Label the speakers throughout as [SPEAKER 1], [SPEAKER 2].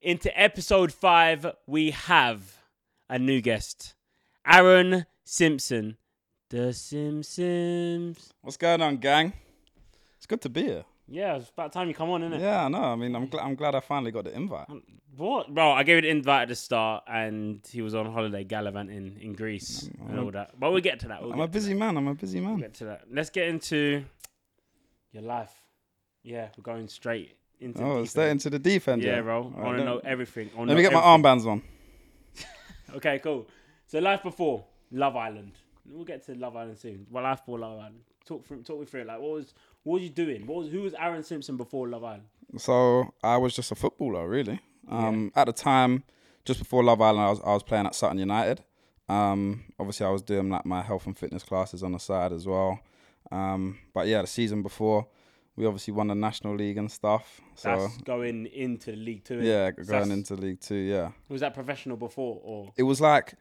[SPEAKER 1] into episode five, we have a new guest, Aaron Simpson. The Simpsons.
[SPEAKER 2] What's going on, gang? It's good to be here.
[SPEAKER 1] Yeah, it's about time you come on, isn't it?
[SPEAKER 2] Yeah, I know. I mean, I'm, gl- I'm glad I finally got the invite.
[SPEAKER 1] What? Bro, I gave it an invite at the start and he was on holiday gallivanting in Greece and all that. But we'll get to that. We'll
[SPEAKER 2] Mm, I'm
[SPEAKER 1] get
[SPEAKER 2] a busy man. I'm a busy
[SPEAKER 1] We'll
[SPEAKER 2] man.
[SPEAKER 1] get to that. Let's get into your life. Yeah, we're going straight into. the
[SPEAKER 2] Oh,
[SPEAKER 1] deep
[SPEAKER 2] it's straight
[SPEAKER 1] end.
[SPEAKER 2] into the defender.
[SPEAKER 1] Yeah, bro. I want to know
[SPEAKER 2] let,
[SPEAKER 1] everything. I wanna
[SPEAKER 2] let me
[SPEAKER 1] know
[SPEAKER 2] get my
[SPEAKER 1] everything.
[SPEAKER 2] armbands on.
[SPEAKER 1] Okay, cool. So life before Love Island. We'll get to Love Island soon. Well, life before Love Island. Talk through, talk me through it. Like, what was, what was you doing? What was, who was Aaron Simpson before Love Island?
[SPEAKER 2] So I was just a footballer, really. Um, At the time, just before Love Island, I was, I was playing at Sutton United. Um, obviously, I was doing like my health and fitness classes on the side as well. Um, but yeah, the season before, we obviously won the National League and stuff. So
[SPEAKER 1] That's going into the league too.
[SPEAKER 2] yeah,
[SPEAKER 1] So
[SPEAKER 2] going
[SPEAKER 1] that's-
[SPEAKER 2] into League Two, yeah.
[SPEAKER 1] Was that professional before or?
[SPEAKER 2] it was like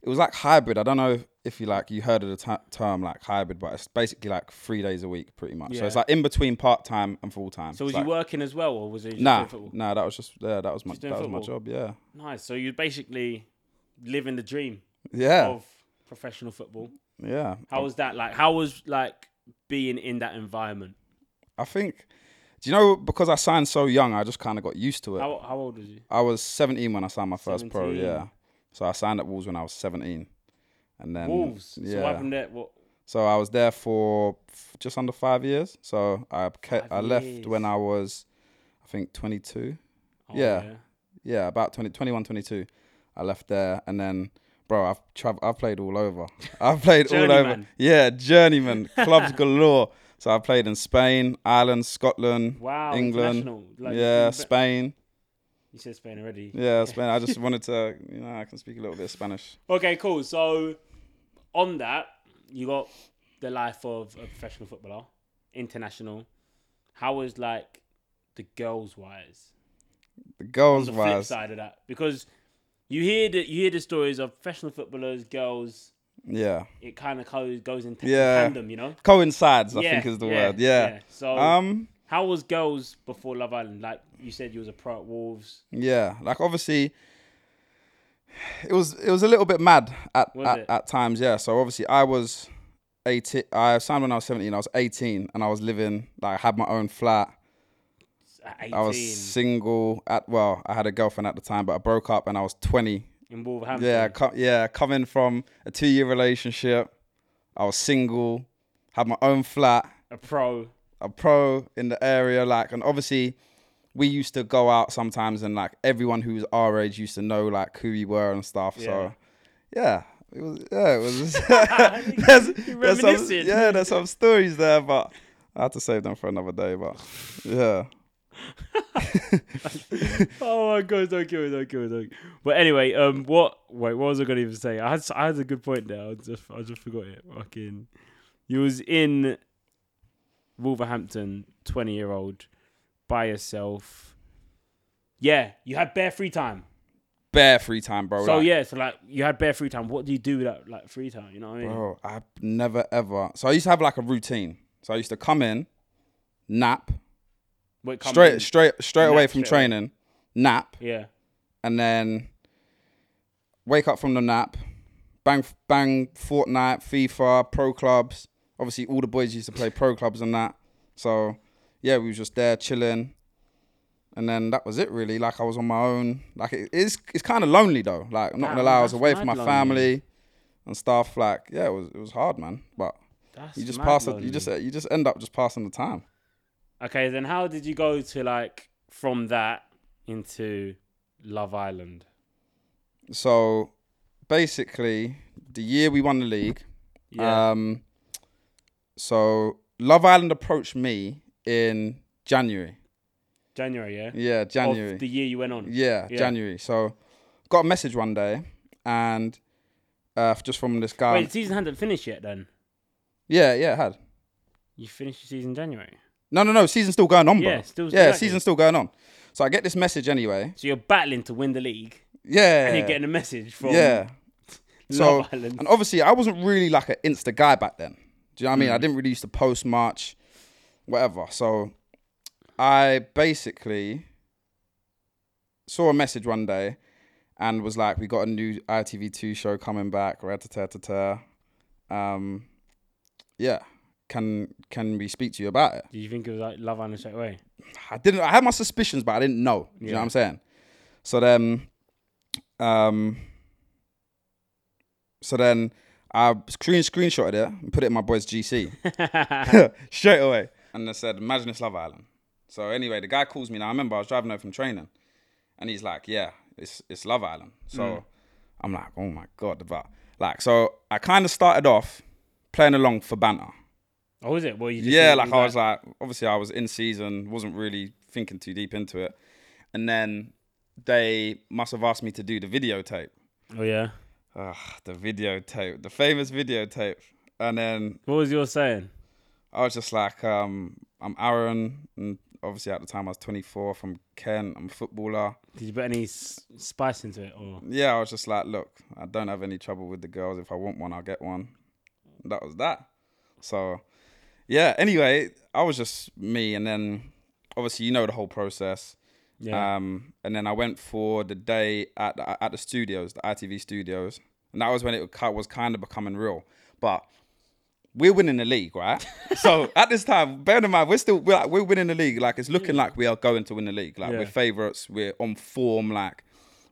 [SPEAKER 2] it was like hybrid. I don't know if you like you heard of the t- term like hybrid, but it's basically like three days a week, pretty much. So it's
[SPEAKER 1] Yeah.
[SPEAKER 2] like in between part time and full time.
[SPEAKER 1] So was
[SPEAKER 2] like,
[SPEAKER 1] you working as well or was it just
[SPEAKER 2] Nah,
[SPEAKER 1] doing football?
[SPEAKER 2] nah, that was just yeah, that was my
[SPEAKER 1] doing
[SPEAKER 2] that was my
[SPEAKER 1] football?
[SPEAKER 2] job. Yeah,
[SPEAKER 1] Nice. So you basically living the dream
[SPEAKER 2] yeah,
[SPEAKER 1] of professional football.
[SPEAKER 2] yeah.
[SPEAKER 1] How was that like? How was like being in that environment?
[SPEAKER 2] I think. Do you know because I signed so young, I just kind of got used to it.
[SPEAKER 1] How how old was you?
[SPEAKER 2] I was 17 when I signed my first pro.
[SPEAKER 1] 17.
[SPEAKER 2] Yeah, so I signed at Wolves when I was 17, and then
[SPEAKER 1] Wolves.
[SPEAKER 2] Yeah.
[SPEAKER 1] So what happened there? What?
[SPEAKER 2] So I was there for f- just under five years. So I kept, I
[SPEAKER 1] Five
[SPEAKER 2] left
[SPEAKER 1] years.
[SPEAKER 2] when I was, I think, 22.
[SPEAKER 1] oh,
[SPEAKER 2] Yeah. Yeah, about 20, 21, 22. I left there. And then, bro, I've trav- I've played all over. I've played all over.
[SPEAKER 1] Journeyman.
[SPEAKER 2] Yeah, journeyman, clubs galore. So I played in Spain, Ireland, Scotland,
[SPEAKER 1] Wow.
[SPEAKER 2] England.
[SPEAKER 1] international. Like,
[SPEAKER 2] yeah,
[SPEAKER 1] you-
[SPEAKER 2] Spain.
[SPEAKER 1] You said Spain already.
[SPEAKER 2] Yeah, Spain. I just wanted to, you know, I can speak a little bit of Spanish.
[SPEAKER 1] Okay, cool. So on that, you got the life of a professional footballer, international. How was like the girls wise?
[SPEAKER 2] The
[SPEAKER 1] on
[SPEAKER 2] goals
[SPEAKER 1] the flip
[SPEAKER 2] wise.
[SPEAKER 1] side of that because you hear the you hear the stories of professional footballers, girls.
[SPEAKER 2] Yeah.
[SPEAKER 1] It kind of goes goes in t-
[SPEAKER 2] Yeah.
[SPEAKER 1] tandem, you know.
[SPEAKER 2] Coincides, I think is the word. Yeah.
[SPEAKER 1] So
[SPEAKER 2] Um,
[SPEAKER 1] how was girls before Love Island? Like you said, you was a pro at Wolves.
[SPEAKER 2] Yeah, like obviously, it was it was a little bit mad at
[SPEAKER 1] Was
[SPEAKER 2] at,
[SPEAKER 1] it?
[SPEAKER 2] at times. Yeah, so obviously I was eighteen. I signed when I was seventeen. I was eighteen, and I was living like I had my own flat.
[SPEAKER 1] At Eighteen
[SPEAKER 2] I was single. At well, I had a girlfriend at the time, but I broke up, and I was twenty.
[SPEAKER 1] in Wolverhampton.
[SPEAKER 2] Yeah, co- yeah, coming from a two year relationship, I was single, had my own flat
[SPEAKER 1] a pro.
[SPEAKER 2] a pro in the area, like, and obviously we used to go out sometimes, and like everyone who was our age used to know like who we were and stuff. So, yeah, it was, yeah, it was.
[SPEAKER 1] Ah,
[SPEAKER 2] there's, there's some,
[SPEAKER 1] Reminiscing.
[SPEAKER 2] yeah, there's some stories there, but I had to save them for another day. But yeah,
[SPEAKER 1] Oh my god! Don't kill me! Don't kill me! Don't. But anyway, um, what? Wait, what was I gonna even say? I had s- I had a good point there. I just I just forgot it. Fucking, you was in Wolverhampton, twenty year old, by yourself. Yeah, you had bare free time.
[SPEAKER 2] bare free time, bro.
[SPEAKER 1] So
[SPEAKER 2] like,
[SPEAKER 1] yeah, so like you had bare free time. What do you do with that like free time? You know what I mean?
[SPEAKER 2] Bro, I never ever. So I used to have like a routine. So I used to come in, nap
[SPEAKER 1] Wait, come
[SPEAKER 2] straight,
[SPEAKER 1] in.
[SPEAKER 2] straight, straight away
[SPEAKER 1] Nap
[SPEAKER 2] from
[SPEAKER 1] straight away.
[SPEAKER 2] training, nap.
[SPEAKER 1] Yeah.
[SPEAKER 2] and then wake up from the nap, bang bang Fortnite, FIFA, pro clubs. Obviously, all the boys used to play pro clubs and that. So yeah, we was just there chilling, and then that was it really. Like I was on my own. Like it is, it's kind of lonely though. Like I'm not gonna
[SPEAKER 1] Damn,
[SPEAKER 2] lie, I was
[SPEAKER 1] that's
[SPEAKER 2] away from my
[SPEAKER 1] mad lonely.
[SPEAKER 2] family and stuff. Like yeah, it was it was hard, man. But
[SPEAKER 1] That's
[SPEAKER 2] you just
[SPEAKER 1] mad
[SPEAKER 2] pass it.
[SPEAKER 1] lonely.
[SPEAKER 2] You just you just end up just passing the time.
[SPEAKER 1] Okay, then how did you go to like from that into Love Island?
[SPEAKER 2] So basically, the year we won the league,
[SPEAKER 1] Yeah.
[SPEAKER 2] Um, so Love Island approached me in January.
[SPEAKER 1] January, yeah?
[SPEAKER 2] Yeah, January.
[SPEAKER 1] Of the year you went on.
[SPEAKER 2] yeah,
[SPEAKER 1] Yeah.
[SPEAKER 2] January. So got a message one day, and uh, just from this guy.
[SPEAKER 1] Wait, the season hadn't finished yet then.
[SPEAKER 2] yeah, yeah, it had.
[SPEAKER 1] You finished the season January.
[SPEAKER 2] No, no, no. Season's still going on, bro.
[SPEAKER 1] Yeah, still-
[SPEAKER 2] yeah,
[SPEAKER 1] exactly.
[SPEAKER 2] season's still going on. So I get this message anyway.
[SPEAKER 1] So you're battling to win the league
[SPEAKER 2] Yeah.
[SPEAKER 1] and you're getting a message from
[SPEAKER 2] yeah.
[SPEAKER 1] Love
[SPEAKER 2] So-
[SPEAKER 1] Island.
[SPEAKER 2] And obviously, I wasn't really like an Insta guy back then. Do you know what I mean? I didn't really used to post much, whatever. So I basically saw a message one day and was like, "We got a new ITV2 show coming back." Rat-a-tat-tat-tat. Um, yeah. Can can we speak to you about it?
[SPEAKER 1] Did you think it was like Love Island straight away?
[SPEAKER 2] I didn't. I had my suspicions, but I didn't know. Do You know
[SPEAKER 1] Yeah.
[SPEAKER 2] what I'm saying? So then, um, so then I screen screenshotted it and put it in my boy's GC straight away, and I said, "Imagine it's Love Island." So anyway, the guy calls me now. I remember I was driving home from training, and he's like, "Yeah, it's it's Love Island." So I'm like, "Oh my god!" But like, so I kind of started off playing along for banter.
[SPEAKER 1] Oh, was it? Well, you just
[SPEAKER 2] Yeah,
[SPEAKER 1] didn't
[SPEAKER 2] like
[SPEAKER 1] do
[SPEAKER 2] I
[SPEAKER 1] that?
[SPEAKER 2] was like, obviously I was in season, wasn't really thinking too deep into it, and then they must have asked me to do the videotape.
[SPEAKER 1] Oh yeah.
[SPEAKER 2] Ugh, the videotape, the famous videotape, and then
[SPEAKER 1] What was yours saying?
[SPEAKER 2] I was just like, um, I'm Aaron, and obviously at the time I was 24 from Kent. I'm a footballer.
[SPEAKER 1] Did you put any s- spice into it or?
[SPEAKER 2] Yeah, I was just like, look, I don't have any trouble with the girls. If I want one, I'll get one. That was that. So, yeah. Anyway, I was just me, and then obviously you know the whole process.
[SPEAKER 1] Yeah.
[SPEAKER 2] Um, and then I went for the day at the, at the studios, the ITV studios, and that was when it ki- was kind of becoming real. But we're winning the league, right? so at this time, bear in mind, we're still we're, like, we're winning the league. Like it's looking like we are going to win the league. Like
[SPEAKER 1] Mm. Yeah.
[SPEAKER 2] we're favourites. We're on form. Like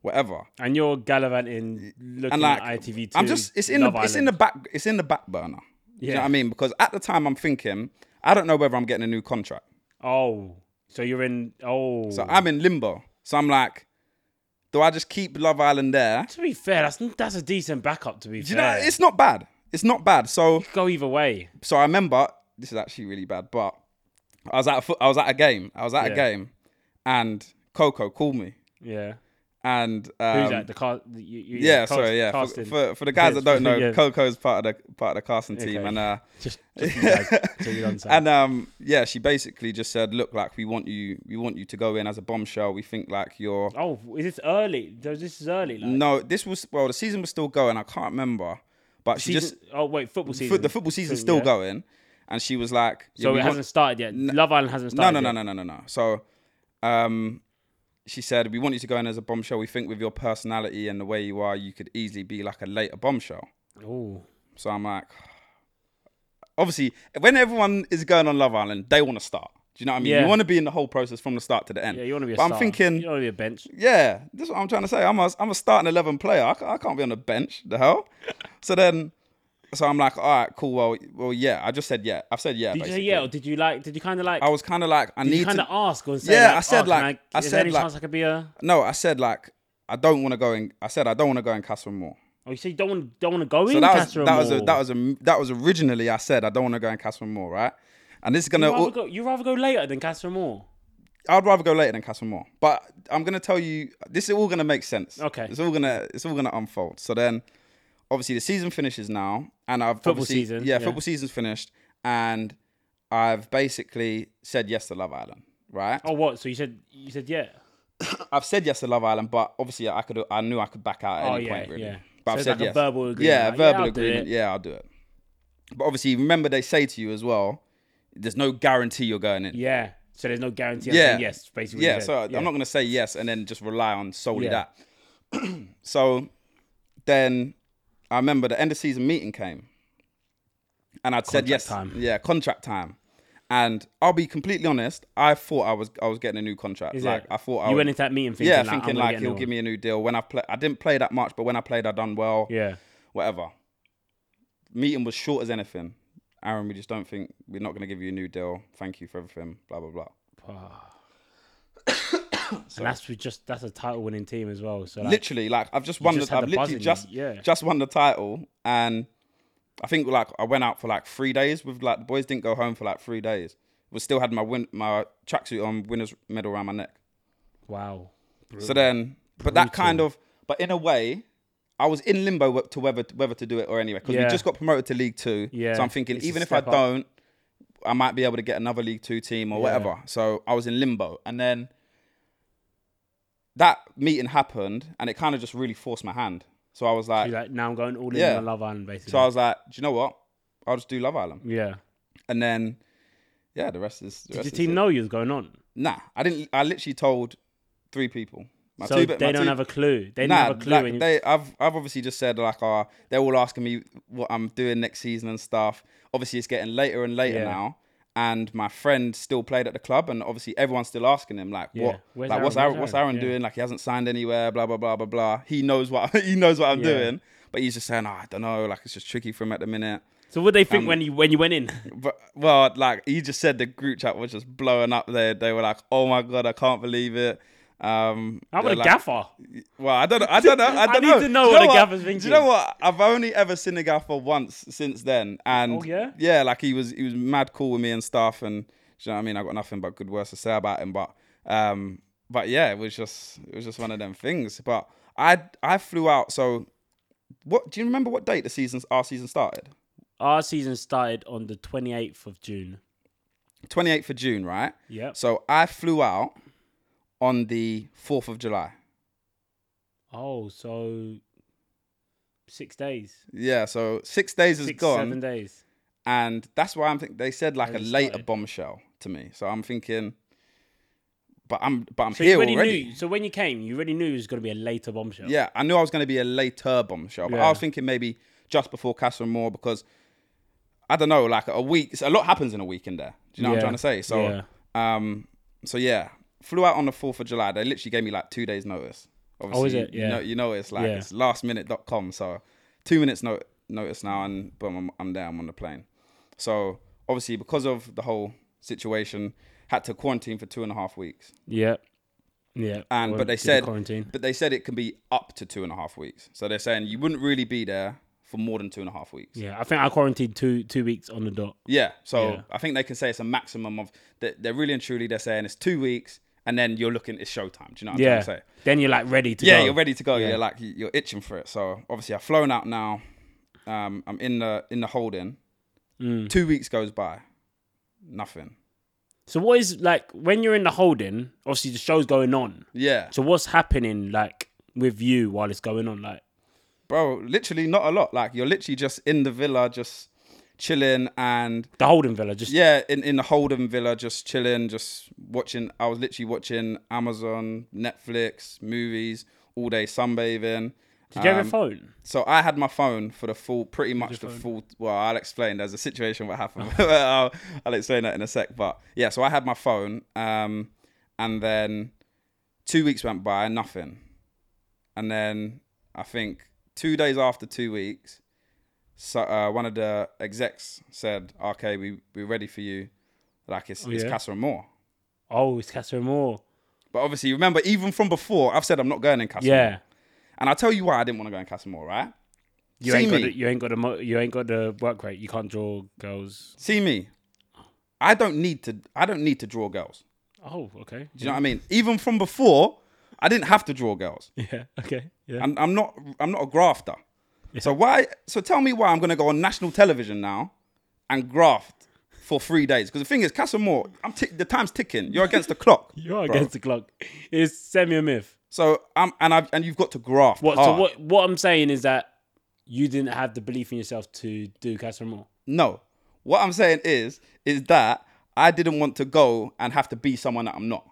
[SPEAKER 2] whatever.
[SPEAKER 1] and you're gallivanting, looking
[SPEAKER 2] And like
[SPEAKER 1] at ITV2.
[SPEAKER 2] I'm just it's in
[SPEAKER 1] Love
[SPEAKER 2] the it's in
[SPEAKER 1] Island.
[SPEAKER 2] the back it's in the back burner. Do you know
[SPEAKER 1] Yeah.
[SPEAKER 2] what I mean? Because at the time I'm thinking, I don't know whether I'm getting a new contract.
[SPEAKER 1] Oh, so you're in. Oh.
[SPEAKER 2] So I'm in limbo. So I'm like, do I just keep Love Island there?
[SPEAKER 1] to be fair, that's that's a decent backup. To be
[SPEAKER 2] Do you
[SPEAKER 1] fair,
[SPEAKER 2] know it's not bad. It's not bad. So
[SPEAKER 1] go either way.
[SPEAKER 2] so I remember this is actually really bad, but I was at a fo- I was at a game. I was at
[SPEAKER 1] Yeah.
[SPEAKER 2] a game and Coco called me
[SPEAKER 1] Yeah.
[SPEAKER 2] and
[SPEAKER 1] Who's
[SPEAKER 2] um,
[SPEAKER 1] that? The car. The, you, you,
[SPEAKER 2] yeah,
[SPEAKER 1] cast-
[SPEAKER 2] sorry, yeah. For,
[SPEAKER 1] Casting.
[SPEAKER 2] for, for the guys that don't know,
[SPEAKER 1] Yeah.
[SPEAKER 2] Coco's part of the part of the casting team,
[SPEAKER 1] Okay.
[SPEAKER 2] and uh,
[SPEAKER 1] just, just you guys, so you don't say.
[SPEAKER 2] and um, yeah, she basically just said, "Look, like we want you, we want you to go in as a bombshell. We think like you're
[SPEAKER 1] oh, is this early? Th- This is early. Like,
[SPEAKER 2] no. This was well, the season was still going. I can't remember, but she
[SPEAKER 1] season, oh wait, football
[SPEAKER 2] just
[SPEAKER 1] season.
[SPEAKER 2] fo- the football season's still
[SPEAKER 1] yeah.
[SPEAKER 2] going, and she was like, yeah,
[SPEAKER 1] So
[SPEAKER 2] we
[SPEAKER 1] it
[SPEAKER 2] want-
[SPEAKER 1] hasn't started yet. Love Island hasn't
[SPEAKER 2] no,
[SPEAKER 1] started.
[SPEAKER 2] no, no,
[SPEAKER 1] yet.
[SPEAKER 2] no, no, no, no. So, um, she said, "We want you to go in as a bombshell. We think with your personality and the way you are, you could easily be like a later bombshell."
[SPEAKER 1] Oh,
[SPEAKER 2] So I'm like, obviously, when everyone is going on Love Island, they want to start. Do you know what I mean?
[SPEAKER 1] Yeah.
[SPEAKER 2] You want to be in the whole process from the start to the end.
[SPEAKER 1] yeah, you want to be a
[SPEAKER 2] But
[SPEAKER 1] star.
[SPEAKER 2] I'm thinking,
[SPEAKER 1] you want to be a bench.
[SPEAKER 2] yeah, this is what I'm trying to say. I'm a, I'm a starting 11 player. I can't, I can't be on the bench. The hell? so then, so I'm like, all right, cool. Well, well, yeah. I just said yeah. I've said yeah.
[SPEAKER 1] Did you say
[SPEAKER 2] basically.
[SPEAKER 1] yeah, or did you like? Did you kind of like?
[SPEAKER 2] I was kind of like, I
[SPEAKER 1] did you
[SPEAKER 2] need
[SPEAKER 1] kind
[SPEAKER 2] to.
[SPEAKER 1] of ask or say?
[SPEAKER 2] Yeah,
[SPEAKER 1] like,
[SPEAKER 2] I said,
[SPEAKER 1] oh, can
[SPEAKER 2] like-
[SPEAKER 1] I,
[SPEAKER 2] I
[SPEAKER 1] is there
[SPEAKER 2] said,
[SPEAKER 1] any
[SPEAKER 2] like-
[SPEAKER 1] chance I could be a?
[SPEAKER 2] No, I said like, I don't want to go in. I said I don't want to go in Castle Moore.
[SPEAKER 1] Oh, you say you don't want don't want to go
[SPEAKER 2] So
[SPEAKER 1] in
[SPEAKER 2] that was
[SPEAKER 1] Castor
[SPEAKER 2] that was a, that was a, that was originally I said I don't want to go in Castle Moore, right? And this is gonna.
[SPEAKER 1] You rather go, you rather go later than Castor Moore.
[SPEAKER 2] I'd rather go later than Castle Moore. But I'm gonna tell you, this is all gonna make sense.
[SPEAKER 1] Okay.
[SPEAKER 2] It's all gonna it's all gonna unfold. So then, obviously, the season finishes now, and I've
[SPEAKER 1] Football
[SPEAKER 2] obviously-
[SPEAKER 1] season,
[SPEAKER 2] Yeah,
[SPEAKER 1] yeah.
[SPEAKER 2] football season's finished, and I've basically said yes to Love Island. Right.
[SPEAKER 1] Oh, what? So you said you said yeah.
[SPEAKER 2] I've said yes to Love Island, but obviously, I could I knew I could back out at
[SPEAKER 1] Oh,
[SPEAKER 2] any
[SPEAKER 1] yeah,
[SPEAKER 2] point really.
[SPEAKER 1] yeah.
[SPEAKER 2] But
[SPEAKER 1] So
[SPEAKER 2] I've
[SPEAKER 1] it's
[SPEAKER 2] said
[SPEAKER 1] like a
[SPEAKER 2] yes.
[SPEAKER 1] verbal agreement,
[SPEAKER 2] Yeah,
[SPEAKER 1] like, yeah,
[SPEAKER 2] verbal
[SPEAKER 1] I'll do
[SPEAKER 2] agreement.
[SPEAKER 1] it.
[SPEAKER 2] Yeah, I'll do it. But obviously, remember they say to you as well, there's no guarantee you're going in.
[SPEAKER 1] Yeah. So there's no guarantee.
[SPEAKER 2] Yeah.
[SPEAKER 1] Yeah. Yes. Basically.
[SPEAKER 2] yeah,
[SPEAKER 1] you
[SPEAKER 2] so
[SPEAKER 1] said.
[SPEAKER 2] I'm not going to say yes and then just rely on solely
[SPEAKER 1] Yeah.
[SPEAKER 2] that. so then I remember the end of season meeting came and I'd said
[SPEAKER 1] Contract
[SPEAKER 2] yes.
[SPEAKER 1] time.
[SPEAKER 2] Yeah, contract time. And I'll be completely honest, I thought I was I was getting a new contract.
[SPEAKER 1] Is
[SPEAKER 2] like
[SPEAKER 1] it?
[SPEAKER 2] I thought I
[SPEAKER 1] You
[SPEAKER 2] would-
[SPEAKER 1] went into that meeting thinking,
[SPEAKER 2] Oh. yeah,
[SPEAKER 1] like,
[SPEAKER 2] thinking
[SPEAKER 1] I'm gonna
[SPEAKER 2] like
[SPEAKER 1] get
[SPEAKER 2] he'll
[SPEAKER 1] no-
[SPEAKER 2] give me a new deal. When I play I didn't play that much, but when I played I done well.
[SPEAKER 1] Yeah.
[SPEAKER 2] Whatever. Meeting was short as anything. Aaron, we just don't think we're not gonna give you a new deal. Thank you for everything. Blah blah blah.
[SPEAKER 1] and that's with just that's a title winning team as well. So like,
[SPEAKER 2] literally like I've just won
[SPEAKER 1] just
[SPEAKER 2] the,
[SPEAKER 1] had
[SPEAKER 2] I've
[SPEAKER 1] the buzz
[SPEAKER 2] literally
[SPEAKER 1] in you,
[SPEAKER 2] just
[SPEAKER 1] yeah.
[SPEAKER 2] just won the title and I think like I went out for like three days with like the boys didn't go home for like three days. We still had my win my tracksuit on, winner's medal around my neck.
[SPEAKER 1] wow.
[SPEAKER 2] So then, but that kind of, but in a way, I was in limbo wh- to whether whether to do it or anyway because
[SPEAKER 1] Yeah.
[SPEAKER 2] we just got promoted to League Two.
[SPEAKER 1] Yeah,
[SPEAKER 2] So I'm thinking
[SPEAKER 1] it's a
[SPEAKER 2] even if I
[SPEAKER 1] step up.
[SPEAKER 2] don't, I might be able to get another League Two team or whatever. So I was in limbo, and then that meeting happened, and it kind of just really forced my hand. So I was like,
[SPEAKER 1] You're like now I'm going all in
[SPEAKER 2] Yeah.
[SPEAKER 1] on Love Island basically.
[SPEAKER 2] so I was like, do you know what? I'll just do Love Island,
[SPEAKER 1] yeah.
[SPEAKER 2] and then yeah, the rest is. The
[SPEAKER 1] Did
[SPEAKER 2] rest
[SPEAKER 1] your
[SPEAKER 2] is
[SPEAKER 1] team
[SPEAKER 2] it.
[SPEAKER 1] know you was going on?
[SPEAKER 2] Nah, I didn't. I literally told three people. My
[SPEAKER 1] so
[SPEAKER 2] two bit-
[SPEAKER 1] they
[SPEAKER 2] my
[SPEAKER 1] don't
[SPEAKER 2] two-
[SPEAKER 1] have a clue. They
[SPEAKER 2] Nah,
[SPEAKER 1] don't have a clue.
[SPEAKER 2] like,
[SPEAKER 1] when you-
[SPEAKER 2] they, I've I've obviously just said like, uh, they're all asking me what I'm doing next season and stuff. Obviously, it's getting later and later
[SPEAKER 1] Yeah.
[SPEAKER 2] now, and my friend still played at the club, and obviously everyone's still asking him like,
[SPEAKER 1] Yeah.
[SPEAKER 2] what,
[SPEAKER 1] Where's
[SPEAKER 2] like what's
[SPEAKER 1] Aaron?
[SPEAKER 2] Aaron,
[SPEAKER 1] Where's
[SPEAKER 2] what's
[SPEAKER 1] Aaron?
[SPEAKER 2] Aaron
[SPEAKER 1] Yeah.
[SPEAKER 2] doing? Like he hasn't signed anywhere, blah blah blah blah blah. He knows what he knows what I'm
[SPEAKER 1] Yeah.
[SPEAKER 2] doing, but he's just saying, oh, I don't know, like it's just tricky for him at the minute.
[SPEAKER 1] so what they think
[SPEAKER 2] um,
[SPEAKER 1] when you when you went in?
[SPEAKER 2] But well, like you just said, the group chat was just blowing up. There, they were like, "Oh my god, I can't believe it." Um,
[SPEAKER 1] How about
[SPEAKER 2] they're
[SPEAKER 1] a
[SPEAKER 2] like-
[SPEAKER 1] gaffer?
[SPEAKER 2] Well, I don't know. I don't know. I
[SPEAKER 1] I
[SPEAKER 2] don't
[SPEAKER 1] need
[SPEAKER 2] know.
[SPEAKER 1] to know
[SPEAKER 2] Do you
[SPEAKER 1] what a
[SPEAKER 2] what?
[SPEAKER 1] gaffer's
[SPEAKER 2] Do
[SPEAKER 1] thinking.
[SPEAKER 2] you know what? I've only ever seen a gaffer once since then, and
[SPEAKER 1] Oh, yeah?
[SPEAKER 2] like he was he was mad cool with me and stuff, and do you know what I mean. I got nothing but good words to say about him, but um, but yeah, it was just it was just one of them things. But I I flew out. So what? Do you remember what date the season's our season started?
[SPEAKER 1] Our season started on the 28th of June.
[SPEAKER 2] Twenty eighth of June, right?
[SPEAKER 1] Yep.
[SPEAKER 2] So I flew out on the 4th of July.
[SPEAKER 1] Oh, so six days,
[SPEAKER 2] Yeah, so six days is
[SPEAKER 1] six
[SPEAKER 2] gone.
[SPEAKER 1] seven days.
[SPEAKER 2] And that's why I'm thinking they said like a
[SPEAKER 1] Only
[SPEAKER 2] later
[SPEAKER 1] started.
[SPEAKER 2] bombshell to me. So I'm thinking, but I'm but I'm
[SPEAKER 1] So you
[SPEAKER 2] here
[SPEAKER 1] already
[SPEAKER 2] already.
[SPEAKER 1] knew. So when you came, you already knew it was going to be a later bombshell.
[SPEAKER 2] Yeah, I knew I was going to be a later bombshell, but
[SPEAKER 1] Yeah.
[SPEAKER 2] I was thinking maybe just before Castle Moore because I don't know, like a week, a lot happens in a week in there. Do you know what
[SPEAKER 1] Yeah.
[SPEAKER 2] I'm trying to say? So, um, so yeah, flew out on the fourth of July. They literally gave me like two days notice. Obviously,
[SPEAKER 1] Oh, is it?
[SPEAKER 2] you-
[SPEAKER 1] Yeah.
[SPEAKER 2] You know, you know it's like
[SPEAKER 1] Yeah.
[SPEAKER 2] it's lastminute.com. So two minutes no- notice now, and boom, I'm, I'm there. I'm on the plane. So obviously, because of the whole situation, had to quarantine for two and a half weeks.
[SPEAKER 1] yeah, yeah.
[SPEAKER 2] And
[SPEAKER 1] Well,
[SPEAKER 2] but they
[SPEAKER 1] did the
[SPEAKER 2] said
[SPEAKER 1] quarantine.
[SPEAKER 2] but they said it can be up to two and a half weeks. So they're saying you wouldn't really be there for more than two and a half weeks. Yeah.
[SPEAKER 1] Yeah, I think I quarantined two two weeks on the dot.
[SPEAKER 2] so
[SPEAKER 1] Yeah.
[SPEAKER 2] I think they can say it's a maximum of that. They're really and truly they're saying it's two weeks, and then you're looking it's showtime. Do you know what I'm
[SPEAKER 1] yeah.
[SPEAKER 2] trying to say?
[SPEAKER 1] Then you're like ready to
[SPEAKER 2] Yeah,
[SPEAKER 1] go.
[SPEAKER 2] you're ready to go. You're like you- you're itching for it. So obviously I've flown out now. Um, I'm in the in the holding.
[SPEAKER 1] Mm.
[SPEAKER 2] Two weeks goes by, nothing.
[SPEAKER 1] So what is like when you're in the holding? Obviously, the show's going on.
[SPEAKER 2] Yeah,
[SPEAKER 1] So what's happening like with you while it's going on? Like,
[SPEAKER 2] bro, literally not a lot. Like you're literally just in the villa, just chilling and
[SPEAKER 1] the holding villa just
[SPEAKER 2] yeah, in, in the Holden Villa, just chilling, just watching. I was literally watching Amazon, Netflix, movies all day, sunbathing.
[SPEAKER 1] did you have
[SPEAKER 2] Um,
[SPEAKER 1] your phone?
[SPEAKER 2] So I had my phone for the full, pretty much the full. Well, I'll explain. There's a situation what happened. I'll, I'll explain that in a sec. But yeah, so I had my phone, um, and then two weeks went by, nothing, and then I think two days after two weeks, so uh, one of the execs said, "Okay, we we're ready for you." Like it's it's
[SPEAKER 1] yeah?
[SPEAKER 2] Casa Moore.
[SPEAKER 1] Oh, it's Catherine Moore.
[SPEAKER 2] But obviously, remember, even from before, I've said I'm not going in Casa Moore.
[SPEAKER 1] Yeah,
[SPEAKER 2] And I'll tell you why I didn't want to go in Casa Moore, right?
[SPEAKER 1] you
[SPEAKER 2] See
[SPEAKER 1] ain't got
[SPEAKER 2] me.
[SPEAKER 1] the, you ain't got the mo- you ain't got the work rate. You can't draw girls.
[SPEAKER 2] See me. I don't need to. I don't need to draw girls.
[SPEAKER 1] Oh, okay.
[SPEAKER 2] Do you know what I mean? Even from before, I didn't have to draw girls.
[SPEAKER 1] Yeah. Okay. Yeah.
[SPEAKER 2] I'm, I'm not. I'm not a grafter. So why? So tell me why I'm going to go on national television now and graft for three days? Because the thing is, Casamore, I'm tick the time's ticking. You're against the clock.
[SPEAKER 1] you are
[SPEAKER 2] bro.
[SPEAKER 1] against the clock. It's semi a myth.
[SPEAKER 2] So I'm and I've and you've got to graft.
[SPEAKER 1] What? So
[SPEAKER 2] hard.
[SPEAKER 1] what? What I'm saying is that you didn't have the belief in yourself to do Catherine Moore.
[SPEAKER 2] No. What I'm saying is, is that I didn't want to go and have to be someone that I'm not.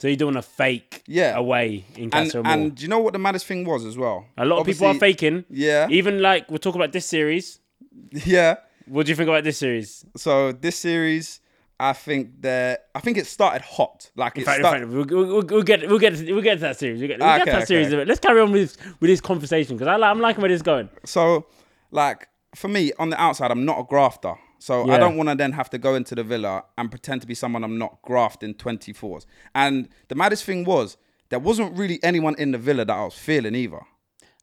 [SPEAKER 1] So you're doing a fake
[SPEAKER 2] Yeah.
[SPEAKER 1] away in
[SPEAKER 2] And,
[SPEAKER 1] Catherine Moore.
[SPEAKER 2] and do you know what the maddest thing was as well?
[SPEAKER 1] a lot of people are
[SPEAKER 2] Obviously-
[SPEAKER 1] faking.
[SPEAKER 2] Yeah.
[SPEAKER 1] Even like we're talking about this series.
[SPEAKER 2] Yeah.
[SPEAKER 1] What do you think about this series?
[SPEAKER 2] So this series, I think that I think it started hot. Like it
[SPEAKER 1] In fact, in
[SPEAKER 2] started.
[SPEAKER 1] fact, we'll, we'll, we'll get we'll get to, we'll get to that series. We'll get, we'll get to
[SPEAKER 2] Ah, Okay,
[SPEAKER 1] that series.
[SPEAKER 2] okay.
[SPEAKER 1] Let's carry on with with this conversation because I like, I'm liking where this is going.
[SPEAKER 2] So, like for me, on the outside, I'm not a grafter. So
[SPEAKER 1] Yeah.
[SPEAKER 2] I don't want to then have to go into the villa and pretend to be someone I'm not grafting 24s. And the maddest thing was there wasn't really anyone in the villa that I was feeling either.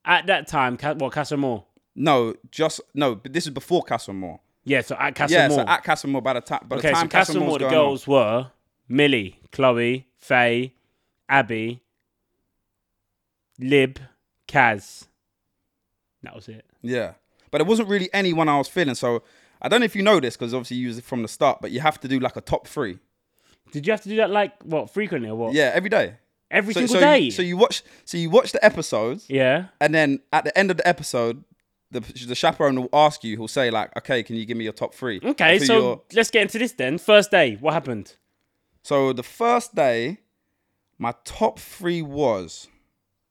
[SPEAKER 1] At that time, Ca- what Castle Moore?
[SPEAKER 2] No, just no. But this is before Castlemore.
[SPEAKER 1] Yeah, so at Castle
[SPEAKER 2] Yeah,
[SPEAKER 1] Moore.
[SPEAKER 2] so at Castlemore by the time by
[SPEAKER 1] okay,
[SPEAKER 2] the
[SPEAKER 1] so
[SPEAKER 2] time
[SPEAKER 1] Castle Moore,
[SPEAKER 2] Castlemore's
[SPEAKER 1] the
[SPEAKER 2] going on-
[SPEAKER 1] girls were Millie, Chloe, Faye, Abby, Lib, Kaz. That was it.
[SPEAKER 2] Yeah. But it wasn't really anyone I was feeling. So I don't know if you know this because obviously you was from the start, but you have to do like a top three.
[SPEAKER 1] Did you have to do that like what frequently or what?
[SPEAKER 2] Yeah, every day.
[SPEAKER 1] Every
[SPEAKER 2] So,
[SPEAKER 1] single
[SPEAKER 2] so
[SPEAKER 1] day.
[SPEAKER 2] You, so you watch so you watch the episodes
[SPEAKER 1] yeah.
[SPEAKER 2] and then at the end of the episode, the, the chaperone will ask you, he'll say like, okay, can you give me your top three?
[SPEAKER 1] Okay,
[SPEAKER 2] of who
[SPEAKER 1] so
[SPEAKER 2] you're-
[SPEAKER 1] let's get into this then. First day, what happened?
[SPEAKER 2] so the first day, My top three was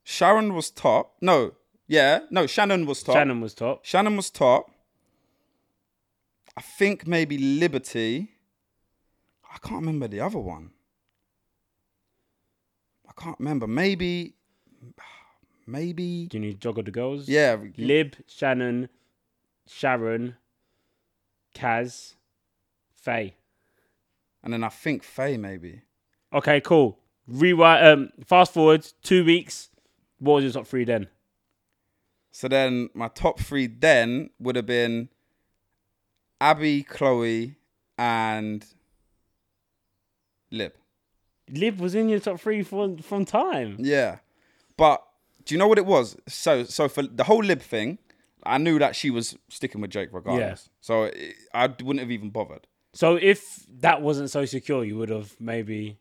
[SPEAKER 2] Sharon was top. No, yeah, no, Shannon was top.
[SPEAKER 1] Shannon was top.
[SPEAKER 2] Shannon was top. I think maybe Liberty. I can't remember the other one. I can't remember. Maybe, maybe,
[SPEAKER 1] Do you need jogger the girls?
[SPEAKER 2] yeah,
[SPEAKER 1] Lib, Shannon, Sharon, Kaz, Faye.
[SPEAKER 2] and then I think Faye maybe.
[SPEAKER 1] Okay, cool. Rewind. Um, fast forward two weeks. What was your top three then?
[SPEAKER 2] So then my top three then would have been Abby, Chloe, and Lib.
[SPEAKER 1] Lib was in your top three from from time.
[SPEAKER 2] Yeah, but do you know what it was? So so for the whole Lib thing, I knew that she was sticking with Jake regardless. So it, I wouldn't have even bothered.
[SPEAKER 1] So if that wasn't so secure, you would have maybe.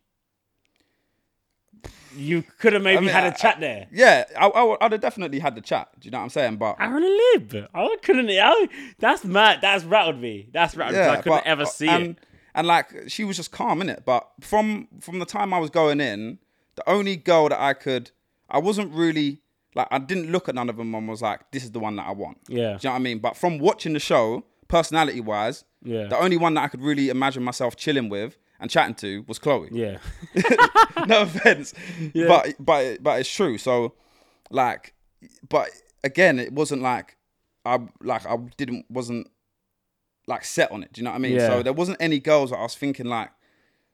[SPEAKER 1] You could have maybe
[SPEAKER 2] mean,
[SPEAKER 1] had a
[SPEAKER 2] I-
[SPEAKER 1] chat there.
[SPEAKER 2] Yeah, I, I would- I'd have definitely had the chat. Do you know what I'm saying? But
[SPEAKER 1] Aaron and Lib. I couldn't. I, that's mad. That's rattled me. That's rattled me. 'cause I couldn't
[SPEAKER 2] but- uh, um,
[SPEAKER 1] ever see
[SPEAKER 2] and,
[SPEAKER 1] it.
[SPEAKER 2] And like she was just calm in it, but from from the time I was going in, the only girl that I could, I wasn't really like I didn't look at none of them and was like, this is the one that I want.
[SPEAKER 1] Yeah.
[SPEAKER 2] Do you know what I mean? But from watching the show, personality wise,
[SPEAKER 1] Yeah.
[SPEAKER 2] the only one that I could really imagine myself chilling with and chatting to was Chloe.
[SPEAKER 1] Yeah.
[SPEAKER 2] no offense, but but but it's true. So like, but again, it wasn't like I like I didn't wasn't like set on it. Do you know what I mean?
[SPEAKER 1] Yeah.
[SPEAKER 2] So there wasn't any girls that I was thinking like.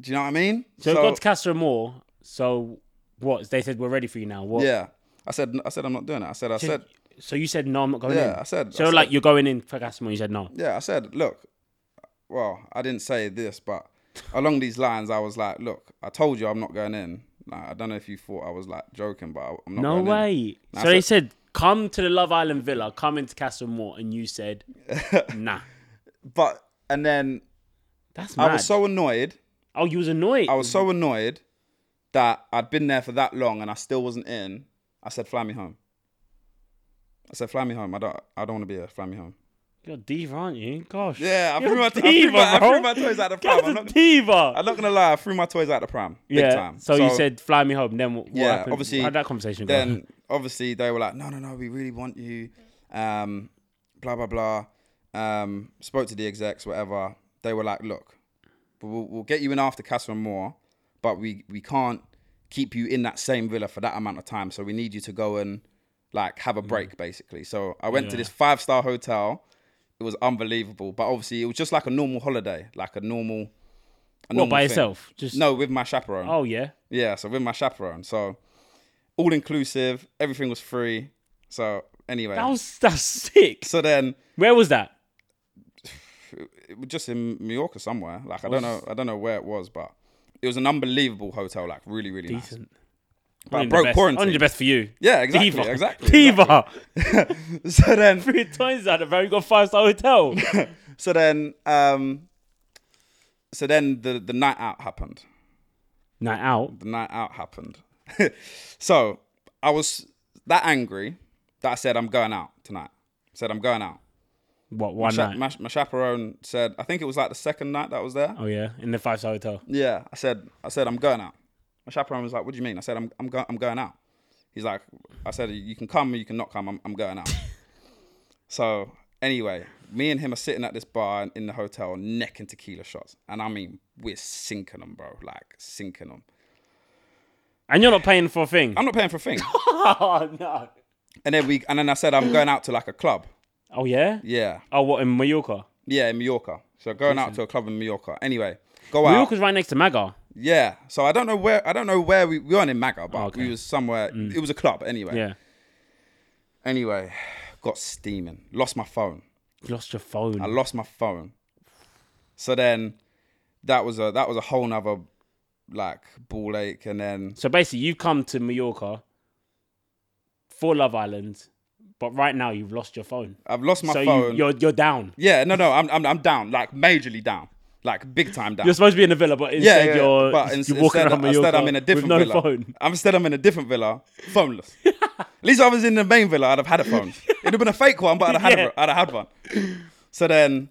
[SPEAKER 2] Do you know what I mean?
[SPEAKER 1] So, we got to Castro Moore. So what? They said we're ready for you now. What?
[SPEAKER 2] yeah, I said I said I'm not doing it. I said I said
[SPEAKER 1] So you said no, I'm not going in.
[SPEAKER 2] yeah. I said
[SPEAKER 1] So
[SPEAKER 2] I said-
[SPEAKER 1] like you're going in for Castro Moore. You said no.
[SPEAKER 2] yeah. I said look, well I didn't say this, but along these lines I was like, look, I told you I'm not going in. Like, I don't know if you thought I was like joking, but I'm not.
[SPEAKER 1] No
[SPEAKER 2] going in.
[SPEAKER 1] way.
[SPEAKER 2] Nah,
[SPEAKER 1] so they said come to the Love Island villa, come into Castro Moore, and you said nah.
[SPEAKER 2] But and then
[SPEAKER 1] That's
[SPEAKER 2] I
[SPEAKER 1] mad. Mm-hmm.
[SPEAKER 2] was so annoyed.
[SPEAKER 1] oh, you was annoyed.
[SPEAKER 2] I was so annoyed that I'd been there for that long and I still wasn't in. I said, "Fly me home." I said, "Fly me home." I don't. I don't want to be here. Fly me home.
[SPEAKER 1] You're a diva, aren't you? Gosh.
[SPEAKER 2] Yeah, I
[SPEAKER 1] You're
[SPEAKER 2] threw, my,
[SPEAKER 1] a
[SPEAKER 2] I, threw my, I
[SPEAKER 1] bro.
[SPEAKER 2] threw my toys out the pram.
[SPEAKER 1] You're
[SPEAKER 2] I'm
[SPEAKER 1] a
[SPEAKER 2] not,
[SPEAKER 1] diva.
[SPEAKER 2] I'm not gonna lie. I threw my toys out the pram. Big
[SPEAKER 1] yeah.
[SPEAKER 2] time.
[SPEAKER 1] So, you said fly me home. Then what, what
[SPEAKER 2] Yeah,
[SPEAKER 1] happened?
[SPEAKER 2] obviously,
[SPEAKER 1] How'd that conversation go?
[SPEAKER 2] Then obviously they were like, "No, no, no. We really want you." Um, blah blah blah. Um, spoke to the execs, whatever. They were like, "Look, we'll, we'll get you in after Casper Moore, but we we can't keep you in that same villa for that amount of time. So we need you to go and like have a
[SPEAKER 1] Mm.
[SPEAKER 2] break, basically. So I went to this five star hotel. It was unbelievable, but obviously it was just like a normal holiday, like a normal. A
[SPEAKER 1] what
[SPEAKER 2] normal
[SPEAKER 1] by
[SPEAKER 2] thing.
[SPEAKER 1] yourself? Just
[SPEAKER 2] No, with my chaperone.
[SPEAKER 1] Oh yeah.
[SPEAKER 2] Yeah, so with my chaperone. So all inclusive, everything was free. So anyway,
[SPEAKER 1] That was that's sick.
[SPEAKER 2] so then
[SPEAKER 1] Where was that?
[SPEAKER 2] it was just in Mallorca somewhere. Like I don't know, I don't know where it was, but it was an unbelievable hotel. Like really, really nice.
[SPEAKER 1] Decent.
[SPEAKER 2] But I
[SPEAKER 1] Only the
[SPEAKER 2] broke
[SPEAKER 1] best.
[SPEAKER 2] quarantine.
[SPEAKER 1] Only the best for you.
[SPEAKER 2] Yeah, exactly,
[SPEAKER 1] Diva.
[SPEAKER 2] exactly.
[SPEAKER 1] Diva.
[SPEAKER 2] exactly. So then,
[SPEAKER 1] Three times out of very got a five star hotel.
[SPEAKER 2] so then, um, so then the the night out happened.
[SPEAKER 1] Night out.
[SPEAKER 2] The night out happened. so I was that angry that I said I'm going out tonight. Said I'm going out.
[SPEAKER 1] What one
[SPEAKER 2] Cha-
[SPEAKER 1] night?
[SPEAKER 2] my, my chaperone said, I think it was like the second night that I was there.
[SPEAKER 1] Oh yeah, in the five star hotel.
[SPEAKER 2] Yeah, I said, I said, I'm going out. My chaperone was like, "What do you mean?" I said, "I'm, I'm, go- I'm going out." He's like, "I said you can come or you can not come. I'm, I'm going out." so anyway, me and him are sitting at this bar in the hotel, necking tequila shots, and I mean, we're sinking them, bro, like sinking them.
[SPEAKER 1] And you're not paying for a thing.
[SPEAKER 2] I'm not paying for a thing.
[SPEAKER 1] oh no.
[SPEAKER 2] and then we, and then I said, "I'm going out to like a club."
[SPEAKER 1] Oh yeah.
[SPEAKER 2] Yeah,
[SPEAKER 1] Oh what in Mallorca?
[SPEAKER 2] yeah, in Mallorca. So going out to a club in Mallorca. Anyway, go out.
[SPEAKER 1] Mallorca's right next to Maga.
[SPEAKER 2] Yeah. So I don't know where I don't know where we, we weren't in Maga, but
[SPEAKER 1] okay. Mm.
[SPEAKER 2] we was somewhere. It was a club anyway.
[SPEAKER 1] Yeah.
[SPEAKER 2] Anyway, got steaming. Lost my phone.
[SPEAKER 1] You lost your phone.
[SPEAKER 2] I lost my phone. So then that was a that was a whole nother like ball ache and then
[SPEAKER 1] So basically, you've come to Mallorca for Love Island, but right now you've lost your phone.
[SPEAKER 2] I've lost my
[SPEAKER 1] so
[SPEAKER 2] phone.
[SPEAKER 1] You, you're you're down.
[SPEAKER 2] yeah, no no, I'm, I'm I'm down, like majorly down. Like big time down.
[SPEAKER 1] You're supposed to be in a villa, but
[SPEAKER 2] yeah,
[SPEAKER 1] instead
[SPEAKER 2] yeah, yeah.
[SPEAKER 1] you're
[SPEAKER 2] but
[SPEAKER 1] you're
[SPEAKER 2] ins-
[SPEAKER 1] walking
[SPEAKER 2] instead,
[SPEAKER 1] around Mallorca
[SPEAKER 2] instead I'm in a different
[SPEAKER 1] with no
[SPEAKER 2] villa.
[SPEAKER 1] phone.
[SPEAKER 2] I'm instead I'm in a different villa, phoneless. At least I was in the main villa, I'd have had a phone. It'd have been a fake one, but I'd have had,
[SPEAKER 1] Yeah.
[SPEAKER 2] a, I'd have had one. So then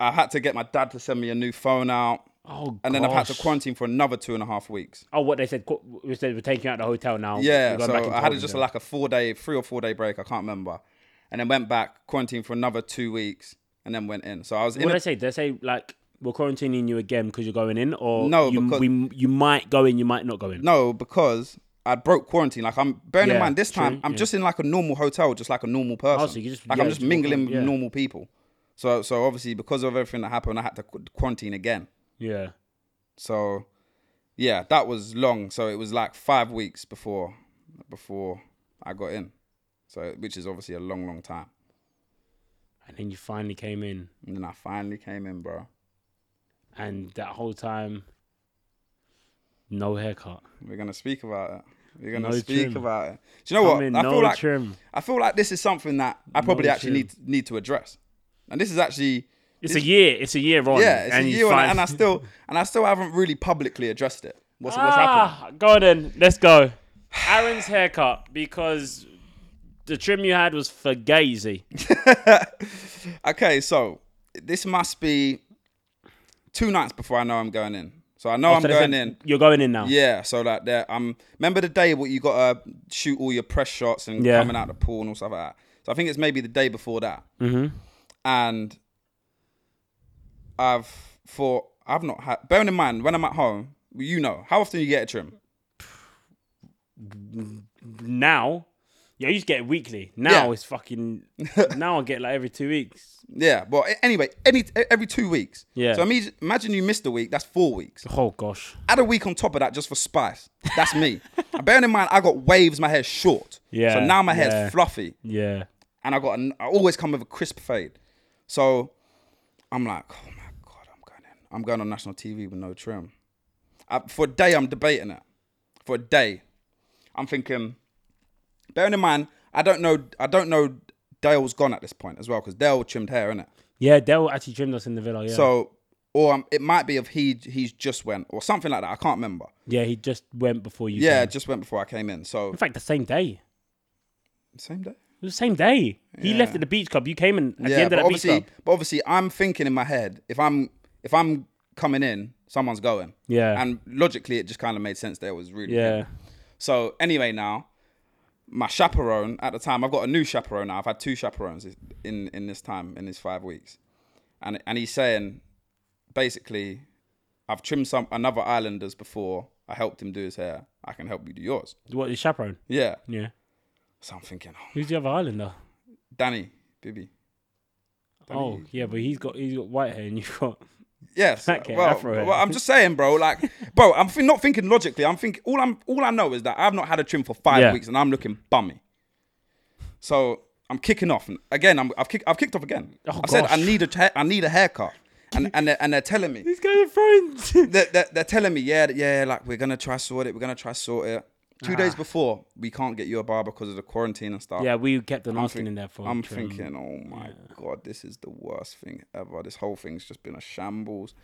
[SPEAKER 2] I had to get my dad to send me a new phone out.
[SPEAKER 1] Oh,
[SPEAKER 2] and then I've had to
[SPEAKER 1] gosh.
[SPEAKER 2] quarantine for another two and a half weeks.
[SPEAKER 1] Oh, what they said? qu- We said we're taking you out of the hotel now.
[SPEAKER 2] Yeah,
[SPEAKER 1] You're going
[SPEAKER 2] so
[SPEAKER 1] back into
[SPEAKER 2] I had
[SPEAKER 1] holiday.
[SPEAKER 2] just like a four day, three or four day break. I can't remember, and then went back quarantined for another two weeks, and then went in. So I was in.
[SPEAKER 1] What did
[SPEAKER 2] a-
[SPEAKER 1] they say? Did they say like we're quarantining you again because you're going in, or
[SPEAKER 2] No,
[SPEAKER 1] you,
[SPEAKER 2] because-
[SPEAKER 1] we, you might go in, you might not go in.
[SPEAKER 2] no, because I broke quarantine. Like I'm bearing
[SPEAKER 1] Yeah,
[SPEAKER 2] in mind this
[SPEAKER 1] true,
[SPEAKER 2] time I'm
[SPEAKER 1] yeah. Oh,
[SPEAKER 2] just in like a normal hotel, just like a normal person.
[SPEAKER 1] so you just-
[SPEAKER 2] like
[SPEAKER 1] yeah,
[SPEAKER 2] I'm just
[SPEAKER 1] just walk
[SPEAKER 2] mingling
[SPEAKER 1] around,
[SPEAKER 2] with
[SPEAKER 1] yeah.
[SPEAKER 2] normal people. So so obviously because of everything that happened, I had to qu- quarantine again.
[SPEAKER 1] Yeah.
[SPEAKER 2] So yeah, that was long. So it was like five weeks before before I got in. So which is obviously a long, long time.
[SPEAKER 1] And then you finally came in,
[SPEAKER 2] And then I finally came in, bro.
[SPEAKER 1] and that whole time, no haircut,
[SPEAKER 2] We're gonna speak about it. We're gonna
[SPEAKER 1] No
[SPEAKER 2] speak
[SPEAKER 1] trim.
[SPEAKER 2] about it. Do you know
[SPEAKER 1] I
[SPEAKER 2] what?
[SPEAKER 1] mean,
[SPEAKER 2] I
[SPEAKER 1] no
[SPEAKER 2] feel like
[SPEAKER 1] trim.
[SPEAKER 2] I feel like this is something that I probably
[SPEAKER 1] No
[SPEAKER 2] actually need need to address. And this is actually
[SPEAKER 1] It's a year. It's a year on.
[SPEAKER 2] yeah, it's
[SPEAKER 1] and
[SPEAKER 2] a
[SPEAKER 1] you
[SPEAKER 2] year on it,
[SPEAKER 1] find-
[SPEAKER 2] and I still and I still haven't really publicly addressed it. What's what's happened?
[SPEAKER 1] ah, go then. Let's go. Aaron's haircut because the trim you had was for gazy.
[SPEAKER 2] Okay, so this must be two nights before I know I'm going in. So I know I'm going in.
[SPEAKER 1] You're going in now.
[SPEAKER 2] Yeah, so like that. Um, remember the day where you gotta shoot all your press shots and
[SPEAKER 1] Yeah.
[SPEAKER 2] coming out the pool and all stuff like that. So I think it's maybe the day before that.
[SPEAKER 1] Mm-hmm.
[SPEAKER 2] and I've thought I've not had. Bearing in mind when I'm at home, you know how often you get a trim.
[SPEAKER 1] Now, yeah, I used to get it weekly. Now
[SPEAKER 2] Yeah.
[SPEAKER 1] it's fucking. now I get like every two weeks.
[SPEAKER 2] Yeah, but a- anyway, any e, every two weeks.
[SPEAKER 1] Yeah.
[SPEAKER 2] So imagine, imagine you missed a week. That's four weeks.
[SPEAKER 1] Oh gosh.
[SPEAKER 2] Add a week on top of that just for spice. That's me. and bearing in mind, I got waves. My hair's short.
[SPEAKER 1] Yeah,
[SPEAKER 2] So now my hair's
[SPEAKER 1] yeah.
[SPEAKER 2] fluffy.
[SPEAKER 1] Yeah.
[SPEAKER 2] and I got an, I always come with a crisp fade. So I'm like, oh my god, I'm going in. I'm going on national TV with no trim. I, for a day, I'm debating it. For a day, I'm thinking. Bearing in mind, I don't know. I don't know. Dale's gone at this point as well because Dale trimmed hair, innit?
[SPEAKER 1] Yeah, Dell actually trimmed us in the villa. Yeah.
[SPEAKER 2] So, or um, it might be if he he's just went or something like that. I can't remember.
[SPEAKER 1] yeah, he just went before you.
[SPEAKER 2] Yeah,
[SPEAKER 1] came.
[SPEAKER 2] just went before I came in. So
[SPEAKER 1] In fact, the same day.
[SPEAKER 2] same day.
[SPEAKER 1] It was the same day. He left at the beach club. You came in at the end
[SPEAKER 2] but
[SPEAKER 1] of the beach
[SPEAKER 2] obviously,
[SPEAKER 1] club.
[SPEAKER 2] but obviously, I'm thinking in my head if I'm if I'm coming in, someone's going.
[SPEAKER 1] Yeah.
[SPEAKER 2] And logically, it just kind of made sense that it was really.
[SPEAKER 1] yeah.
[SPEAKER 2] So anyway, now my chaperone at the time, I've got a new chaperone now. I've had two chaperones this- in in this time in these five weeks, and and he's saying basically, I've trimmed some another islanders before. I helped him do his hair. I can help you do yours.
[SPEAKER 1] What the chaperone?
[SPEAKER 2] Yeah.
[SPEAKER 1] Yeah.
[SPEAKER 2] So I'm thinking, oh,
[SPEAKER 1] Who's the other islander?
[SPEAKER 2] Danny, Bibi.
[SPEAKER 1] Oh yeah, but he's got he's got white hair and you've got
[SPEAKER 2] Yes.
[SPEAKER 1] Black hair,
[SPEAKER 2] well,
[SPEAKER 1] afro hair.
[SPEAKER 2] well, I'm just saying, bro. Like, bro, I'm thi- not thinking logically. I'm thinking all I'm all I know is that I've not had a trim for five
[SPEAKER 1] Yeah.
[SPEAKER 2] weeks and I'm looking bummy. So I'm kicking off and again. I'm, I've kicked. I've kicked off again.
[SPEAKER 1] Oh,
[SPEAKER 2] I said I
[SPEAKER 1] gosh.
[SPEAKER 2] need a ta- I need a haircut, and and they're, and they're telling me
[SPEAKER 1] these guys are friends.
[SPEAKER 2] they're, they're, they're telling me yeah yeah like we're gonna try sort it. We're gonna try sort it. Two
[SPEAKER 1] Ah.
[SPEAKER 2] days before we can't get you a bar because of the quarantine and stuff.
[SPEAKER 1] yeah, we kept on asking
[SPEAKER 2] think-
[SPEAKER 1] in there for.
[SPEAKER 2] I'm
[SPEAKER 1] trim.
[SPEAKER 2] thinking, oh my god, this is the worst thing ever. This whole thing's just been a shambles.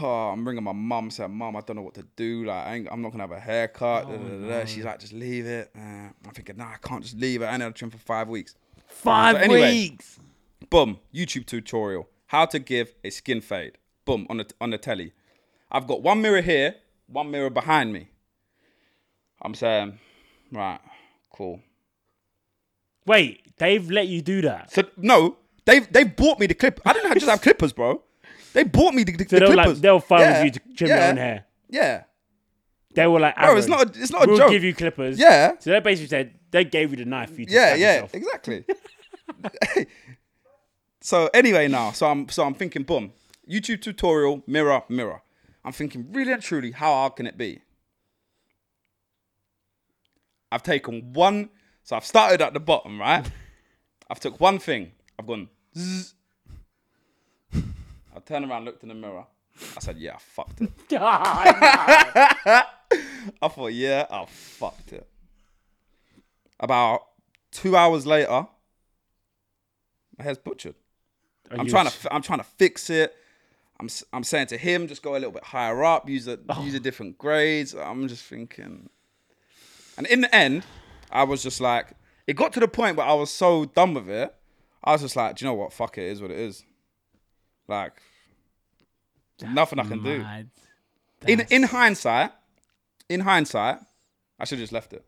[SPEAKER 2] Oh, I'm ringing my mum, saying, "Mum, I don't know what to do. Like, I ain't, I'm not gonna have a haircut." da, da,
[SPEAKER 1] Oh,
[SPEAKER 2] da, da. She's like, "Just leave it." Uh, I'm thinking, "Nah, I can't just leave it. I ain't had a trim for five weeks."
[SPEAKER 1] five
[SPEAKER 2] So anyway-
[SPEAKER 1] weeks.
[SPEAKER 2] Boom, YouTube tutorial: how to give a skin fade. Boom on the on the telly. I've got one mirror here, one mirror behind me. I'm saying, right, cool.
[SPEAKER 1] Wait, they've let you do that.
[SPEAKER 2] So no, they they bought me the clip. I didn't have, just have clippers, bro. They bought me the,
[SPEAKER 1] So
[SPEAKER 2] the, the
[SPEAKER 1] they'll
[SPEAKER 2] clippers.
[SPEAKER 1] like they'll fund
[SPEAKER 2] Yeah,
[SPEAKER 1] you to trim
[SPEAKER 2] yeah,
[SPEAKER 1] your own hair.
[SPEAKER 2] Yeah,
[SPEAKER 1] They were like,
[SPEAKER 2] Bro, it's
[SPEAKER 1] Aaron,
[SPEAKER 2] not a- it's not a
[SPEAKER 1] we'll
[SPEAKER 2] joke.
[SPEAKER 1] give you clippers.
[SPEAKER 2] yeah,
[SPEAKER 1] So they basically said they gave you the knife. For you to
[SPEAKER 2] yeah,
[SPEAKER 1] stab
[SPEAKER 2] yeah.
[SPEAKER 1] yourself.
[SPEAKER 2] Exactly. so anyway, now, so I'm so I'm thinking, boom, YouTube tutorial, mirror, mirror. I'm thinking, really and truly, how hard can it be? I've taken one. So I've started at the bottom, right? I've took one thing. I've gone. Zzz. I turned around, looked in the mirror. I said, yeah, I fucked it. I thought, yeah, I fucked it. About two hours later, my hair's butchered. I'm trying to, fi- I'm trying to fix it. I'm, s- I'm saying to him, just go a little bit higher up, use a, use a different grades. I'm just thinking, and in the end, I was just like, it got to the point where I was so done with it. I was just like, do you know what? Fuck it, it is what it is. Like, Nothing I can do.
[SPEAKER 1] Mad.
[SPEAKER 2] In
[SPEAKER 1] That's-
[SPEAKER 2] in hindsight, in hindsight, I should have just left it.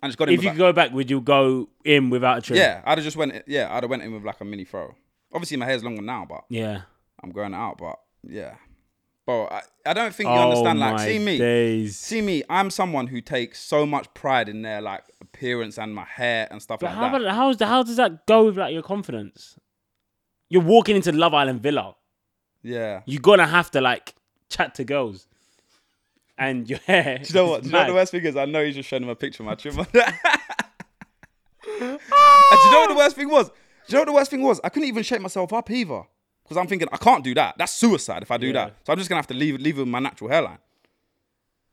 [SPEAKER 2] I just got in.
[SPEAKER 1] if
[SPEAKER 2] with
[SPEAKER 1] you
[SPEAKER 2] like-
[SPEAKER 1] could go back, would you go in without a trim?
[SPEAKER 2] yeah, I'd have just went. Yeah, I'd have went in with like a mini throw. Obviously, my hair's longer now, but
[SPEAKER 1] Yeah.
[SPEAKER 2] I'm growing it out. But yeah, bro, I, I don't think you
[SPEAKER 1] oh
[SPEAKER 2] understand. Like,
[SPEAKER 1] my
[SPEAKER 2] see me,
[SPEAKER 1] days.
[SPEAKER 2] see me. I'm someone who takes so much pride in their like appearance and my hair and stuff
[SPEAKER 1] But
[SPEAKER 2] like
[SPEAKER 1] how,
[SPEAKER 2] that.
[SPEAKER 1] about, how's the, how does that go with like your confidence? You're walking into Love Island Villa.
[SPEAKER 2] yeah.
[SPEAKER 1] You're gonna have to like chat to girls, and your hair.
[SPEAKER 2] Do you know what?
[SPEAKER 1] is
[SPEAKER 2] Do you know what
[SPEAKER 1] mad.
[SPEAKER 2] the worst thing is? I know you just showed him a picture of my trim. and do you know what the worst thing was? Do you know what the worst thing was? I couldn't even shape myself up either. Because I'm thinking, I can't do that. That's suicide if I do
[SPEAKER 1] Yeah.
[SPEAKER 2] that. So I'm just gonna have to leave leave it with my natural hairline.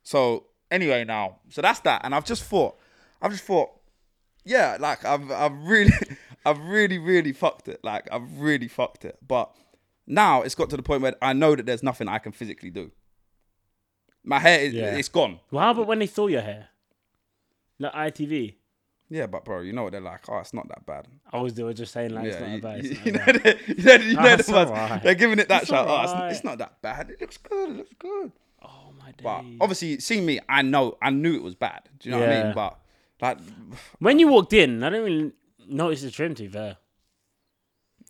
[SPEAKER 2] So anyway, now. So that's that. And I've just thought, I've just thought, yeah, like I've I've really I've really, really fucked it. Like I've really fucked it. But now it's got to the point where I know that there's nothing I can physically do. My hair is
[SPEAKER 1] Yeah.
[SPEAKER 2] it's gone.
[SPEAKER 1] Well, how about when they saw your hair? Like ITV.
[SPEAKER 2] Yeah, but bro, you know what they're like. Oh, it's not that bad.
[SPEAKER 1] I was they were just saying like
[SPEAKER 2] yeah,
[SPEAKER 1] it's not
[SPEAKER 2] you,
[SPEAKER 1] that bad.
[SPEAKER 2] you-
[SPEAKER 1] It's not that bad.
[SPEAKER 2] you know, the- you know, you
[SPEAKER 1] Ah,
[SPEAKER 2] know
[SPEAKER 1] it's
[SPEAKER 2] the ones.
[SPEAKER 1] alright.
[SPEAKER 2] They're giving it that
[SPEAKER 1] It's
[SPEAKER 2] shout. Oh, it's,
[SPEAKER 1] alright.
[SPEAKER 2] it's not that bad. It looks good. It looks good.
[SPEAKER 1] Oh my
[SPEAKER 2] But
[SPEAKER 1] days.
[SPEAKER 2] obviously, seeing me, I know, I knew it was bad. Do you know what I
[SPEAKER 1] Yeah.
[SPEAKER 2] mean? But like,
[SPEAKER 1] When you walked in, I didn't really notice the trim. To be fair.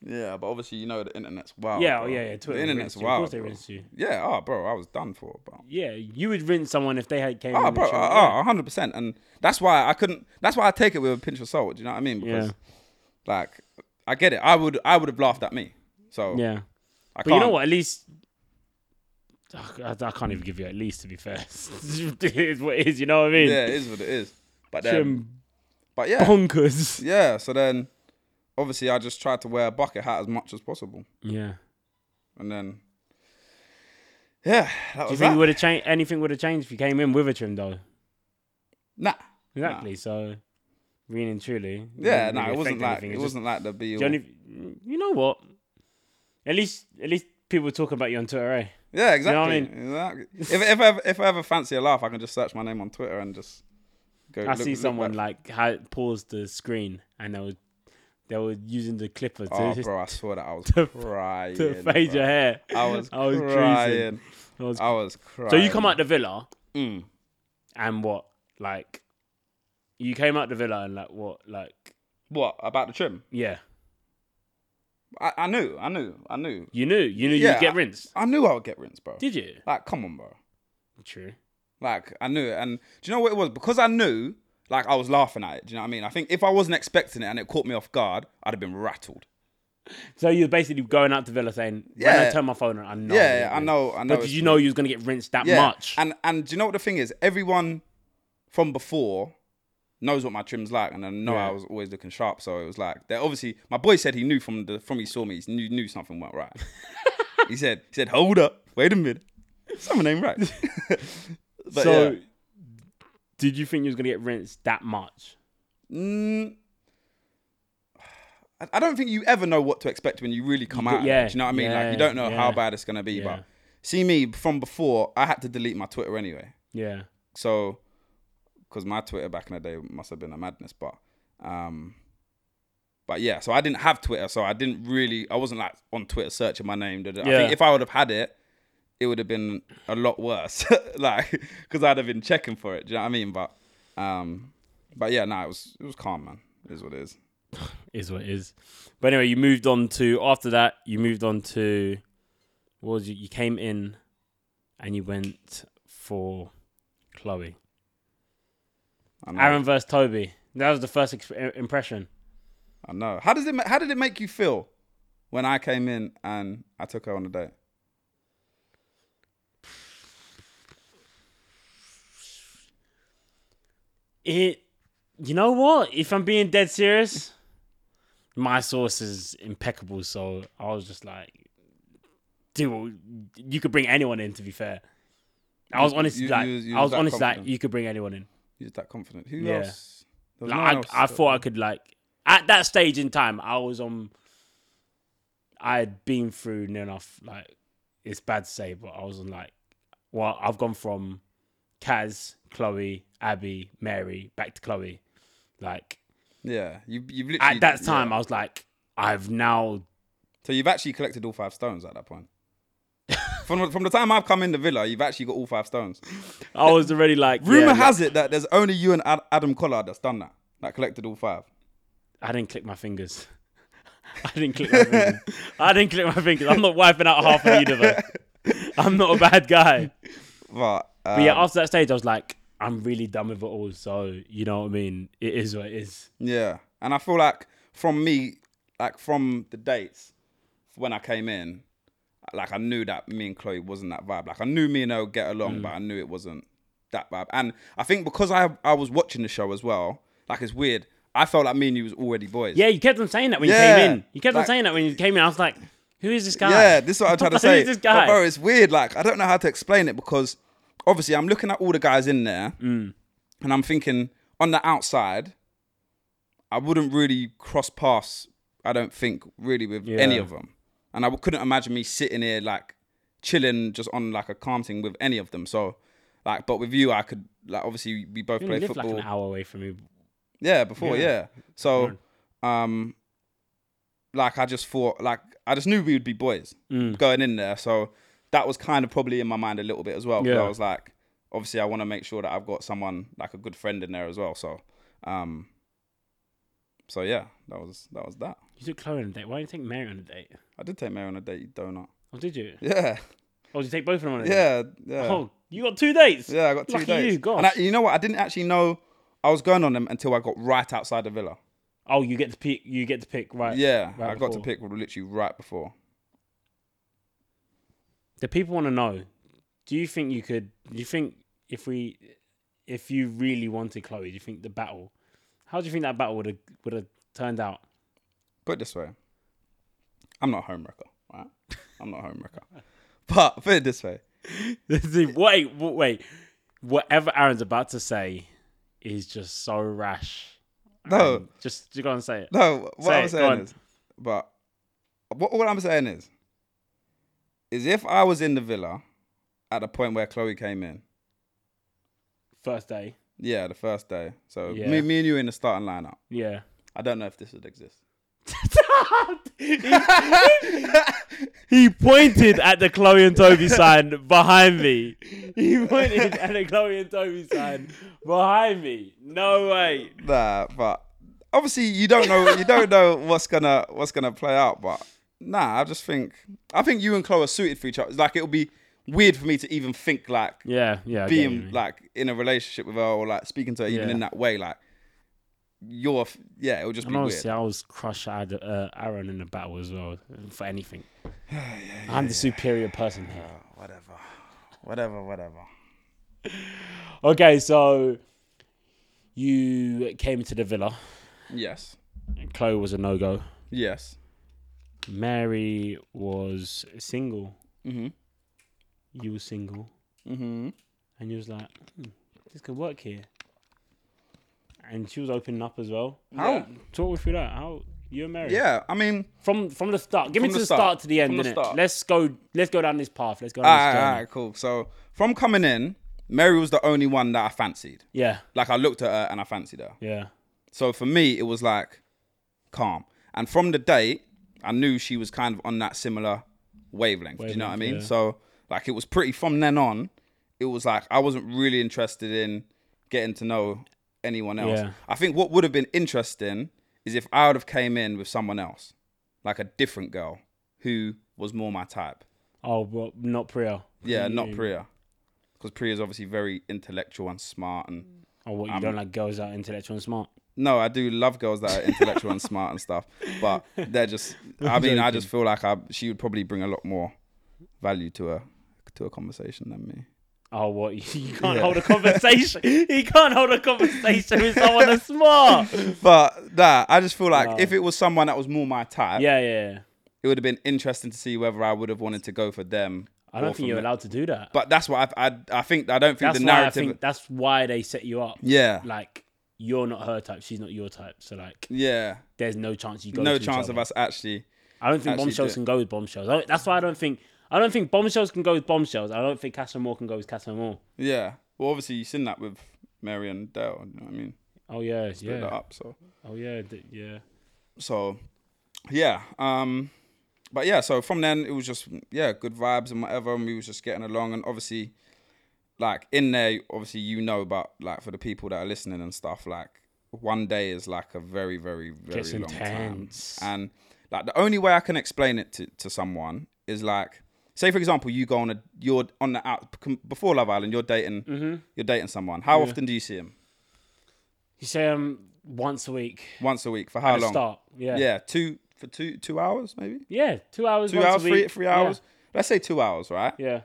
[SPEAKER 2] yeah, but obviously, you know, the internet's wild.
[SPEAKER 1] yeah, oh,
[SPEAKER 2] bro.
[SPEAKER 1] yeah, yeah. Twitter
[SPEAKER 2] the
[SPEAKER 1] rinsed
[SPEAKER 2] internet's
[SPEAKER 1] you. Of course
[SPEAKER 2] wild.
[SPEAKER 1] they
[SPEAKER 2] bro.
[SPEAKER 1] rinsed you.
[SPEAKER 2] Yeah, oh, bro, I was done for, bro.
[SPEAKER 1] Yeah, you would rinse someone if they had came. in
[SPEAKER 2] Oh,
[SPEAKER 1] with
[SPEAKER 2] bro,
[SPEAKER 1] a trim.
[SPEAKER 2] oh, hundred percent, and that's why I couldn't. That's why I take it with a pinch of salt. Do you know what I mean? Because,
[SPEAKER 1] Yeah.
[SPEAKER 2] like, I get it. I would, I would have laughed at me. So,
[SPEAKER 1] yeah. yeah.
[SPEAKER 2] I
[SPEAKER 1] But
[SPEAKER 2] can't.
[SPEAKER 1] you know what? At least Ugh, I, I can't even give you at least to be fair. it is what it is. You know what I mean?
[SPEAKER 2] Yeah, it is what it is. But then,
[SPEAKER 1] Trim
[SPEAKER 2] but yeah,
[SPEAKER 1] bonkers.
[SPEAKER 2] yeah. So then, obviously, I just tried to wear a bucket hat as much as possible,
[SPEAKER 1] Yeah.
[SPEAKER 2] and then, yeah, that
[SPEAKER 1] Do you
[SPEAKER 2] was
[SPEAKER 1] think
[SPEAKER 2] that.
[SPEAKER 1] you would have changed? Anything would have changed if you came in with a trim though?
[SPEAKER 2] Nah,
[SPEAKER 1] Exactly. So, really and truly. it
[SPEAKER 2] yeah,
[SPEAKER 1] didn't
[SPEAKER 2] no,
[SPEAKER 1] really
[SPEAKER 2] it wasn't
[SPEAKER 1] affect
[SPEAKER 2] like
[SPEAKER 1] anything.
[SPEAKER 2] it
[SPEAKER 1] It's just
[SPEAKER 2] wasn't like the be all.
[SPEAKER 1] the only- You know what? At least, at least people talk about you on Twitter, eh?
[SPEAKER 2] Yeah,
[SPEAKER 1] know what I
[SPEAKER 2] exactly. exactly. If if I ever, if I ever fancy a laugh, I can just search my name on Twitter and just go.
[SPEAKER 1] I
[SPEAKER 2] look-
[SPEAKER 1] see
[SPEAKER 2] look
[SPEAKER 1] someone
[SPEAKER 2] back.
[SPEAKER 1] like had paused the screen and they were they were using the clipper to,
[SPEAKER 2] Oh, bro, I swear that I was
[SPEAKER 1] to-
[SPEAKER 2] crying.
[SPEAKER 1] to fade
[SPEAKER 2] bro.
[SPEAKER 1] your hair.
[SPEAKER 2] I was,
[SPEAKER 1] I was treason.
[SPEAKER 2] crying.
[SPEAKER 1] I was-
[SPEAKER 2] I was crying.
[SPEAKER 1] so you come out the villa
[SPEAKER 2] Mm.
[SPEAKER 1] and what like you came out the villa and like what like
[SPEAKER 2] What about the trim?
[SPEAKER 1] yeah
[SPEAKER 2] I, I knew, I knew, I knew,
[SPEAKER 1] you knew you knew
[SPEAKER 2] Yeah,
[SPEAKER 1] you'd get rinsed.
[SPEAKER 2] I knew I would get rinsed, bro.
[SPEAKER 1] Did you?
[SPEAKER 2] Like, come on, bro.
[SPEAKER 1] True.
[SPEAKER 2] Like, I knew it. And do you know what it was? Because I knew, like, I was laughing at it. Do you know what I mean? I think if I wasn't expecting it and it caught me off guard, I'd have been rattled.
[SPEAKER 1] So you're basically going out to villa saying when I
[SPEAKER 2] Yeah.
[SPEAKER 1] turn my phone on I know
[SPEAKER 2] yeah,
[SPEAKER 1] I'm
[SPEAKER 2] yeah,
[SPEAKER 1] getting
[SPEAKER 2] I
[SPEAKER 1] rinsed."
[SPEAKER 2] know, I know.
[SPEAKER 1] But did
[SPEAKER 2] it's
[SPEAKER 1] you
[SPEAKER 2] true.
[SPEAKER 1] know you was gonna get rinsed that
[SPEAKER 2] yeah.
[SPEAKER 1] much?
[SPEAKER 2] And and do you know what the thing is? Everyone from before knows what my trim's like, and I know
[SPEAKER 1] Yeah.
[SPEAKER 2] I was always looking sharp. So it was like they obviously my boy said he knew from the from he saw me, he knew knew something went right. he said he said hold up, wait a minute, something ain't right. but
[SPEAKER 1] so
[SPEAKER 2] yeah.
[SPEAKER 1] did you think you was gonna get rinsed that much?
[SPEAKER 2] Mm, I- I don't think you ever know what to expect when you really come
[SPEAKER 1] do-
[SPEAKER 2] out. Yeah,
[SPEAKER 1] yeah,
[SPEAKER 2] do you know what I mean?
[SPEAKER 1] yeah,
[SPEAKER 2] like you don't know
[SPEAKER 1] yeah,
[SPEAKER 2] how bad it's gonna be.
[SPEAKER 1] yeah.
[SPEAKER 2] But see me from before, I had to delete my Twitter anyway.
[SPEAKER 1] Yeah.
[SPEAKER 2] so because my Twitter back in the day must have been a madness, but um, but yeah, so I didn't have Twitter, so I didn't really, I wasn't like on Twitter searching my name. did I? I
[SPEAKER 1] Yeah.
[SPEAKER 2] think if I would have had it, it would have been a lot worse, like because I'd have been checking for it. Do you know what I mean? But um, but yeah, no, it was it was calm, man. It is what it is.
[SPEAKER 1] is what it is. But anyway, you moved on to after that. You moved on to what was you? You came in, and you went for Chloe.
[SPEAKER 2] I know.
[SPEAKER 1] Aaron versus Toby. That was the first exp- impression.
[SPEAKER 2] I know. How does it? ma- How did it make you feel when I came in and I took her on a date?
[SPEAKER 1] It. You know what? If I'm being dead serious, my source is impeccable. So I was just like, dude, well, you could bring anyone in. To be fair, I was
[SPEAKER 2] You-
[SPEAKER 1] honest.
[SPEAKER 2] you-
[SPEAKER 1] like
[SPEAKER 2] you- you
[SPEAKER 1] I
[SPEAKER 2] was
[SPEAKER 1] was
[SPEAKER 2] that
[SPEAKER 1] honest. Like
[SPEAKER 2] confident?
[SPEAKER 1] you could bring anyone in.
[SPEAKER 2] You was that confident? Who
[SPEAKER 1] Yeah.
[SPEAKER 2] else? There was
[SPEAKER 1] Like,
[SPEAKER 2] no one else
[SPEAKER 1] I, I
[SPEAKER 2] that-
[SPEAKER 1] thought I could like at that stage in time I was on I had been through near enough like it's bad to say but I was on like well I've gone from Kaz, Chloe, Abby, Mary back to Chloe like
[SPEAKER 2] Yeah, you, you've literally
[SPEAKER 1] at that
[SPEAKER 2] yeah.
[SPEAKER 1] time I was like I've now
[SPEAKER 2] So you've actually collected all five stones at that point. From from the time I've come in the villa, you've actually got all five stones.
[SPEAKER 1] I was already like,
[SPEAKER 2] Rumor
[SPEAKER 1] yeah,
[SPEAKER 2] has it that there's only you and Ad- Adam Collard that's done that, that collected all five.
[SPEAKER 1] I didn't click my fingers. I didn't click my fingers. I didn't click my fingers. I'm not wiping out half of the universe. I'm not a bad guy.
[SPEAKER 2] But, uh,
[SPEAKER 1] But yeah, after that stage, I was like, I'm really done with it all. So you know what I mean. It is what it is.
[SPEAKER 2] Yeah, and I feel like from me, like from the dates when I came in, like I knew that me and Chloe wasn't that vibe. Like I knew me and her would get
[SPEAKER 1] Mm.
[SPEAKER 2] along, but I knew it wasn't that vibe. And I think because I I was watching the show as well, like it's weird. I felt like me and you was already boys.
[SPEAKER 1] Yeah, you kept on saying that when you
[SPEAKER 2] Yeah,
[SPEAKER 1] came in. You kept
[SPEAKER 2] like-
[SPEAKER 1] on saying that when you came in. I was like, who is this guy?
[SPEAKER 2] Yeah, this is what I'm trying to say.
[SPEAKER 1] Who is this
[SPEAKER 2] But
[SPEAKER 1] guy?
[SPEAKER 2] bro, it's weird. Like I don't know how to explain it because obviously I'm looking at all the guys in there,
[SPEAKER 1] Mm.
[SPEAKER 2] and I'm thinking on the outside, I wouldn't really cross paths. I don't think really with any
[SPEAKER 1] Yeah.
[SPEAKER 2] of them, and I w- couldn't imagine me sitting here like chilling just on like a calm thing with any of them. So like, but with you, I could like obviously we both
[SPEAKER 1] you
[SPEAKER 2] play
[SPEAKER 1] only live
[SPEAKER 2] football.
[SPEAKER 1] like an hour away from me.
[SPEAKER 2] Yeah, before, yeah.
[SPEAKER 1] Yeah.
[SPEAKER 2] So, um, like I just thought, like I just knew we would be boys
[SPEAKER 1] Mm.
[SPEAKER 2] going in there. So that was kind of probably in my mind a little bit as well. 'cause I
[SPEAKER 1] Yeah.
[SPEAKER 2] was like, obviously, I want to make sure that I've got someone like a good friend in there as well. So, um, so yeah, that was that was that.
[SPEAKER 1] You took Chloe on a date. Why didn't you take Mary on a date?
[SPEAKER 2] I did take Mary on a date, you donut.
[SPEAKER 1] Oh, did you?
[SPEAKER 2] Yeah,
[SPEAKER 1] Oh, did you take both of them on a date?
[SPEAKER 2] yeah, yeah.
[SPEAKER 1] Oh, you got two dates.
[SPEAKER 2] Yeah, I got two
[SPEAKER 1] Lucky
[SPEAKER 2] dates.
[SPEAKER 1] you, gosh.
[SPEAKER 2] And I, you know what? I didn't actually know I was going on them until I got right outside the villa.
[SPEAKER 1] Oh, you get to pick. You get to pick. Right.
[SPEAKER 2] Yeah,
[SPEAKER 1] right
[SPEAKER 2] I got to
[SPEAKER 1] before.
[SPEAKER 2] pick literally right before.
[SPEAKER 1] The people want to know. Do you think you could? Do you think if we, if you really wanted Chloe, do you think the battle? How do you think that battle would have would have turned out?
[SPEAKER 2] put it this way. I'm not a homewrecker, right? I'm not a homewrecker. But put it this way.
[SPEAKER 1] wait, wait, wait. Whatever Aaron's about to say is just so rash.
[SPEAKER 2] No.
[SPEAKER 1] Um, just you go and say it.
[SPEAKER 2] No, what
[SPEAKER 1] Say
[SPEAKER 2] I'm
[SPEAKER 1] it, go
[SPEAKER 2] saying
[SPEAKER 1] on.
[SPEAKER 2] is, but what, what I'm saying is, is if I was in the villa at the point where Chloe came in,
[SPEAKER 1] First day.
[SPEAKER 2] yeah, the first day. So me,
[SPEAKER 1] Yeah.
[SPEAKER 2] me and you in the starting lineup.
[SPEAKER 1] Yeah.
[SPEAKER 2] I don't know if this would exist.
[SPEAKER 1] he, he pointed at the Chloe and Toby sign behind me. He pointed at the Chloe and Toby sign behind me. No way.
[SPEAKER 2] Nah, but obviously you don't know you don't know what's gonna what's gonna play out. But nah, I just think I think you and Chloe are suited for each other. Like it would be weird for me to even think like
[SPEAKER 1] Yeah, yeah. I get what you
[SPEAKER 2] being
[SPEAKER 1] mean.
[SPEAKER 2] like in a relationship with her or like speaking to her even
[SPEAKER 1] Yeah.
[SPEAKER 2] in that way, like you're f- yeah, it would just be
[SPEAKER 1] and
[SPEAKER 2] weird.
[SPEAKER 1] honestly, I was crushed at uh, Aaron in the battle as well for anything. I'm the superior person here.
[SPEAKER 2] Whatever, whatever, whatever.
[SPEAKER 1] Okay, so you came to the villa.
[SPEAKER 2] Yes,
[SPEAKER 1] Chloe was a no go.
[SPEAKER 2] yes.
[SPEAKER 1] Mary was single.
[SPEAKER 2] Mhm.
[SPEAKER 1] You were single.
[SPEAKER 2] Mm-hmm.
[SPEAKER 1] And you was like, hmm, this could work here. And she was opening up as well. How?
[SPEAKER 2] Yeah.
[SPEAKER 1] Talk me through that. How you and Mary?
[SPEAKER 2] Yeah, I mean,
[SPEAKER 1] From from the start. Give me
[SPEAKER 2] From
[SPEAKER 1] to
[SPEAKER 2] the
[SPEAKER 1] the
[SPEAKER 2] start.
[SPEAKER 1] start, to the end,
[SPEAKER 2] From the
[SPEAKER 1] innit?
[SPEAKER 2] start.
[SPEAKER 1] Let's go let's go down this path. Let's go down
[SPEAKER 2] all
[SPEAKER 1] this
[SPEAKER 2] right,
[SPEAKER 1] journey.
[SPEAKER 2] all right, cool. So from coming in, Mary was the only one that I fancied.
[SPEAKER 1] Yeah.
[SPEAKER 2] Like I looked at her and I fancied her.
[SPEAKER 1] Yeah.
[SPEAKER 2] So for me, it was like calm. And from the date, I knew she was kind of on that similar wavelength. do you know what I mean?
[SPEAKER 1] Wavelength, yeah.
[SPEAKER 2] So like it was pretty from then on, it was like I wasn't really interested in getting to know anyone else.
[SPEAKER 1] Yeah.
[SPEAKER 2] I think what would have been interesting is if I would have came in with someone else, like a different girl who was more my type.
[SPEAKER 1] Oh well not Priya.
[SPEAKER 2] Yeah, not
[SPEAKER 1] You-
[SPEAKER 2] Priya. Because Priya is obviously very intellectual and smart and
[SPEAKER 1] Oh what you
[SPEAKER 2] Um,
[SPEAKER 1] don't like girls that are intellectual and smart.
[SPEAKER 2] No, I do love girls that are intellectual and smart and stuff, but they're just. I mean, I just feel like I she would probably bring a lot more value to a to a conversation than me.
[SPEAKER 1] Oh, what? You can't
[SPEAKER 2] Yeah.
[SPEAKER 1] hold a conversation. he can't hold a conversation with someone that's smart.
[SPEAKER 2] But that I just feel like
[SPEAKER 1] No.
[SPEAKER 2] if it was someone that was more my type,
[SPEAKER 1] Yeah, yeah. yeah.
[SPEAKER 2] it would have been interesting to see whether I would have wanted to go for them.
[SPEAKER 1] I
[SPEAKER 2] or
[SPEAKER 1] don't
[SPEAKER 2] for
[SPEAKER 1] think you're
[SPEAKER 2] me.
[SPEAKER 1] allowed to do that.
[SPEAKER 2] But that's what I, I I think I don't think
[SPEAKER 1] that's
[SPEAKER 2] the
[SPEAKER 1] why I
[SPEAKER 2] narrative.
[SPEAKER 1] think that's why they set you up.
[SPEAKER 2] yeah,
[SPEAKER 1] Like you're not her type, she's not your type. So like,
[SPEAKER 2] yeah.
[SPEAKER 1] there's no chance you go.
[SPEAKER 2] No
[SPEAKER 1] to each
[SPEAKER 2] chance
[SPEAKER 1] other.
[SPEAKER 2] of us actually.
[SPEAKER 1] I don't think
[SPEAKER 2] actually do
[SPEAKER 1] bombshells
[SPEAKER 2] it.
[SPEAKER 1] can go with bombshells. I don't- That's why I don't think. I don't think bombshells can go with bombshells. I don't think Catherine Moore can go with Catherine Moore.
[SPEAKER 2] Yeah. Well, obviously you've seen that with Mary and Dale. You know what I mean?
[SPEAKER 1] Oh yeah,
[SPEAKER 2] Put that
[SPEAKER 1] yeah.
[SPEAKER 2] up so.
[SPEAKER 1] Oh yeah, d- yeah.
[SPEAKER 2] So, yeah. Um, but yeah, so from then it was just yeah, good vibes and whatever, and we was just getting along. And obviously, like in there, obviously you know, but like for the people that are listening and stuff, like one day is like a very, very, very
[SPEAKER 1] Gets
[SPEAKER 2] long
[SPEAKER 1] intense.
[SPEAKER 2] time. And like the only way I can explain it to, to someone is like, say for example, you go on a you're on the out before Love Island, you're dating
[SPEAKER 1] Mm-hmm.
[SPEAKER 2] you're dating someone. How often do you see him?
[SPEAKER 1] You say um once a week.
[SPEAKER 2] Once a week for how
[SPEAKER 1] to
[SPEAKER 2] long?
[SPEAKER 1] Start. Yeah.
[SPEAKER 2] Yeah, two for two two hours maybe.
[SPEAKER 1] Yeah, Two hours.
[SPEAKER 2] Two
[SPEAKER 1] once a
[SPEAKER 2] hours,
[SPEAKER 1] week.
[SPEAKER 2] three three
[SPEAKER 1] Yeah,
[SPEAKER 2] hours. Let's say two hours, right?
[SPEAKER 1] Yeah.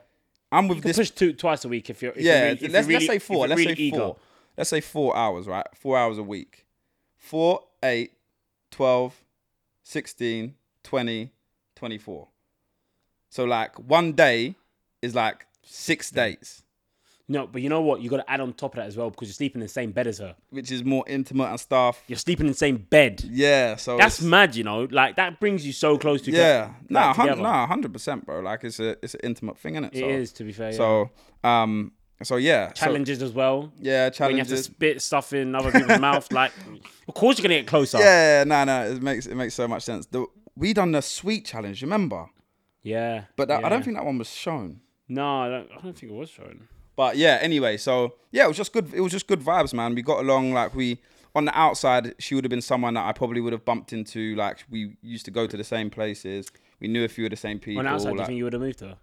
[SPEAKER 2] I'm with
[SPEAKER 1] You can
[SPEAKER 2] this
[SPEAKER 1] push two twice a week if you're. If
[SPEAKER 2] yeah,
[SPEAKER 1] You're really, if you're
[SPEAKER 2] let's,
[SPEAKER 1] really,
[SPEAKER 2] let's say
[SPEAKER 1] if
[SPEAKER 2] four.
[SPEAKER 1] you're
[SPEAKER 2] Let's
[SPEAKER 1] really
[SPEAKER 2] say
[SPEAKER 1] eager.
[SPEAKER 2] four. Let's say four hours, right? Four hours a week. Four, eight, 12, 16, 20, 24. So, like, one day is like six dates,
[SPEAKER 1] No, but you know what? You got to add on top of that as well because you're sleeping in the same bed as her.
[SPEAKER 2] which is more intimate and stuff.
[SPEAKER 1] You're sleeping in the same bed.
[SPEAKER 2] Yeah, so.
[SPEAKER 1] That's
[SPEAKER 2] it's-
[SPEAKER 1] mad, you know. Like that brings you so close to
[SPEAKER 2] yeah,
[SPEAKER 1] like,
[SPEAKER 2] nah, hun-
[SPEAKER 1] together.
[SPEAKER 2] nah, hundred percent, bro. Like it's a it's an intimate thing, innit?
[SPEAKER 1] It
[SPEAKER 2] so,
[SPEAKER 1] is, to be fair. yeah.
[SPEAKER 2] So, um, so yeah, so-
[SPEAKER 1] challenges as well.
[SPEAKER 2] yeah,
[SPEAKER 1] When you have to
[SPEAKER 2] challenges.
[SPEAKER 1] spit stuff in other people's mouth, like of course you're gonna get closer.
[SPEAKER 2] Yeah, no, no, it makes it makes so much sense. The, we done the sweet challenge, remember?
[SPEAKER 1] Yeah.
[SPEAKER 2] But that, I
[SPEAKER 1] yeah.
[SPEAKER 2] don't think that one was shown.
[SPEAKER 1] No, I don't, I don't think it was shown.
[SPEAKER 2] But yeah, anyway, so yeah, it was just good. It was just good vibes, man. We got along like we on the outside. She would have been someone that I probably would have bumped into. Like we used to go to the same places. We knew a few of the same people.
[SPEAKER 1] On the outside, do you
[SPEAKER 2] like-
[SPEAKER 1] think you would have moved her?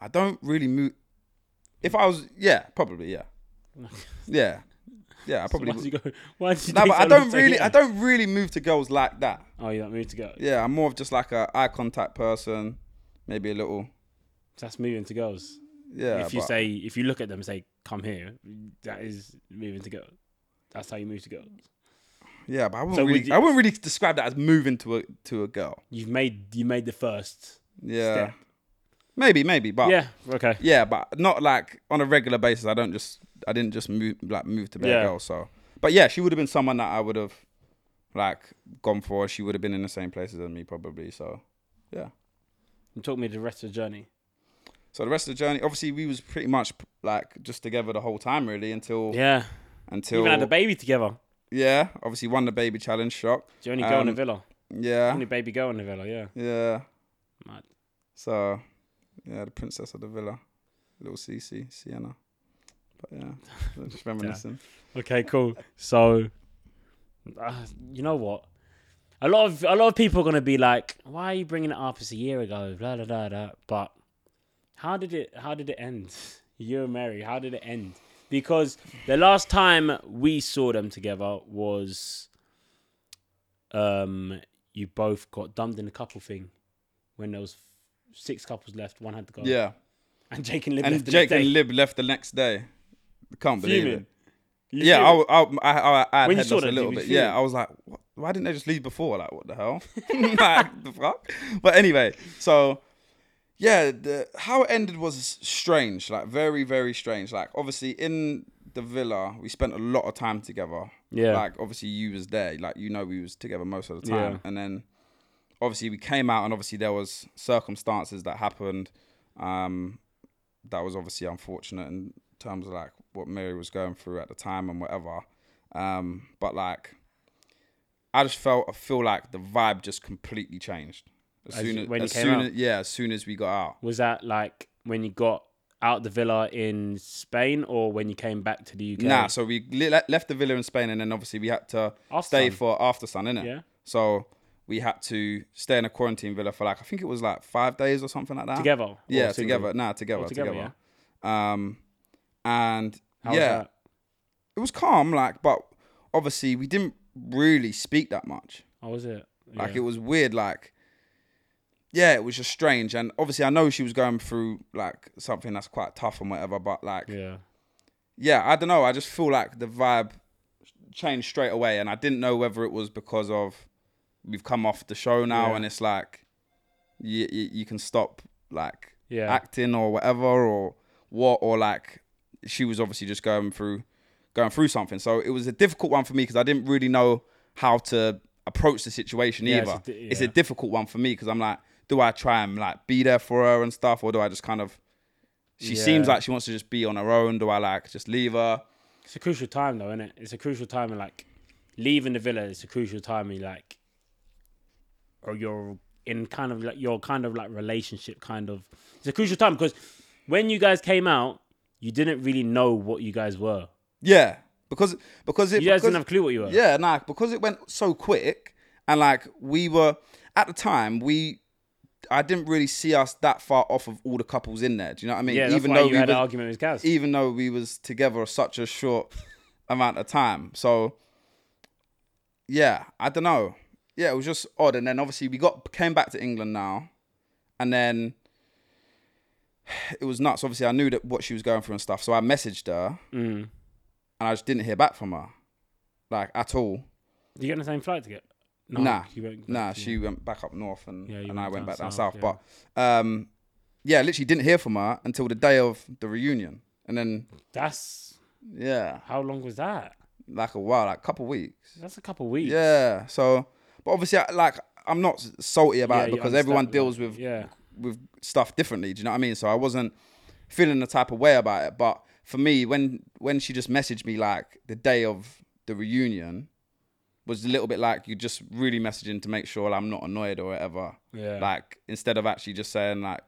[SPEAKER 2] I don't really move. If I was, yeah, probably, yeah, yeah, yeah, I probably.
[SPEAKER 1] Why
[SPEAKER 2] would.
[SPEAKER 1] did you go? Why did you?
[SPEAKER 2] no,
[SPEAKER 1] take
[SPEAKER 2] but I
[SPEAKER 1] so long
[SPEAKER 2] don't
[SPEAKER 1] to
[SPEAKER 2] really,
[SPEAKER 1] get
[SPEAKER 2] I
[SPEAKER 1] her?
[SPEAKER 2] don't really move to girls like that.
[SPEAKER 1] Oh, you don't move to go.
[SPEAKER 2] Yeah, I'm more of just like a eye contact person, maybe a little.
[SPEAKER 1] That's moving to girls.
[SPEAKER 2] Yeah,
[SPEAKER 1] if you
[SPEAKER 2] but-
[SPEAKER 1] say, if you look at them and say, "Come here," that is moving to girls. That's how you move to girls.
[SPEAKER 2] yeah, but I wouldn't
[SPEAKER 1] So would
[SPEAKER 2] really,
[SPEAKER 1] you-
[SPEAKER 2] I wouldn't really describe that as moving to a to a girl.
[SPEAKER 1] You've made you made the first
[SPEAKER 2] Yeah,
[SPEAKER 1] step.
[SPEAKER 2] maybe, maybe, but
[SPEAKER 1] Yeah. Okay.
[SPEAKER 2] Yeah, but not like on a regular basis. I don't just I didn't just move like move to Bear
[SPEAKER 1] Yeah.
[SPEAKER 2] Girl. So, but yeah, she would have been someone that I would have like gone for. She would have been in the same places as me probably. So, yeah.
[SPEAKER 1] You took me the rest of the journey.
[SPEAKER 2] So the rest of the journey, obviously, we was pretty much like just together the whole time really until
[SPEAKER 1] Yeah.
[SPEAKER 2] until
[SPEAKER 1] Even had a baby together.
[SPEAKER 2] yeah. Obviously, won the baby challenge. Shock.
[SPEAKER 1] The only girl in the
[SPEAKER 2] Um,
[SPEAKER 1] villa.
[SPEAKER 2] Yeah,
[SPEAKER 1] Only baby girl in the villa. Yeah.
[SPEAKER 2] yeah.
[SPEAKER 1] Mad.
[SPEAKER 2] So yeah, the princess of the villa, little Cece, Sienna. But yeah, just reminiscing.
[SPEAKER 1] Okay, cool. So, uh, you know what? A lot of a lot of people are gonna be like, "Why are you bringing it up? It's a year ago." Blah blah blah. blah. But how did it? How did it end? You and Mary. How did it end? Because the last time we saw them together was, um, you both got dumped in the couple thing when there was six couples left. One had to go.
[SPEAKER 2] Yeah.
[SPEAKER 1] And Jake and Lib
[SPEAKER 2] and
[SPEAKER 1] left the
[SPEAKER 2] Jake
[SPEAKER 1] next day.
[SPEAKER 2] and Lib left the next day. Can't believe
[SPEAKER 1] Fuming.
[SPEAKER 2] it.
[SPEAKER 1] You
[SPEAKER 2] Yeah,
[SPEAKER 1] fuming?
[SPEAKER 2] I, w- I, w- I, I, I had
[SPEAKER 1] When you
[SPEAKER 2] head
[SPEAKER 1] saw
[SPEAKER 2] loss
[SPEAKER 1] that,
[SPEAKER 2] a
[SPEAKER 1] did
[SPEAKER 2] little
[SPEAKER 1] you
[SPEAKER 2] bit.
[SPEAKER 1] feel
[SPEAKER 2] Yeah, I was like, what? why didn't they just leave before? Like, what the hell? like, the fuck? But anyway, so yeah, the, how it ended was strange. Like, very, very strange. Like, obviously, in the villa, we spent a lot of time together.
[SPEAKER 1] Yeah.
[SPEAKER 2] Like, obviously, you was there. Like, you know, we was together most of the
[SPEAKER 1] Yeah.
[SPEAKER 2] time. And then obviously we came out and obviously there was circumstances that happened um that was obviously unfortunate in terms of like what mary was going through at the time and whatever um but like i just felt i feel like the vibe just completely changed as,
[SPEAKER 1] As
[SPEAKER 2] soon
[SPEAKER 1] you-
[SPEAKER 2] as,
[SPEAKER 1] when you
[SPEAKER 2] as
[SPEAKER 1] came
[SPEAKER 2] soon
[SPEAKER 1] out?
[SPEAKER 2] as yeah as soon as we got out
[SPEAKER 1] was that like when you got out the villa in Spain or when you came back to the UK?
[SPEAKER 2] Nah, so we li- le- left the villa in Spain, and then obviously we had to
[SPEAKER 1] After
[SPEAKER 2] stay
[SPEAKER 1] sun.
[SPEAKER 2] for after sun, innit?
[SPEAKER 1] Yeah.
[SPEAKER 2] So we had to stay in a quarantine villa for like I think it was like five days or something like that.
[SPEAKER 1] Together or
[SPEAKER 2] Yeah,
[SPEAKER 1] single?
[SPEAKER 2] together. Nah, together,
[SPEAKER 1] Oh, together,
[SPEAKER 2] together. Um, and
[SPEAKER 1] How was
[SPEAKER 2] yeah,
[SPEAKER 1] that?
[SPEAKER 2] it was calm, like, but obviously we didn't really speak that much.
[SPEAKER 1] How was it?
[SPEAKER 2] Like
[SPEAKER 1] Yeah.
[SPEAKER 2] it was weird. Like yeah, it was just strange. And obviously I know she was going through like something that's quite tough and whatever, but like
[SPEAKER 1] Yeah.
[SPEAKER 2] yeah, I don't know. I just feel like the vibe changed straight away, and I didn't know whether it was because of we've come off the show now,
[SPEAKER 1] Yeah.
[SPEAKER 2] and it's like you, you you can stop like
[SPEAKER 1] Yeah.
[SPEAKER 2] acting or whatever or what or like she was obviously just going through going through something. So it was a difficult one for me because I didn't really know how to approach the situation
[SPEAKER 1] Yeah, it's
[SPEAKER 2] either.
[SPEAKER 1] a di-
[SPEAKER 2] it's a
[SPEAKER 1] yeah.
[SPEAKER 2] difficult one for me because I'm like, do I try and like be there for her and stuff, or do I just kind of she seems
[SPEAKER 1] Yeah.
[SPEAKER 2] like she wants to just be on her own. Do I like just leave her?
[SPEAKER 1] It's a crucial time though, isn't it? It's a crucial time in like leaving the villa is a crucial time in like or you're in kind of like your kind of like relationship kind of it's a crucial time because when you guys came out you didn't really know what you guys were
[SPEAKER 2] Yeah, because because it
[SPEAKER 1] you guys
[SPEAKER 2] because-
[SPEAKER 1] didn't have a clue what you were
[SPEAKER 2] yeah, nah, because it went so quick and like we were at the time we I didn't really see us that far off of all the couples in there. Do you know what I mean?
[SPEAKER 1] yeah that's
[SPEAKER 2] even
[SPEAKER 1] why
[SPEAKER 2] though
[SPEAKER 1] you
[SPEAKER 2] we e-
[SPEAKER 1] had
[SPEAKER 2] was,
[SPEAKER 1] an argument with Gaz
[SPEAKER 2] even though we was together such a short amount of time. So yeah, I don't know. Yeah, it was just odd. And then obviously we got came back to England now, and then it was nuts. Obviously, I knew that what she was going through and stuff, so I messaged her,
[SPEAKER 1] mm.
[SPEAKER 2] and I just didn't hear back from her, like at all.
[SPEAKER 1] you get on the same flight to get no,
[SPEAKER 2] Nah.
[SPEAKER 1] you won't
[SPEAKER 2] Nah, she went back up north, and
[SPEAKER 1] Yeah, you
[SPEAKER 2] and I
[SPEAKER 1] went down
[SPEAKER 2] went back down
[SPEAKER 1] south,
[SPEAKER 2] south. But um, yeah, literally didn't hear from her until the day of the reunion, and then
[SPEAKER 1] that's
[SPEAKER 2] yeah,
[SPEAKER 1] how long was that
[SPEAKER 2] like a while, like a couple weeks.
[SPEAKER 1] that's a couple weeks
[SPEAKER 2] Yeah. So, but obviously, I- like, I'm not salty about
[SPEAKER 1] Yeah,
[SPEAKER 2] it
[SPEAKER 1] you
[SPEAKER 2] because
[SPEAKER 1] understand,
[SPEAKER 2] everyone
[SPEAKER 1] like,
[SPEAKER 2] deals with
[SPEAKER 1] yeah
[SPEAKER 2] with stuff differently. Do you know what I mean? So I wasn't feeling the type of way about it. But for me, when when she just messaged me like the day of the reunion, was a little bit like you just really messaging to make sure I'm not annoyed or whatever.
[SPEAKER 1] yeah
[SPEAKER 2] Like instead of actually just saying like,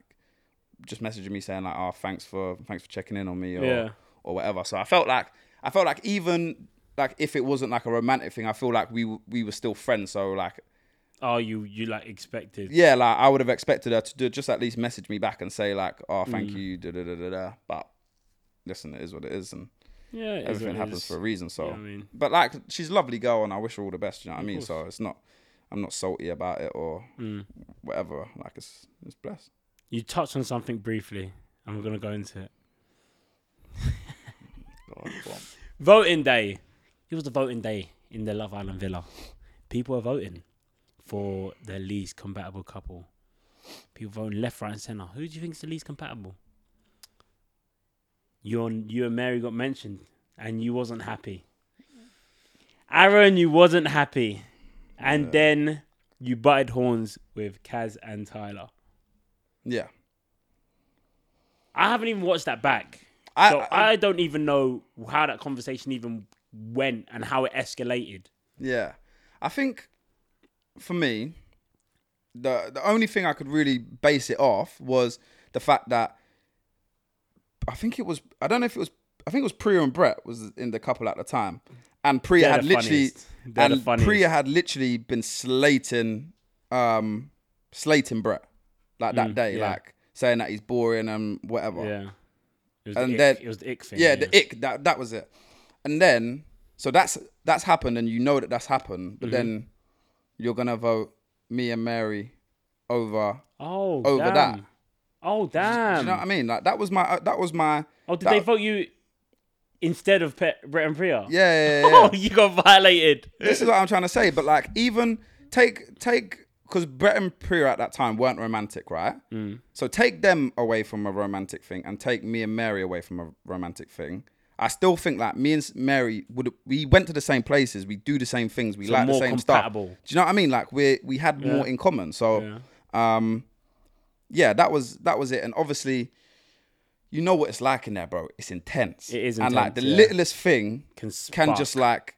[SPEAKER 2] just messaging me saying like, oh, thanks for thanks for checking in on me. Or,
[SPEAKER 1] yeah
[SPEAKER 2] or whatever. So I felt like I felt like even like if it wasn't like a romantic thing, I feel like we w- we were still friends. So like
[SPEAKER 1] oh you you like expected
[SPEAKER 2] yeah, like I would have expected her to do, just at least message me back and say like, oh, thank
[SPEAKER 1] Mm.
[SPEAKER 2] you, da da da da da. But listen, it is what it is, and
[SPEAKER 1] yeah it is
[SPEAKER 2] everything
[SPEAKER 1] what it
[SPEAKER 2] happens
[SPEAKER 1] is.
[SPEAKER 2] for a reason. So,
[SPEAKER 1] You know what I mean
[SPEAKER 2] but like she's a lovely girl, and I wish her all the best. You know what I mean? So it's not. I'm not salty about it or
[SPEAKER 1] Mm.
[SPEAKER 2] whatever. Like it's it's blessed.
[SPEAKER 1] you touched on something briefly and we're gonna go into it Mm.
[SPEAKER 2] God, go on.
[SPEAKER 1] Voting day. It was the voting day in the Love Island Villa. People are voting for the least compatible couple. People voting left, right, and centre. Who do you think is the least compatible? You and you and Mary got mentioned, and you wasn't happy. Aaron, you wasn't happy, and
[SPEAKER 2] Yeah.
[SPEAKER 1] then you butted horns with Kaz and Tyler.
[SPEAKER 2] yeah,
[SPEAKER 1] I haven't even watched that back.
[SPEAKER 2] I,
[SPEAKER 1] So
[SPEAKER 2] I
[SPEAKER 1] I, don't even know how that conversation even went and how it escalated.
[SPEAKER 2] Yeah, I think for me, the the only thing I could really base it off was the fact that I think it was I don't know if it was I think it was Priya and Brett was in the couple at the time, and Priya
[SPEAKER 1] They're
[SPEAKER 2] had
[SPEAKER 1] the
[SPEAKER 2] literally
[SPEAKER 1] funniest. They're the
[SPEAKER 2] and
[SPEAKER 1] funniest.
[SPEAKER 2] Priya had literally been slating um slating Brett like that
[SPEAKER 1] Mm,
[SPEAKER 2] day,
[SPEAKER 1] yeah.
[SPEAKER 2] like saying that he's boring and whatever.
[SPEAKER 1] Yeah. It was
[SPEAKER 2] And
[SPEAKER 1] the ick,
[SPEAKER 2] then-
[SPEAKER 1] it was the ick thing.
[SPEAKER 2] Yeah, the ick that that was it. And then so that's that's happened, and you know that that's happened. But then you're gonna vote me and Mary over.
[SPEAKER 1] oh,
[SPEAKER 2] over
[SPEAKER 1] damn.
[SPEAKER 2] that.
[SPEAKER 1] Oh damn!
[SPEAKER 2] Do you know what I mean? Like that was my uh, that was my
[SPEAKER 1] oh, did
[SPEAKER 2] that-
[SPEAKER 1] they vote you instead of Pe- Brett and Priya?
[SPEAKER 2] yeah. yeah, yeah, yeah.
[SPEAKER 1] Oh, you got violated.
[SPEAKER 2] this is what I'm trying to say. But like even take take because Brett and Priya at that time weren't romantic, right?
[SPEAKER 1] Mm.
[SPEAKER 2] So take them away from a romantic thing, and take me and Mary away from a romantic thing. I still think like me and S- Mary would we went to the same places, we do the same things, we like the
[SPEAKER 1] more
[SPEAKER 2] same
[SPEAKER 1] compatible.
[SPEAKER 2] stuff. Do you know what I mean? Like we we had more in common. So
[SPEAKER 1] Yeah.
[SPEAKER 2] um yeah that was that was it and obviously you know what it's like in there bro it's intense
[SPEAKER 1] It is
[SPEAKER 2] and like the
[SPEAKER 1] intense, yeah.
[SPEAKER 2] littlest thing
[SPEAKER 1] Can
[SPEAKER 2] can
[SPEAKER 1] spark-
[SPEAKER 2] just like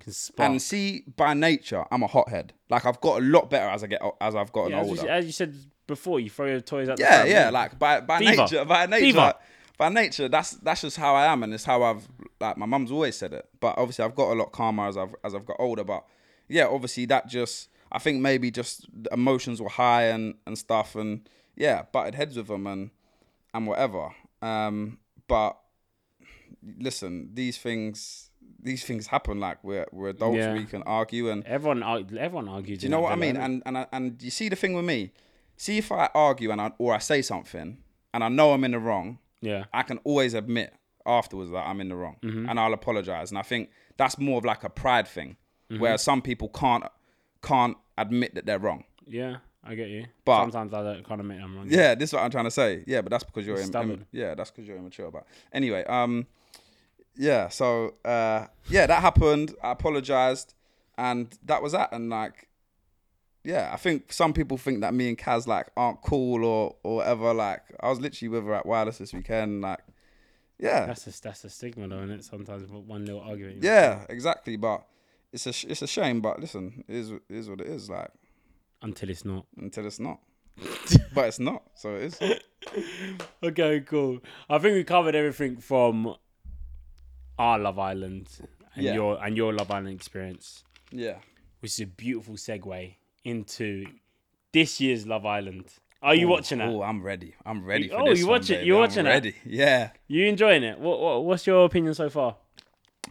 [SPEAKER 1] Can spark.
[SPEAKER 2] and see by nature i'm a hothead like i've got a lot better as i get o- as i've gotten
[SPEAKER 1] Yeah, as, you,
[SPEAKER 2] older
[SPEAKER 1] as you said um, before, you throw your toys out.
[SPEAKER 2] yeah
[SPEAKER 1] the pram,
[SPEAKER 2] yeah like by by
[SPEAKER 1] Diva.
[SPEAKER 2] nature by nature
[SPEAKER 1] Diva.
[SPEAKER 2] by nature that's that's just how i am and it's how i've like my mum's always said it but obviously i've got a lot calmer as i've as i've got older but yeah obviously that just i think maybe just the emotions were high and and stuff and yeah butted heads with them and and whatever um but listen these things these things happen like we're we're adults
[SPEAKER 1] Yeah.
[SPEAKER 2] we can argue and
[SPEAKER 1] Everyone, arg- everyone argues.
[SPEAKER 2] do you know what I mean? And and I, and you see the thing with me, see if I argue and I, or I say something and I know I'm in the wrong,
[SPEAKER 1] yeah,
[SPEAKER 2] I can always admit afterwards that I'm in the wrong and I'll apologize. And I think that's more of like a pride thing, where some people can't can't admit that they're wrong.
[SPEAKER 1] yeah, I get you.
[SPEAKER 2] But-
[SPEAKER 1] sometimes I don't kind of make them wrong.
[SPEAKER 2] Yeah, this is what I'm trying to say. Yeah, but that's because you're im-
[SPEAKER 1] Stubborn.
[SPEAKER 2] im- yeah, that's because you're immature about. Anyway, um, yeah, so uh, yeah, that happened. I apologized, and that was that. And like, yeah, I think some people think that me and Kaz like aren't cool or or whatever. Like, I was literally with her at Wireless this weekend. Like, yeah,
[SPEAKER 1] that's a that's a stigma though, isn't it? Sometimes but one little argument. you know?
[SPEAKER 2] yeah, exactly. But it's a sh- it's a shame, but listen, it is it is what it is. Like
[SPEAKER 1] until it's not.
[SPEAKER 2] until it's not, but it's not, so it is.
[SPEAKER 1] Okay, cool. I think we covered everything from our Love Island and
[SPEAKER 2] Yeah.
[SPEAKER 1] your and your Love Island experience,
[SPEAKER 2] Yeah.
[SPEAKER 1] which is a beautiful segue into this year's Love Island. Are you watching that?
[SPEAKER 2] Oh, I'm ready. I'm ready. For
[SPEAKER 1] oh,
[SPEAKER 2] this
[SPEAKER 1] you
[SPEAKER 2] one,
[SPEAKER 1] watch it-
[SPEAKER 2] baby.
[SPEAKER 1] you
[SPEAKER 2] I'm
[SPEAKER 1] watching it?
[SPEAKER 2] Ready? Yeah.
[SPEAKER 1] You enjoying it? What, what what's your opinion so far?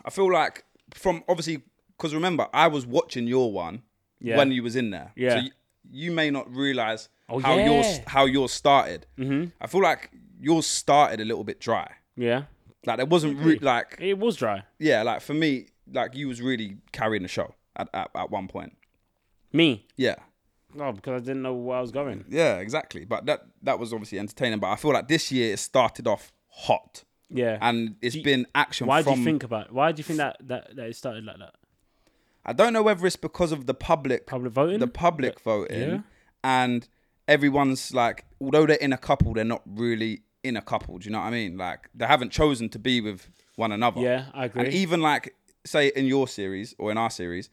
[SPEAKER 2] I feel like from obviously because remember I was watching your one
[SPEAKER 1] Yeah.
[SPEAKER 2] when you was in there.
[SPEAKER 1] Yeah.
[SPEAKER 2] So you, you may not realize
[SPEAKER 1] Oh,
[SPEAKER 2] how yours
[SPEAKER 1] yeah.
[SPEAKER 2] how yours started. Mm-hmm. I feel like yours started a little bit dry.
[SPEAKER 1] Yeah,
[SPEAKER 2] Like there wasn't
[SPEAKER 1] Mm-hmm.
[SPEAKER 2] re- like
[SPEAKER 1] it was dry.
[SPEAKER 2] yeah like for me like you was really carrying the show at, at at one point.
[SPEAKER 1] Me,
[SPEAKER 2] Yeah.
[SPEAKER 1] no, because I didn't know where I was going.
[SPEAKER 2] Yeah. Exactly. But that that was obviously entertaining. But I feel like this year it started off hot
[SPEAKER 1] Yeah,
[SPEAKER 2] and it's
[SPEAKER 1] you-
[SPEAKER 2] been action.
[SPEAKER 1] why
[SPEAKER 2] from,
[SPEAKER 1] do you think about? Why do you think that that, that it started like that?
[SPEAKER 2] I don't know whether it's because of the public
[SPEAKER 1] Public voting.
[SPEAKER 2] the public voting
[SPEAKER 1] yeah.
[SPEAKER 2] and everyone's like although they're in a couple they're not really in a couple do you know what i mean like they haven't chosen to be with one another
[SPEAKER 1] yeah, I agree.
[SPEAKER 2] and even like say in your series or in our series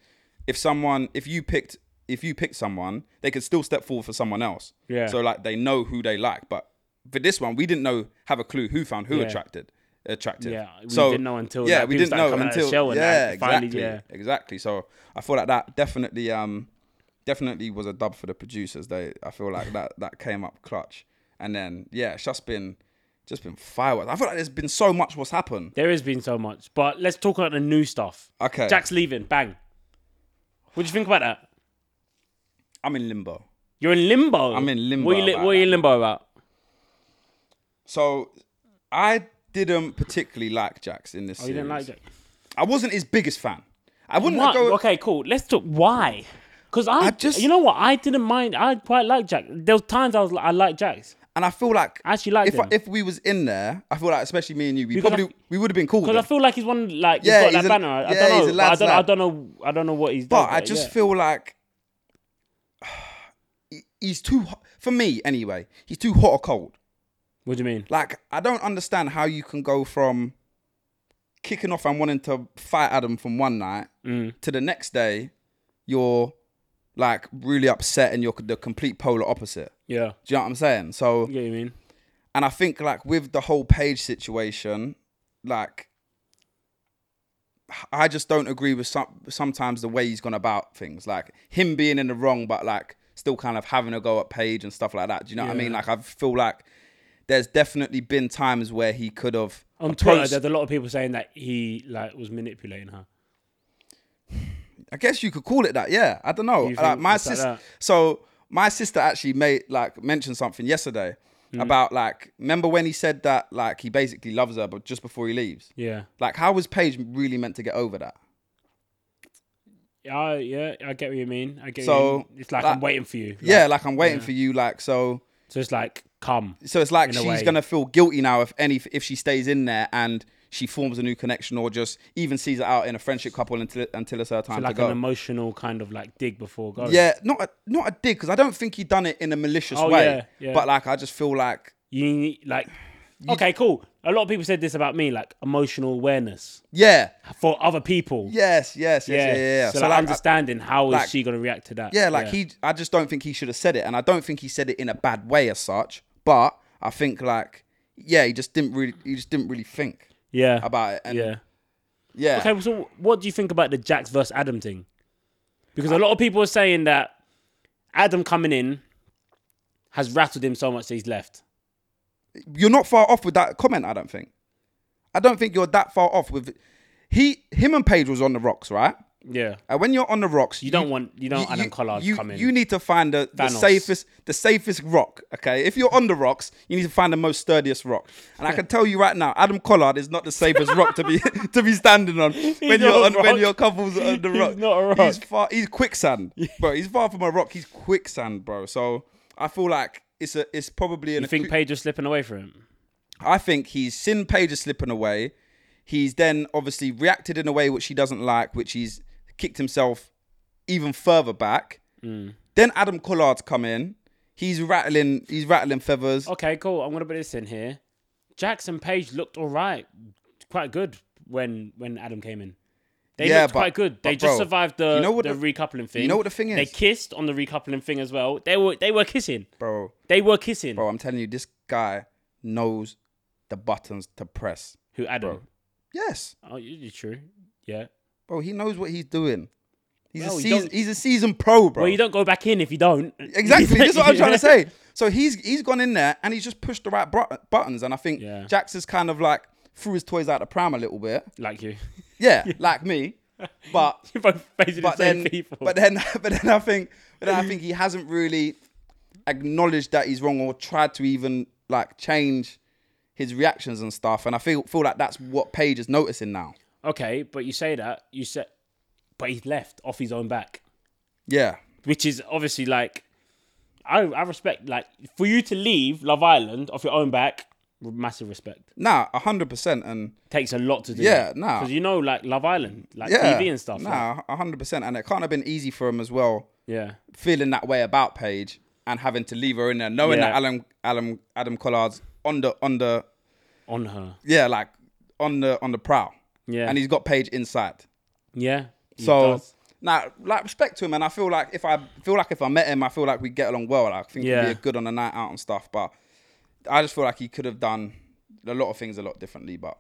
[SPEAKER 2] if someone if you picked if you picked someone they could still step forward for someone else
[SPEAKER 1] Yeah.
[SPEAKER 2] so like they know who they like but for this one we didn't know have a clue who found who
[SPEAKER 1] Yeah.
[SPEAKER 2] attracted attractive
[SPEAKER 1] Yeah, we
[SPEAKER 2] so
[SPEAKER 1] didn't know until,
[SPEAKER 2] yeah
[SPEAKER 1] like,
[SPEAKER 2] we
[SPEAKER 1] people
[SPEAKER 2] didn't
[SPEAKER 1] started
[SPEAKER 2] know
[SPEAKER 1] coming out of the
[SPEAKER 2] until
[SPEAKER 1] shell and
[SPEAKER 2] yeah
[SPEAKER 1] that, finally,
[SPEAKER 2] exactly
[SPEAKER 1] yeah.
[SPEAKER 2] exactly so i feel like that definitely um definitely was a dub for the producers they i feel like that that came up clutch and then yeah it's just been just been fireworks i feel like there's been so much what's happened
[SPEAKER 1] There has been so much, but let's talk about the new stuff.
[SPEAKER 2] okay
[SPEAKER 1] Jack's leaving. Bang. What do you think about that?
[SPEAKER 2] i'm in limbo
[SPEAKER 1] You're in limbo.
[SPEAKER 2] I'm in limbo
[SPEAKER 1] What are you, li-
[SPEAKER 2] about
[SPEAKER 1] what are you in limbo about?
[SPEAKER 2] So I didn't particularly like Jax in this
[SPEAKER 1] Oh, You
[SPEAKER 2] series.
[SPEAKER 1] didn't like Jack.
[SPEAKER 2] I wasn't his biggest fan. I wouldn't
[SPEAKER 1] Why?
[SPEAKER 2] go.
[SPEAKER 1] Okay, cool. Let's talk why. Because I,
[SPEAKER 2] I just-
[SPEAKER 1] you know what, I didn't mind. I quite like Jack. There was times I was like, I like Jack's
[SPEAKER 2] And I feel like
[SPEAKER 1] I actually liked
[SPEAKER 2] if I,
[SPEAKER 1] him.
[SPEAKER 2] if we was in there, I feel like especially me and you, we
[SPEAKER 1] Because
[SPEAKER 2] probably
[SPEAKER 1] I-
[SPEAKER 2] we would have been cool.
[SPEAKER 1] because I feel like he's one like he's
[SPEAKER 2] Yeah,
[SPEAKER 1] got
[SPEAKER 2] he's
[SPEAKER 1] that
[SPEAKER 2] a-
[SPEAKER 1] banner. I,
[SPEAKER 2] yeah,
[SPEAKER 1] don't know.
[SPEAKER 2] he's a
[SPEAKER 1] but I
[SPEAKER 2] lad's
[SPEAKER 1] don't. I
[SPEAKER 2] lad.
[SPEAKER 1] don't know. I don't know what he's.
[SPEAKER 2] But
[SPEAKER 1] done,
[SPEAKER 2] I just
[SPEAKER 1] yeah.
[SPEAKER 2] feel like he- he's too hot. for me anyway. He's too hot or cold.
[SPEAKER 1] What do you mean?
[SPEAKER 2] Like I don't understand how you can go from kicking off and wanting to fight Adam from one night to the next day, you're like really upset and you're the complete polar opposite.
[SPEAKER 1] Yeah.
[SPEAKER 2] Do you know what I'm saying? So,
[SPEAKER 1] Yeah, you mean?
[SPEAKER 2] and I think like with the whole page situation, like I just don't agree with some sometimes the way he's gone about things, like him being in the wrong, but like still kind of having a go at page and stuff like that. Do you know what I mean? Like I feel like there's definitely been times where he could have
[SPEAKER 1] On Twitter,
[SPEAKER 2] approached-
[SPEAKER 1] there's a lot of people saying that he like was manipulating her.
[SPEAKER 2] I guess you could call it that. Yeah, I don't know.
[SPEAKER 1] You
[SPEAKER 2] Like
[SPEAKER 1] think
[SPEAKER 2] my
[SPEAKER 1] it's like
[SPEAKER 2] sister.
[SPEAKER 1] that?
[SPEAKER 2] so my sister actually made like mentioned something yesterday
[SPEAKER 1] Hmm.
[SPEAKER 2] about like remember when he said that like he basically loves her, but just before he leaves.
[SPEAKER 1] Yeah.
[SPEAKER 2] Like, how was Paige really meant to get over that?
[SPEAKER 1] Yeah, yeah, I get what you mean. I get.
[SPEAKER 2] So,
[SPEAKER 1] what you mean. it's like
[SPEAKER 2] that-
[SPEAKER 1] I'm waiting for you. Like,
[SPEAKER 2] yeah, like I'm waiting for you. Like so,
[SPEAKER 1] So it's like come.
[SPEAKER 2] so it's like
[SPEAKER 1] In a
[SPEAKER 2] she's
[SPEAKER 1] way.
[SPEAKER 2] gonna feel guilty now if any if she stays in there and she forms a new connection or just even sees it out in a friendship couple until until it's her time
[SPEAKER 1] Like
[SPEAKER 2] to go.
[SPEAKER 1] an emotional kind of like dig before going.
[SPEAKER 2] yeah, not a, not a dig because I don't think he done it in a malicious
[SPEAKER 1] Oh,
[SPEAKER 2] way.
[SPEAKER 1] yeah, yeah.
[SPEAKER 2] But like, I just feel like
[SPEAKER 1] You need, like. Okay, cool. A lot of people said this about me, like emotional awareness
[SPEAKER 2] yeah,
[SPEAKER 1] for other people.
[SPEAKER 2] yes, yes, yes, yeah, yeah. yeah.
[SPEAKER 1] So, like,
[SPEAKER 2] I-
[SPEAKER 1] understanding how is
[SPEAKER 2] like-
[SPEAKER 1] she gonna react to that?
[SPEAKER 2] Yeah, like he, I just don't think he should have said it, and I don't think he said it in a bad way as such. But I think like, yeah, he just didn't really, he just didn't really think
[SPEAKER 1] Yeah.
[SPEAKER 2] about it, and yeah,
[SPEAKER 1] yeah. Okay, so what do you think about the Jax versus Adam thing? Because a lot of people are saying that Adam coming in has rattled him so much that he's left.
[SPEAKER 2] you're not far off with that comment. I don't think. I don't think you're that far off with he, him, and Paige was on the rocks, right?
[SPEAKER 1] Yeah.
[SPEAKER 2] And when you're on the rocks,
[SPEAKER 1] You don't want you don't want Adam Collard
[SPEAKER 2] you,
[SPEAKER 1] coming.
[SPEAKER 2] You need to find the, the
[SPEAKER 1] Thanos.
[SPEAKER 2] safest, the safest rock. Okay, if you're on the rocks, you need to find the most sturdiest rock. And I can tell you right now, Adam Collard is not the safest rock to be to be standing on
[SPEAKER 1] not
[SPEAKER 2] when you're
[SPEAKER 1] a
[SPEAKER 2] on, when
[SPEAKER 1] rock.
[SPEAKER 2] your couples are on the
[SPEAKER 1] He's
[SPEAKER 2] rock.
[SPEAKER 1] not a
[SPEAKER 2] He's
[SPEAKER 1] rock.
[SPEAKER 2] far. He's quicksand, bro. He's far from a rock. He's quicksand, bro. So I feel like it's a it's probably an.
[SPEAKER 1] you think
[SPEAKER 2] acu-
[SPEAKER 1] Paige was slipping away from him?
[SPEAKER 2] I think he's seen Paige is slipping away. He's then obviously reacted in a way which he doesn't like, which he's kicked himself even further back.
[SPEAKER 1] Mm.
[SPEAKER 2] Then Adam Collard's come in. He's rattling. He's rattling feathers.
[SPEAKER 1] Okay, cool. I'm gonna put this in here. Jax and Paige looked all right, quite good when when Adam came in. They
[SPEAKER 2] Yeah,
[SPEAKER 1] looked
[SPEAKER 2] but-
[SPEAKER 1] quite good. They
[SPEAKER 2] but,
[SPEAKER 1] just
[SPEAKER 2] bro,
[SPEAKER 1] survived the,
[SPEAKER 2] you know what
[SPEAKER 1] the,
[SPEAKER 2] the-
[SPEAKER 1] recoupling thing.
[SPEAKER 2] you know what the thing
[SPEAKER 1] They
[SPEAKER 2] is?
[SPEAKER 1] kissed on the recoupling thing as well. They were they were kissing.
[SPEAKER 2] bro.
[SPEAKER 1] They were kissing.
[SPEAKER 2] Bro, I'm telling you, this guy knows the buttons to press.
[SPEAKER 1] Who Adam?
[SPEAKER 2] Yes,
[SPEAKER 1] Oh, you- you're true. Yeah.
[SPEAKER 2] bro, he knows what he's doing. He's
[SPEAKER 1] No,
[SPEAKER 2] a
[SPEAKER 1] he
[SPEAKER 2] season,
[SPEAKER 1] don't-
[SPEAKER 2] he's a season pro, bro.
[SPEAKER 1] Well, you don't go back in if you don't.
[SPEAKER 2] Exactly. This is what I'm trying to say. So he's he's gone in there and he's just pushed the right bru- buttons, and I think
[SPEAKER 1] Yeah.
[SPEAKER 2] Jax is kind of like threw his toys out the pram a little bit.
[SPEAKER 1] Like you.
[SPEAKER 2] Yeah, like me, but
[SPEAKER 1] You're both basically
[SPEAKER 2] but
[SPEAKER 1] the same
[SPEAKER 2] then
[SPEAKER 1] people.
[SPEAKER 2] but then but then I think but then I think he hasn't really acknowledged that he's wrong or tried to even like change his reactions and stuff. And I feel feel like that's what Paige is noticing now.
[SPEAKER 1] okay, but you say that you said, but he's left off his own back,
[SPEAKER 2] Yeah,
[SPEAKER 1] which is obviously like, I I respect like for you to leave Love Island off your own back. Massive respect.
[SPEAKER 2] nah, hundred percent, and
[SPEAKER 1] Takes a lot to do.
[SPEAKER 2] Yeah, nah.
[SPEAKER 1] Because you know, like Love Island, like
[SPEAKER 2] yeah,
[SPEAKER 1] TV and stuff. like-
[SPEAKER 2] Nah, hundred percent, and it can't have been easy for him as well.
[SPEAKER 1] yeah.
[SPEAKER 2] feeling that way about Paige and having to leave her in there, knowing
[SPEAKER 1] Yeah.
[SPEAKER 2] that Alan, Alan, Adam Collard's on the on the
[SPEAKER 1] On her.
[SPEAKER 2] yeah, like on the on the prowl,
[SPEAKER 1] Yeah.
[SPEAKER 2] and he's got Paige inside.
[SPEAKER 1] yeah. he
[SPEAKER 2] So
[SPEAKER 1] does.
[SPEAKER 2] now, like respect to him, and I feel like if I feel like if I met him, I feel like we would get along well. Like, I think
[SPEAKER 1] Yeah.
[SPEAKER 2] we'd be good on a night out and stuff. But I just feel like he could have done a lot of things a lot differently. But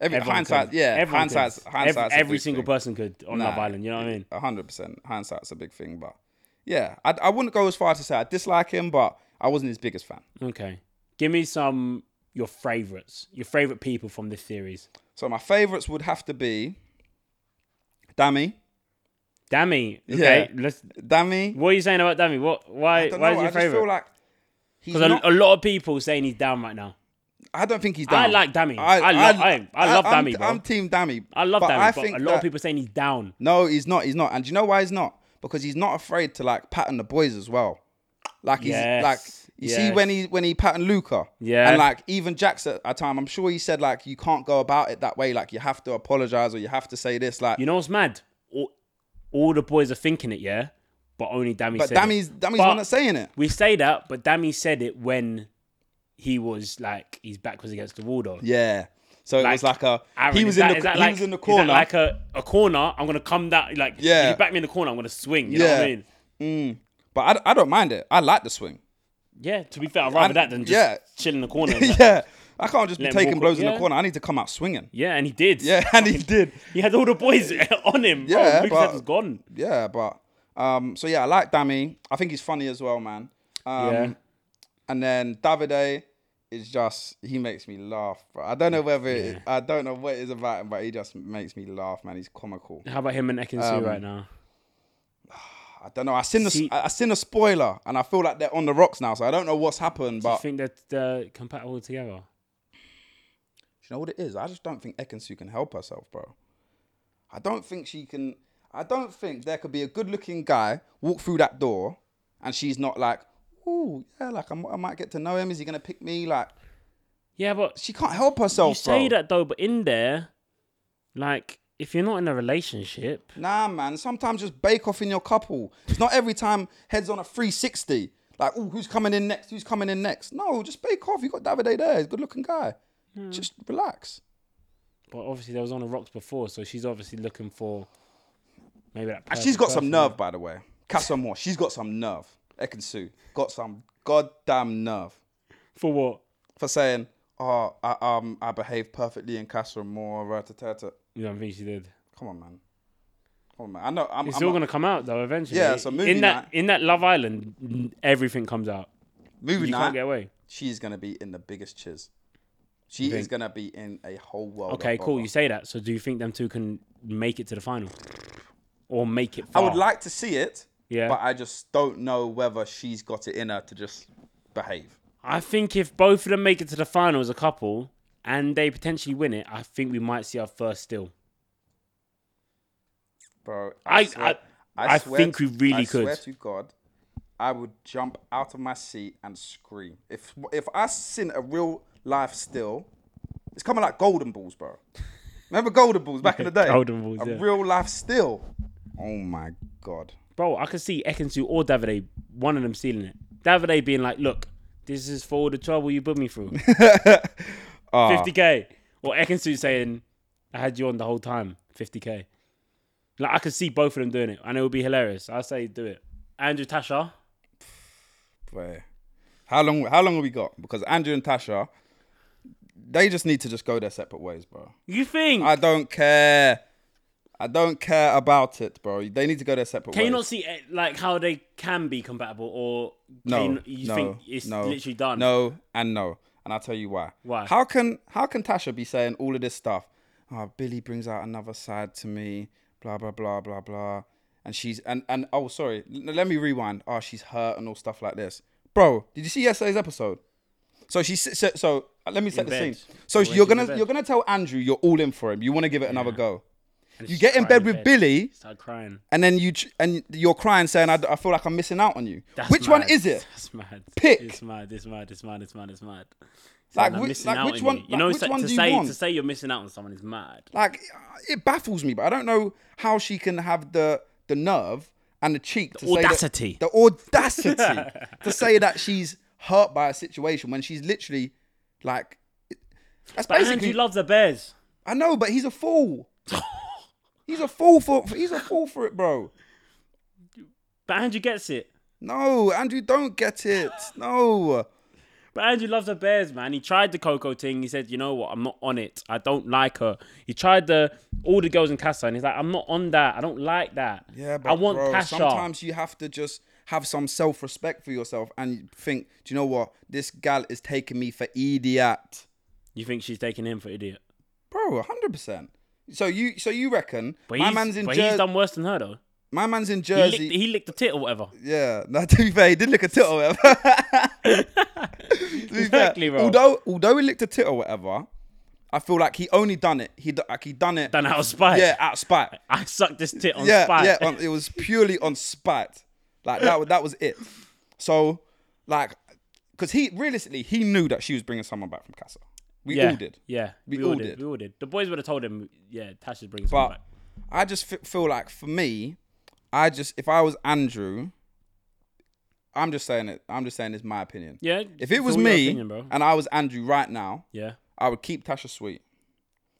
[SPEAKER 2] every,
[SPEAKER 1] Everyone
[SPEAKER 2] hindsight,
[SPEAKER 1] could.
[SPEAKER 2] yeah,
[SPEAKER 1] Everyone could.
[SPEAKER 2] hindsight's hindsight's
[SPEAKER 1] every,
[SPEAKER 2] a
[SPEAKER 1] every
[SPEAKER 2] big
[SPEAKER 1] single
[SPEAKER 2] thing.
[SPEAKER 1] person could on Love
[SPEAKER 2] Nah,
[SPEAKER 1] Island. You know what I mean?
[SPEAKER 2] A hundred percent. Hindsight's a big thing, but yeah, I, I wouldn't go as far to say I dislike him, but I wasn't his biggest fan.
[SPEAKER 1] Okay. Give me some your favorites, your favorite people from this series.
[SPEAKER 2] So my favorites would have to be Dammy.
[SPEAKER 1] Dammy. Okay.
[SPEAKER 2] Yeah.
[SPEAKER 1] Let's.
[SPEAKER 2] Dammy.
[SPEAKER 1] What are you saying about Dammy? What? Why?
[SPEAKER 2] Don't
[SPEAKER 1] Why
[SPEAKER 2] know,
[SPEAKER 1] is
[SPEAKER 2] I
[SPEAKER 1] your
[SPEAKER 2] just feel
[SPEAKER 1] favorite?
[SPEAKER 2] like he's
[SPEAKER 1] Because
[SPEAKER 2] not,
[SPEAKER 1] a, lot of people saying he's down right now.
[SPEAKER 2] I don't think he's down.
[SPEAKER 1] I like Dammy. I, love. I, I, love
[SPEAKER 2] I'm-
[SPEAKER 1] Dammy, bro.
[SPEAKER 2] I'm team Dammy.
[SPEAKER 1] I love
[SPEAKER 2] but
[SPEAKER 1] Dammy,
[SPEAKER 2] I
[SPEAKER 1] but
[SPEAKER 2] think
[SPEAKER 1] a lot of
[SPEAKER 2] that-
[SPEAKER 1] people saying he's down.
[SPEAKER 2] No, he's not. He's not. And do you know why he's not? Because he's not afraid to like pattern the boys as well. Like he's
[SPEAKER 1] Yes,
[SPEAKER 2] like you see
[SPEAKER 1] yes.
[SPEAKER 2] when he when he patterned Luca.
[SPEAKER 1] Yeah.
[SPEAKER 2] And like even Jax at a time, I'm sure he said like you can't go about it that way. Like you have to apologize or you have to say this. Like
[SPEAKER 1] You know what's mad? All, all the boys are thinking it, yeah, but only Dammy.
[SPEAKER 2] but
[SPEAKER 1] said it.
[SPEAKER 2] Dammy's Dammy's
[SPEAKER 1] But-
[SPEAKER 2] one that's saying it.
[SPEAKER 1] We say that, but Dammy said it when he was like his back was against the wall, though.
[SPEAKER 2] Yeah. So it was
[SPEAKER 1] Like,
[SPEAKER 2] like a
[SPEAKER 1] Aaron,
[SPEAKER 2] he
[SPEAKER 1] is
[SPEAKER 2] was
[SPEAKER 1] that-
[SPEAKER 2] in
[SPEAKER 1] is
[SPEAKER 2] the
[SPEAKER 1] that
[SPEAKER 2] he
[SPEAKER 1] like-
[SPEAKER 2] was in the
[SPEAKER 1] is that
[SPEAKER 2] corner.
[SPEAKER 1] like a, a corner. I'm gonna come down. Like
[SPEAKER 2] Yeah.
[SPEAKER 1] if you back me in the corner, I'm gonna swing. You know what I
[SPEAKER 2] Yeah.
[SPEAKER 1] mean?
[SPEAKER 2] but I, I don't mind it. I like the swing.
[SPEAKER 1] Yeah. To be fair, I'd rather that than just
[SPEAKER 2] yeah.
[SPEAKER 1] chill in the corner. and, like- yeah.
[SPEAKER 2] yeah. I can't just be
[SPEAKER 1] Let him
[SPEAKER 2] taking
[SPEAKER 1] walk-
[SPEAKER 2] blows in
[SPEAKER 1] yeah.
[SPEAKER 2] the corner. I need to come out swinging.
[SPEAKER 1] and he did.
[SPEAKER 2] Yeah, and he did.
[SPEAKER 1] He had all the boys on him. Bro.
[SPEAKER 2] Yeah,
[SPEAKER 1] Lucas
[SPEAKER 2] but-
[SPEAKER 1] was gone.
[SPEAKER 2] Yeah, but um, so yeah, I like Dammy. I think he's funny as well, man. Um,
[SPEAKER 1] yeah.
[SPEAKER 2] And then Davide is just he makes me laugh. Bro. I don't know whether it, I don't know what it is about him, but he just makes me laugh, man. He's comical.
[SPEAKER 1] How about him and Ekansu
[SPEAKER 2] um,
[SPEAKER 1] right now?
[SPEAKER 2] I don't know. I seen the
[SPEAKER 1] See-
[SPEAKER 2] I I seen a spoiler, and I feel like they're on the rocks now. So I don't know what's happened,
[SPEAKER 1] Do you
[SPEAKER 2] but
[SPEAKER 1] think that uh, they're compatible together?
[SPEAKER 2] you know what it is? I just don't think Ekansu can help herself, bro. I don't think she can. I don't think there could be a good-looking guy walk through that door, and she's not like, "Ooh, yeah, like I'm, I might get to know him. Is he gonna pick me?" Like
[SPEAKER 1] Yeah, but
[SPEAKER 2] she can't help
[SPEAKER 1] you
[SPEAKER 2] herself,
[SPEAKER 1] say
[SPEAKER 2] Oh, bro.
[SPEAKER 1] that though. But in there, like, if you're not in a relationship,
[SPEAKER 2] Nah, man. Sometimes just bake off in your couple. It's not every time heads on a 360. Like, ooh, who's coming in next? Who's coming in next? No, just bake off. You got Davide there. He's a good-looking guy.
[SPEAKER 1] Hmm.
[SPEAKER 2] Just relax.
[SPEAKER 1] But obviously, they was on the rocks before, so she's obviously looking for maybe that.
[SPEAKER 2] And
[SPEAKER 1] perfect
[SPEAKER 2] she's got some
[SPEAKER 1] person.
[SPEAKER 2] nerve, by the way. Casa Moore, she's got some nerve. Ekansu got some goddamn nerve
[SPEAKER 1] for what?
[SPEAKER 2] for saying, "Oh, I, um, I behaved perfectly in Casa Moore." Ratatata.
[SPEAKER 1] You don't think she did?
[SPEAKER 2] Come on, man. Come on, man. I know. I'm,
[SPEAKER 1] It's
[SPEAKER 2] I'm
[SPEAKER 1] all
[SPEAKER 2] a-
[SPEAKER 1] gonna come out though eventually.
[SPEAKER 2] Yeah, so movie
[SPEAKER 1] in that
[SPEAKER 2] night.
[SPEAKER 1] in that Love Island, n- everything comes out.
[SPEAKER 2] movie
[SPEAKER 1] You
[SPEAKER 2] night.
[SPEAKER 1] can't get away.
[SPEAKER 2] she's gonna be in the biggest chiz. She is
[SPEAKER 1] think?
[SPEAKER 2] gonna be in a whole world. of
[SPEAKER 1] Okay, cool.
[SPEAKER 2] bother.
[SPEAKER 1] You say that. So do you think them two can make it to the final, or make it?
[SPEAKER 2] I
[SPEAKER 1] Far?
[SPEAKER 2] would like to see it,
[SPEAKER 1] Yeah.
[SPEAKER 2] but I just don't know whether she's got it in her to just behave.
[SPEAKER 1] I think if both of them make it to the final as a couple and they potentially win it, I think we might see our first still.
[SPEAKER 2] Bro,
[SPEAKER 1] I- I- I think we really
[SPEAKER 2] I swear
[SPEAKER 1] could.
[SPEAKER 2] to God, I would jump out of my seat and scream. If if I seen a real life still, it's coming like golden balls, bro. Remember golden balls back in the day?
[SPEAKER 1] Golden balls,
[SPEAKER 2] A
[SPEAKER 1] yeah.
[SPEAKER 2] real life still. Oh my god.
[SPEAKER 1] Bro, I could see Ekansu or Davide, one of them stealing it. Davide being like, look, this is for all the trouble you put me through.
[SPEAKER 2] Ah.
[SPEAKER 1] 50K. Or Ekansu saying, I had you on the whole time. 50K. Like I could see both of them doing it, and it would be hilarious. I say do it. Andrew Tasha,
[SPEAKER 2] Wait. How long? How long have we got? Because Andrew and Tasha, they just need to just go their separate ways, bro.
[SPEAKER 1] you think?
[SPEAKER 2] I don't care. I don't care about it, bro. They need to go their separate
[SPEAKER 1] can
[SPEAKER 2] ways.
[SPEAKER 1] you not see eh, like how they can be compatible, or
[SPEAKER 2] no,
[SPEAKER 1] can you, you
[SPEAKER 2] no,
[SPEAKER 1] think it's
[SPEAKER 2] no,
[SPEAKER 1] literally done?
[SPEAKER 2] No, and no, and I'll tell you why.
[SPEAKER 1] Why?
[SPEAKER 2] How can how can Tasha be saying all of this stuff? Oh, Billy brings out another side to me. Blah blah blah blah blah. And she's and and oh sorry, L- let me rewind. Oh, she's hurt and all stuff like this, bro. Did you see yesterday's episode? So she so, so uh, let me set
[SPEAKER 1] In
[SPEAKER 2] the
[SPEAKER 1] bed.
[SPEAKER 2] scene. So
[SPEAKER 1] When
[SPEAKER 2] you're
[SPEAKER 1] she's in
[SPEAKER 2] gonna
[SPEAKER 1] bed.
[SPEAKER 2] you're gonna tell Andrew you're all in for him. You want to give it another go.
[SPEAKER 1] And
[SPEAKER 2] You
[SPEAKER 1] she's
[SPEAKER 2] get in
[SPEAKER 1] crying
[SPEAKER 2] bed with Billy
[SPEAKER 1] Start crying.
[SPEAKER 2] and then you tr- and you're crying saying I, d- I feel like I'm missing out on you.
[SPEAKER 1] That's
[SPEAKER 2] which one
[SPEAKER 1] mad.
[SPEAKER 2] is it?
[SPEAKER 1] That's mad.
[SPEAKER 2] Pick.
[SPEAKER 1] It's mad. It's mad. It's mad. It's mad. It's mad. It's
[SPEAKER 2] Like,
[SPEAKER 1] I'm
[SPEAKER 2] which-
[SPEAKER 1] missing
[SPEAKER 2] like,
[SPEAKER 1] out
[SPEAKER 2] which
[SPEAKER 1] on
[SPEAKER 2] one-
[SPEAKER 1] You, you
[SPEAKER 2] like,
[SPEAKER 1] know,
[SPEAKER 2] which
[SPEAKER 1] to,
[SPEAKER 2] one
[SPEAKER 1] to
[SPEAKER 2] do you
[SPEAKER 1] say
[SPEAKER 2] want?
[SPEAKER 1] to say you're missing out on someone is mad.
[SPEAKER 2] Like it baffles me, but I don't know how she can have the the nerve and the cheek to say that-
[SPEAKER 1] audacity.
[SPEAKER 2] the audacity to say that she's hurt by a situation when she's literally like that's
[SPEAKER 1] But
[SPEAKER 2] basically
[SPEAKER 1] Andrew loves the Bears.
[SPEAKER 2] I know, but he's a fool. he's a fool for he's a fool for it, bro.
[SPEAKER 1] But Andrew gets it.
[SPEAKER 2] No, Andrew, don't get it. No.
[SPEAKER 1] But Andrew loves the Bears, man. He tried the Coco thing. He said, you know what? I'm not on it. I don't like her. He tried the all the girls in Casa, and he's like, I'm not on that. I don't like that.
[SPEAKER 2] Yeah, but
[SPEAKER 1] I want
[SPEAKER 2] bro,
[SPEAKER 1] Kasha.
[SPEAKER 2] sometimes you have to just have some self respect for yourself and think, do you know what? This gal is taking me for idiot.
[SPEAKER 1] You think she's taking him for idiot?
[SPEAKER 2] Bro, hundred percent. So you so you reckon
[SPEAKER 1] But
[SPEAKER 2] my
[SPEAKER 1] he's,
[SPEAKER 2] man's in
[SPEAKER 1] but
[SPEAKER 2] Jersey?
[SPEAKER 1] he's done worse than her though.
[SPEAKER 2] my man's in
[SPEAKER 1] He
[SPEAKER 2] Jersey.
[SPEAKER 1] licked, he licked the tit or whatever.
[SPEAKER 2] yeah, no, to be fair, he did lick a tit or whatever. To be fair,
[SPEAKER 1] Exactly, bro.
[SPEAKER 2] Although although he licked a tit or whatever, I feel like he only done it. He d- like he done it.
[SPEAKER 1] Done out of spite.
[SPEAKER 2] yeah, out of spite.
[SPEAKER 1] I sucked this tit on
[SPEAKER 2] yeah,
[SPEAKER 1] spite.
[SPEAKER 2] yeah. on- it was purely on spite. Like that. wa- That was it. So, like, because he realistically he knew that she was bringing someone back from Casa. We
[SPEAKER 1] yeah.
[SPEAKER 2] all did.
[SPEAKER 1] Yeah,
[SPEAKER 2] We
[SPEAKER 1] we,
[SPEAKER 2] all
[SPEAKER 1] all did.
[SPEAKER 2] did.
[SPEAKER 1] We all did. The boys would have told him, yeah, Tasha's bringing
[SPEAKER 2] But
[SPEAKER 1] someone back.
[SPEAKER 2] I just f- feel like for me, I just if I was Andrew, I'm just saying it. I'm just saying it's my opinion.
[SPEAKER 1] Yeah.
[SPEAKER 2] If it
[SPEAKER 1] it's
[SPEAKER 2] was
[SPEAKER 1] all your
[SPEAKER 2] me
[SPEAKER 1] opinion, bro.
[SPEAKER 2] and I was Andrew right now,
[SPEAKER 1] yeah.
[SPEAKER 2] I would keep Tasha sweet.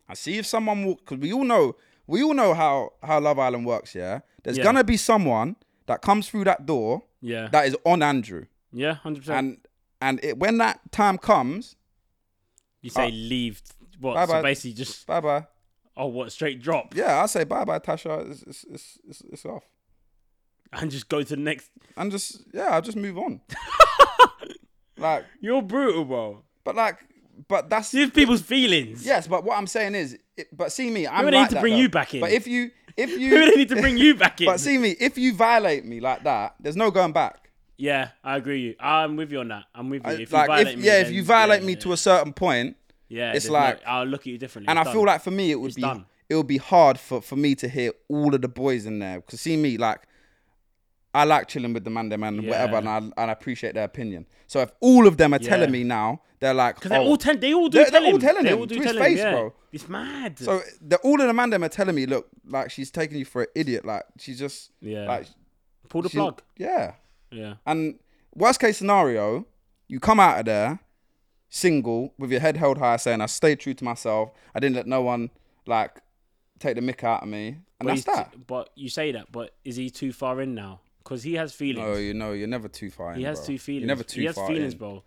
[SPEAKER 2] I see if someone will, because we all know we all know how how Love Island works. Yeah, there's
[SPEAKER 1] Yeah.
[SPEAKER 2] gonna be someone that comes through that door
[SPEAKER 1] Yeah.
[SPEAKER 2] that is on Andrew,
[SPEAKER 1] yeah, 100%.
[SPEAKER 2] and and it, when that time comes,
[SPEAKER 1] you say leave. What?
[SPEAKER 2] uh, Bye
[SPEAKER 1] so
[SPEAKER 2] bye.
[SPEAKER 1] basically just,
[SPEAKER 2] bye bye.
[SPEAKER 1] oh, what? Straight drop
[SPEAKER 2] Yeah, I say bye bye, Tasha. It's it's, it's it's it's off.
[SPEAKER 1] and just go to the next.
[SPEAKER 2] And just yeah, I'll just move on. like
[SPEAKER 1] You're brutal, bro.
[SPEAKER 2] But like, but that's
[SPEAKER 1] These people's feelings.
[SPEAKER 2] yes. But what I'm saying is, it, but see me,
[SPEAKER 1] Who
[SPEAKER 2] I'm like
[SPEAKER 1] they need to
[SPEAKER 2] that,
[SPEAKER 1] bring
[SPEAKER 2] though.
[SPEAKER 1] you back in?
[SPEAKER 2] But if you, if
[SPEAKER 1] Who they
[SPEAKER 2] you,
[SPEAKER 1] need to bring you back in?
[SPEAKER 2] but see me, if you violate me like that, there's no going back.
[SPEAKER 1] yeah, I agree. with You, I'm with you on that. I'm with you. If you
[SPEAKER 2] like,
[SPEAKER 1] violate
[SPEAKER 2] if,
[SPEAKER 1] me,
[SPEAKER 2] yeah, if
[SPEAKER 1] then-
[SPEAKER 2] you violate
[SPEAKER 1] yeah,
[SPEAKER 2] me
[SPEAKER 1] yeah,
[SPEAKER 2] to a certain point,
[SPEAKER 1] yeah,
[SPEAKER 2] it's
[SPEAKER 1] there's no-
[SPEAKER 2] like-
[SPEAKER 1] I'll look at you differently.
[SPEAKER 2] and
[SPEAKER 1] It's
[SPEAKER 2] I
[SPEAKER 1] done.
[SPEAKER 2] feel like for me, it would be
[SPEAKER 1] done.
[SPEAKER 2] it would be hard for for me to hear all of the boys in there because see me like. I like chilling with the man, them, and whatever,
[SPEAKER 1] Yeah.
[SPEAKER 2] and I, and I appreciate their opinion. So if all of them are
[SPEAKER 1] Yeah.
[SPEAKER 2] telling me now, they're like,
[SPEAKER 1] Because they
[SPEAKER 2] "Oh,
[SPEAKER 1] all tell, they all do
[SPEAKER 2] They're-
[SPEAKER 1] tell
[SPEAKER 2] they're all
[SPEAKER 1] him.
[SPEAKER 2] telling
[SPEAKER 1] they
[SPEAKER 2] him
[SPEAKER 1] all do
[SPEAKER 2] to his
[SPEAKER 1] tell
[SPEAKER 2] face,
[SPEAKER 1] him, yeah.
[SPEAKER 2] bro.
[SPEAKER 1] It's mad.
[SPEAKER 2] So the, all of the man them are telling me, look, like she's taking you for an idiot. Like she's just
[SPEAKER 1] Yeah.
[SPEAKER 2] like
[SPEAKER 1] Pull the
[SPEAKER 2] she-
[SPEAKER 1] plug.
[SPEAKER 2] Yeah.
[SPEAKER 1] Yeah.
[SPEAKER 2] And worst case scenario, you come out of there single with your head held high, saying, "I stayed true to myself. I didn't let no one like take the mick out of me." And
[SPEAKER 1] But,
[SPEAKER 2] that's
[SPEAKER 1] he's
[SPEAKER 2] that.
[SPEAKER 1] t- but you say that, but is he too far in now? Because he has feelings.
[SPEAKER 2] Oh, you know, you're never too far.
[SPEAKER 1] he
[SPEAKER 2] in,
[SPEAKER 1] has
[SPEAKER 2] bro.
[SPEAKER 1] two feelings.
[SPEAKER 2] You're never too
[SPEAKER 1] he has
[SPEAKER 2] far
[SPEAKER 1] feelings,
[SPEAKER 2] in.
[SPEAKER 1] bro.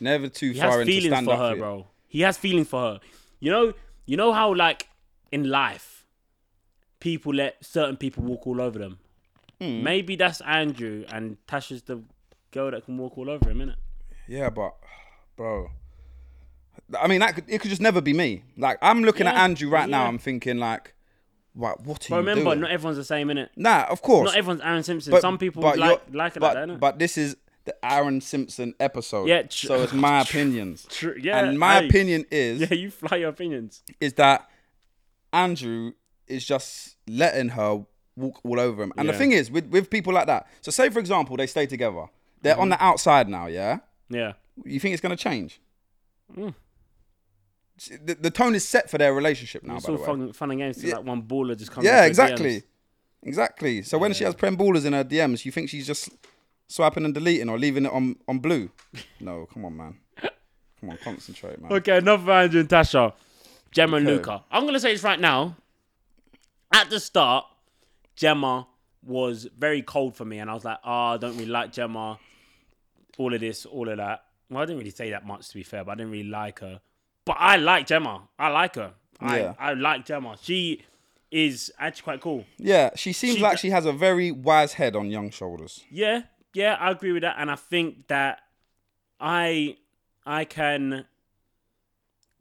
[SPEAKER 2] Never too
[SPEAKER 1] He
[SPEAKER 2] far
[SPEAKER 1] has
[SPEAKER 2] in to
[SPEAKER 1] feelings
[SPEAKER 2] stand
[SPEAKER 1] for
[SPEAKER 2] up
[SPEAKER 1] her,
[SPEAKER 2] for you.
[SPEAKER 1] bro. He has feelings for her. You know, you know how like in life, people let certain people walk all over them.
[SPEAKER 2] Hmm.
[SPEAKER 1] Maybe that's Andrew and Tasha's the girl that can walk all over him, innit?
[SPEAKER 2] Yeah, but bro. I mean, that could, it could just never be me. Like I'm looking at
[SPEAKER 1] Yeah,
[SPEAKER 2] Andrew right now.
[SPEAKER 1] yeah.
[SPEAKER 2] I'm thinking like, what? What
[SPEAKER 1] But
[SPEAKER 2] are you
[SPEAKER 1] remember,
[SPEAKER 2] doing?
[SPEAKER 1] not everyone's the same, innit?
[SPEAKER 2] Nah, of course.
[SPEAKER 1] Not everyone's Aaron Simpson. Some people
[SPEAKER 2] but
[SPEAKER 1] like
[SPEAKER 2] you're-
[SPEAKER 1] like it like
[SPEAKER 2] but,
[SPEAKER 1] that, innit?
[SPEAKER 2] But this is the Aaron Simpson episode.
[SPEAKER 1] Yeah, tr-
[SPEAKER 2] so it's my opinions.
[SPEAKER 1] True. Yeah.
[SPEAKER 2] and my
[SPEAKER 1] hey.
[SPEAKER 2] opinion is
[SPEAKER 1] Yeah, you fly your opinions.
[SPEAKER 2] is that Andrew is just letting her walk all over him. And the
[SPEAKER 1] Yeah.
[SPEAKER 2] thing is, with with people like that. So say for example, they stay together. They're on
[SPEAKER 1] Mm-hmm.
[SPEAKER 2] the outside now. Yeah.
[SPEAKER 1] Yeah.
[SPEAKER 2] You think it's gonna change?
[SPEAKER 1] Mm.
[SPEAKER 2] The, the tone is set for their relationship now.
[SPEAKER 1] It's
[SPEAKER 2] by
[SPEAKER 1] all
[SPEAKER 2] the way.
[SPEAKER 1] fun, fun and games till that one baller just comes.
[SPEAKER 2] Yeah,
[SPEAKER 1] up with DMs.
[SPEAKER 2] exactly. Exactly. So when she has prem ballers in her DMs, you think she's just swiping and deleting or leaving it on, on blue? No, come on, man. Come on, concentrate, man.
[SPEAKER 1] Okay, enough for Andrew and Tasha. Gemma and Luca. I'm gonna say this right now. At the start, Gemma was very cold for me, and I was like, ah, I don't really like Gemma. All of this, all of that. Well, I didn't really say that much to be fair, but I didn't really like her. But I like Gemma. I like her. I,
[SPEAKER 2] Yeah.
[SPEAKER 1] I like Gemma. She is actually quite cool.
[SPEAKER 2] Yeah, she seems
[SPEAKER 1] She-
[SPEAKER 2] like she has a very wise head on young shoulders.
[SPEAKER 1] Yeah, yeah, I agree with that, and I think that I I can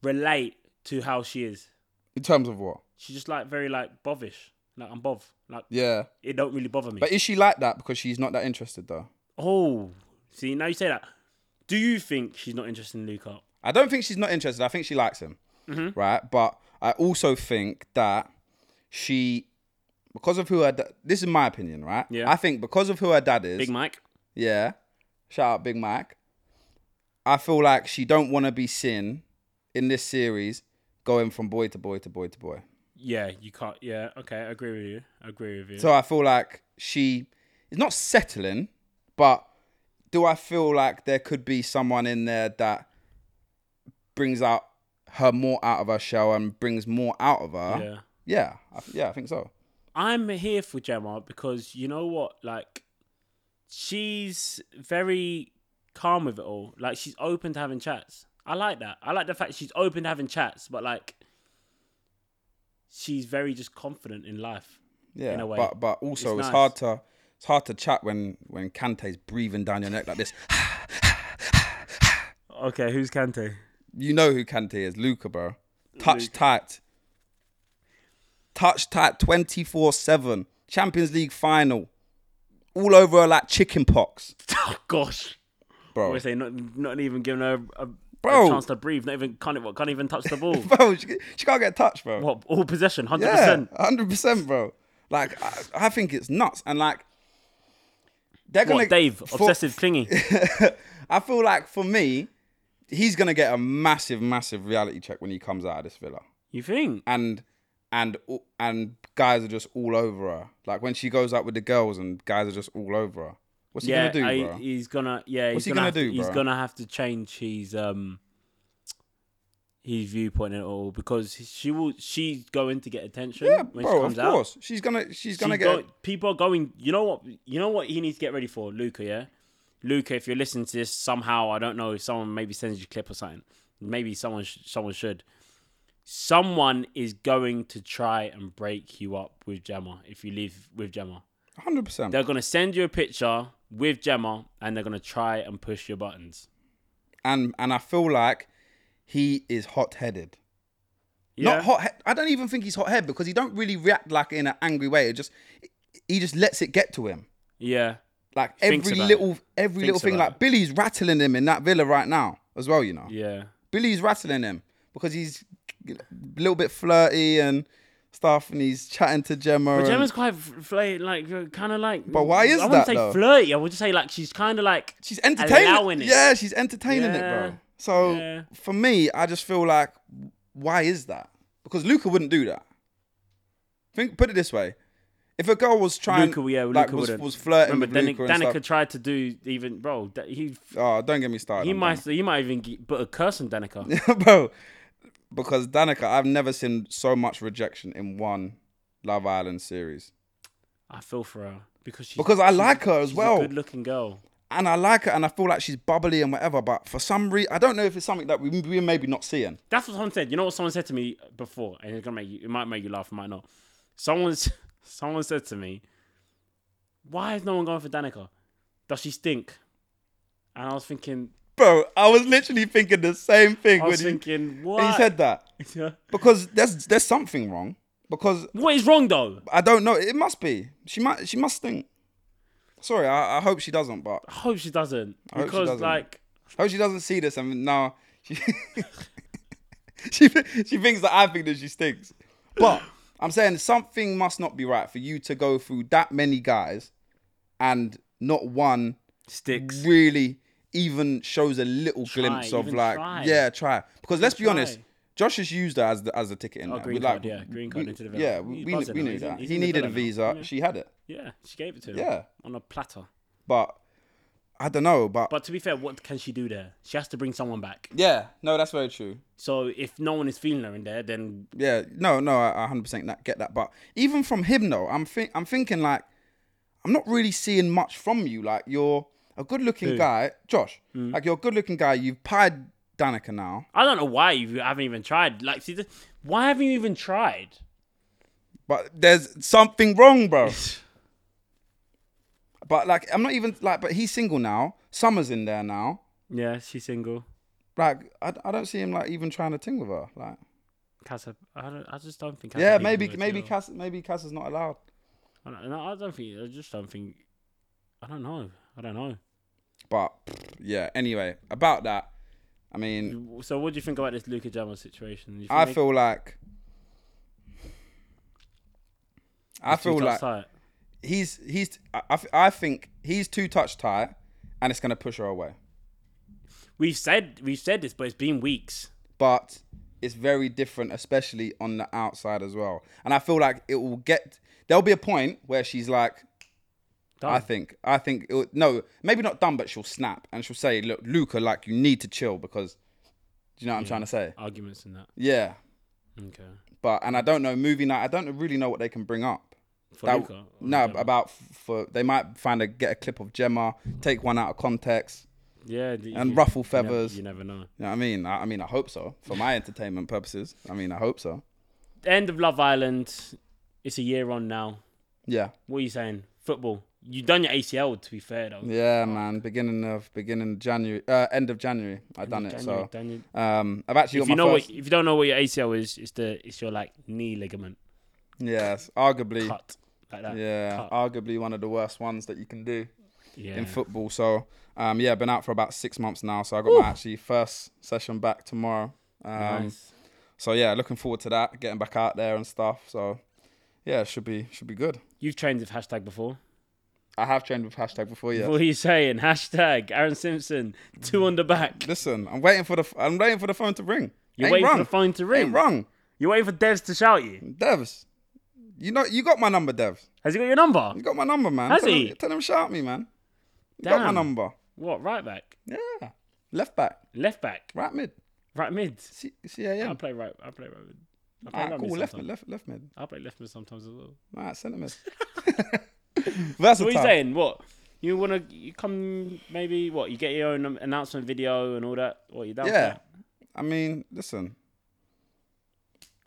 [SPEAKER 1] relate to how she is.
[SPEAKER 2] In terms of what?
[SPEAKER 1] She's just like very like bovish. Like I'm bov. Like
[SPEAKER 2] Yeah.
[SPEAKER 1] it don't really bother me.
[SPEAKER 2] But is she like that because she's not that interested though?
[SPEAKER 1] oh, see now you say that. Do you think she's not interested in Luca?
[SPEAKER 2] I don't think she's not interested. I think she likes him,
[SPEAKER 1] Mm-hmm.
[SPEAKER 2] right? But I also think that she, because of who her da- this is my opinion, right?
[SPEAKER 1] Yeah.
[SPEAKER 2] I think because of who her dad is,
[SPEAKER 1] Big Mike.
[SPEAKER 2] yeah. Shout out Big Mac. I feel like she don't want to be seen in this series going from boy to boy to boy to boy.
[SPEAKER 1] Yeah, you can't. Yeah, okay, I agree with you. I agree with you.
[SPEAKER 2] So I feel like she is not settling, but do I feel like there could be someone in there that brings out her more out of her shell and brings more out of her?
[SPEAKER 1] yeah.
[SPEAKER 2] Yeah, I, yeah, I think so.
[SPEAKER 1] I'm here for Gemma because you know what? Like, she's very calm with it all. Like, she's open to having chats. I like that. I like the fact she's open to having chats, but like, she's very just confident in life.
[SPEAKER 2] Yeah,
[SPEAKER 1] In a way.
[SPEAKER 2] but but also
[SPEAKER 1] It's
[SPEAKER 2] it's,
[SPEAKER 1] nice.
[SPEAKER 2] hard to it's hard to chat when when Kante's breathing down your neck like this.
[SPEAKER 1] Okay, who's Kante?
[SPEAKER 2] you know who Kante is, Luca, bro. Touch tight, touch tight, twenty four seven. Champions League final, all over her like chicken pox,
[SPEAKER 1] Oh gosh,
[SPEAKER 2] bro.
[SPEAKER 1] I say not not even giving her a, a
[SPEAKER 2] Bro.
[SPEAKER 1] chance to breathe. Not even can't even- can't even touch the ball.
[SPEAKER 2] bro, she, she can't get touched, bro.
[SPEAKER 1] what all possession? Hundred
[SPEAKER 2] yeah,
[SPEAKER 1] percent.
[SPEAKER 2] hundred percent, bro. Like I, I think it's nuts, and like they're gonna
[SPEAKER 1] What Dave?
[SPEAKER 2] for-
[SPEAKER 1] obsessive, clingy.
[SPEAKER 2] I feel like for me, he's gonna get a massive, massive reality check when he comes out of this villa.
[SPEAKER 1] You think?
[SPEAKER 2] and and and guys are just all over her. Like when she goes out with the girls and guys are just all over her. What's he
[SPEAKER 1] yeah,
[SPEAKER 2] gonna do,
[SPEAKER 1] I-
[SPEAKER 2] bro?
[SPEAKER 1] he's gonna. Yeah, he's
[SPEAKER 2] What's he gonna
[SPEAKER 1] have to-
[SPEAKER 2] do,
[SPEAKER 1] He's
[SPEAKER 2] bro?
[SPEAKER 1] gonna have to change his um his viewpoint in it all because she will. She's going to get attention
[SPEAKER 2] yeah,
[SPEAKER 1] when
[SPEAKER 2] bro,
[SPEAKER 1] she
[SPEAKER 2] of
[SPEAKER 1] comes out.
[SPEAKER 2] course. She's gonna she's gonna
[SPEAKER 1] She's
[SPEAKER 2] get
[SPEAKER 1] go- people are going. You know what? You know what he needs to get ready for, Luca. Yeah, Luca. If you're listening to this somehow, I don't know. if Someone maybe sends you a clip or something. Maybe someone sh- someone should. Someone is going to try and break you up with Gemma if you leave with Gemma.
[SPEAKER 2] hundred percent.
[SPEAKER 1] They're gonna send you a picture with Gemma, and they're gonna try and push your buttons.
[SPEAKER 2] And and I feel like he is hot headed.
[SPEAKER 1] Yeah,
[SPEAKER 2] Not hot. I don't even think he's hot headed because he don't really react like in an angry way. It just he just lets it get to him.
[SPEAKER 1] yeah,
[SPEAKER 2] Like
[SPEAKER 1] Thinks
[SPEAKER 2] every
[SPEAKER 1] about
[SPEAKER 2] little every little
[SPEAKER 1] Thinks
[SPEAKER 2] thing.
[SPEAKER 1] about
[SPEAKER 2] Like Billy's rattling him in that villa right now as well. You know.
[SPEAKER 1] yeah.
[SPEAKER 2] Billy's rattling him because he's a little bit flirty and stuff, and he's chatting to Gemma.
[SPEAKER 1] But
[SPEAKER 2] and-
[SPEAKER 1] Gemma's quite flirty, like kind of like.
[SPEAKER 2] Um, But why is
[SPEAKER 1] I wouldn't
[SPEAKER 2] that,
[SPEAKER 1] say
[SPEAKER 2] though?
[SPEAKER 1] flirty. I would just say like she's kind of like
[SPEAKER 2] she's entertaining.
[SPEAKER 1] allowing it.
[SPEAKER 2] Yeah, she's entertaining it,
[SPEAKER 1] Yeah,
[SPEAKER 2] bro. So
[SPEAKER 1] yeah.
[SPEAKER 2] for me, I just feel like, why is that? Because Luca wouldn't do that. Think, put it this way: if a girl was trying,
[SPEAKER 1] Luca, yeah,
[SPEAKER 2] like
[SPEAKER 1] Luca
[SPEAKER 2] was,
[SPEAKER 1] wouldn't.
[SPEAKER 2] was flirting
[SPEAKER 1] Remember,
[SPEAKER 2] with
[SPEAKER 1] Dan-
[SPEAKER 2] Luca and
[SPEAKER 1] Danica
[SPEAKER 2] stuff.
[SPEAKER 1] tried to do even bro. that- He
[SPEAKER 2] Oh, don't get me started.
[SPEAKER 1] he
[SPEAKER 2] on
[SPEAKER 1] might he might even get, put a curse on Danica.
[SPEAKER 2] Danica. bro. Because Danica, I've never seen so much rejection in one Love Island series.
[SPEAKER 1] I feel for her because she's
[SPEAKER 2] Because I like her as
[SPEAKER 1] she's
[SPEAKER 2] well.
[SPEAKER 1] a good looking girl.
[SPEAKER 2] and I like her, and I feel like she's bubbly and whatever. But for some reason, I don't know if it's something that we we're maybe not seeing.
[SPEAKER 1] That's what someone said. You know what someone said to me before, and it's gonna make you. It might make you laugh. It might not. Someone's someone said to me, "Why is no one going for Danica? Does she stink?" And I was thinking,
[SPEAKER 2] Bro, I was literally thinking the same thing
[SPEAKER 1] I
[SPEAKER 2] when
[SPEAKER 1] was
[SPEAKER 2] he,
[SPEAKER 1] thinking,
[SPEAKER 2] when he
[SPEAKER 1] what?
[SPEAKER 2] said that
[SPEAKER 1] Yeah.
[SPEAKER 2] because there's there's something wrong. Because
[SPEAKER 1] what is wrong though?
[SPEAKER 2] I don't know, it must be she might she must think. Sorry, I, I hope she doesn't, but
[SPEAKER 1] I hope she doesn't
[SPEAKER 2] hope she
[SPEAKER 1] because
[SPEAKER 2] doesn't.
[SPEAKER 1] like
[SPEAKER 2] I hope she doesn't see this and now she she thi- she thinks that I think that she stinks. But I'm saying something must not be right for you to go through that many guys and not one
[SPEAKER 1] sticks.
[SPEAKER 2] really even shows a little glimpse of
[SPEAKER 1] even
[SPEAKER 2] like
[SPEAKER 1] try.
[SPEAKER 2] yeah try because let's be honest
[SPEAKER 1] try. Oh,
[SPEAKER 2] josh has used her as the as a ticket in there.
[SPEAKER 1] green
[SPEAKER 2] We, like,
[SPEAKER 1] card, yeah, green card
[SPEAKER 2] we-
[SPEAKER 1] into the villa.
[SPEAKER 2] yeah we,
[SPEAKER 1] He's
[SPEAKER 2] we,
[SPEAKER 1] buzzing
[SPEAKER 2] we
[SPEAKER 1] now,
[SPEAKER 2] knew
[SPEAKER 1] he's in-
[SPEAKER 2] that
[SPEAKER 1] he's
[SPEAKER 2] he
[SPEAKER 1] in the
[SPEAKER 2] needed a
[SPEAKER 1] villa now,
[SPEAKER 2] visa
[SPEAKER 1] yeah.
[SPEAKER 2] she had it
[SPEAKER 1] Yeah, she gave it to him.
[SPEAKER 2] Yeah.
[SPEAKER 1] on a platter.
[SPEAKER 2] but I don't know, but,
[SPEAKER 1] But to be fair, what can she do there? She has to bring someone back.
[SPEAKER 2] yeah, no, that's very true.
[SPEAKER 1] So if no one is feeling her in there, then
[SPEAKER 2] Yeah, no, no, I I 100% that, get that. But even from him though, I'm think I'm thinking like, I'm not really seeing much from you. Like you're a good-looking guy, Josh.
[SPEAKER 1] Hmm.
[SPEAKER 2] Like you're a good-looking guy. You've pied Danica now.
[SPEAKER 1] I don't know why you haven't even tried. Like, see, the, why haven't you even tried?
[SPEAKER 2] But there's something wrong, bro. but like, I'm not even like. But he's single now. Summer's in there now.
[SPEAKER 1] Yeah, she's single.
[SPEAKER 2] Like, I, I don't see him like even trying to ting with her. Like,
[SPEAKER 1] Cass, I don't. I just don't think.
[SPEAKER 2] yeah,
[SPEAKER 1] Casablanca
[SPEAKER 2] maybe
[SPEAKER 1] would,
[SPEAKER 2] maybe
[SPEAKER 1] you know.
[SPEAKER 2] Cass maybe Cass is not allowed.
[SPEAKER 1] I don't, no, I don't think. I just don't think. I don't know. I don't know.
[SPEAKER 2] But pfft, yeah. Anyway, about that, I mean,
[SPEAKER 1] You- So, what do you think about this Luca Jamal situation? You think
[SPEAKER 2] I
[SPEAKER 1] they-
[SPEAKER 2] feel like. I
[SPEAKER 1] he's
[SPEAKER 2] feel like
[SPEAKER 1] upset?
[SPEAKER 2] he's he's I, I th- I think he's too touch tight, and it's gonna push her away.
[SPEAKER 1] we've said we've said this, but it's been weeks.
[SPEAKER 2] but it's very different, especially on the outside as well. And I feel like it will get. There'll be a point where she's like,
[SPEAKER 1] Done.
[SPEAKER 2] I think, I think, it will- no, maybe not done, but she'll snap and she'll say, "Look, Luca, like you need to chill because, do you know what I'm trying to say?
[SPEAKER 1] Arguments and that.
[SPEAKER 2] Yeah,
[SPEAKER 1] Okay.
[SPEAKER 2] but and I don't know movie night. I don't really know what they can bring up.
[SPEAKER 1] For
[SPEAKER 2] That-
[SPEAKER 1] Luca.
[SPEAKER 2] no, about f- for they might find a get a clip of Gemma, take one out of context.
[SPEAKER 1] Yeah. the-
[SPEAKER 2] and
[SPEAKER 1] you-
[SPEAKER 2] ruffle
[SPEAKER 1] you never-
[SPEAKER 2] feathers.
[SPEAKER 1] You never, know.
[SPEAKER 2] You know what I mean? I, I mean, I hope so for my entertainment purposes. I mean, I hope so.
[SPEAKER 1] End of Love Island. It's a year on now.
[SPEAKER 2] Yeah.
[SPEAKER 1] What are you saying? Football. You done your ACL. To be fair though.
[SPEAKER 2] Yeah, man. Beginning of beginning of January, uh, end of January. I done it.
[SPEAKER 1] January, done your-
[SPEAKER 2] So um, I've
[SPEAKER 1] if
[SPEAKER 2] actually got
[SPEAKER 1] you
[SPEAKER 2] my
[SPEAKER 1] know
[SPEAKER 2] first.
[SPEAKER 1] what, if you don't know what your ACL is, it's the it's your like knee ligament
[SPEAKER 2] Yes, arguably.
[SPEAKER 1] cut like that.
[SPEAKER 2] Yeah,
[SPEAKER 1] cut.
[SPEAKER 2] arguably one of the worst ones that you can do
[SPEAKER 1] yeah.
[SPEAKER 2] in football. So um, yeah, been out for about six months now. So I got my actually first session back tomorrow. Um,
[SPEAKER 1] nice.
[SPEAKER 2] So yeah, looking forward to that. Getting back out there and stuff. So yeah, should be should be good.
[SPEAKER 1] You've trained with hashtag before.
[SPEAKER 2] I have trained with hashtag before. Yeah.
[SPEAKER 1] What are you saying? Hashtag Aaron Simpson two on the back.
[SPEAKER 2] Listen, I'm waiting for the f- I'm waiting for the phone to ring.
[SPEAKER 1] You're
[SPEAKER 2] Ain't
[SPEAKER 1] waiting
[SPEAKER 2] wrong.
[SPEAKER 1] for the phone to
[SPEAKER 2] Ain't
[SPEAKER 1] ring.
[SPEAKER 2] wrong.
[SPEAKER 1] You're waiting for Devs to shout you.
[SPEAKER 2] Devs, you know you got my number, Devs.
[SPEAKER 1] Has he got your number?
[SPEAKER 2] You got my number, man.
[SPEAKER 1] Has
[SPEAKER 2] tell
[SPEAKER 1] he?
[SPEAKER 2] Him, tell him shout me, man. You got my
[SPEAKER 1] Damn.
[SPEAKER 2] number.
[SPEAKER 1] What? Right back,
[SPEAKER 2] Yeah. Left back,
[SPEAKER 1] left back,
[SPEAKER 2] right mid,
[SPEAKER 1] right mid.
[SPEAKER 2] C- CAM.
[SPEAKER 1] I play right. I play right mid. I play
[SPEAKER 2] All
[SPEAKER 1] right,
[SPEAKER 2] right,
[SPEAKER 1] mid
[SPEAKER 2] cool. Left mid,
[SPEAKER 1] sometimes.
[SPEAKER 2] left, left mid.
[SPEAKER 1] I play left mid sometimes as well.
[SPEAKER 2] All right, centre mid. That's
[SPEAKER 1] So what are you saying? What? You wanna you come maybe what? You get your own um, announcement video and all that. What you down? for
[SPEAKER 2] Yeah.
[SPEAKER 1] that?
[SPEAKER 2] I mean, listen.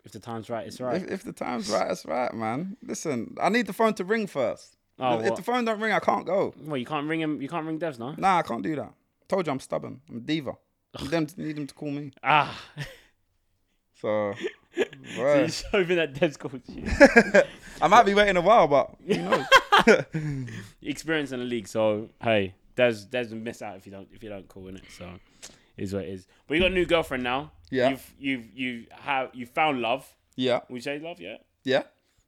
[SPEAKER 1] If the time's right, it's right.
[SPEAKER 2] If, if the time's right, that's right, man. Listen, I need the phone to ring first.
[SPEAKER 1] Oh,
[SPEAKER 2] if, if
[SPEAKER 1] what?
[SPEAKER 2] the phone don't ring, I can't go.
[SPEAKER 1] Well, you can't ring him. You can't ring Devs, no.
[SPEAKER 2] Nah, I can't do that. Told you I'm stubborn. I'm a diva. Need them, need them to call me.
[SPEAKER 1] Ah,
[SPEAKER 2] So,
[SPEAKER 1] so
[SPEAKER 2] bruh.
[SPEAKER 1] you're just hoping that Devs calls you.
[SPEAKER 2] I might be waiting a while, but who knows?
[SPEAKER 1] Experience in the league, so hey, Devs Devs will miss out if you don't if you don't call in it. So it is what it is. But you got a new girlfriend now.
[SPEAKER 2] Yeah.
[SPEAKER 1] You've you've you have you found love.
[SPEAKER 2] yeah,
[SPEAKER 1] We say love, yeah.
[SPEAKER 2] yeah,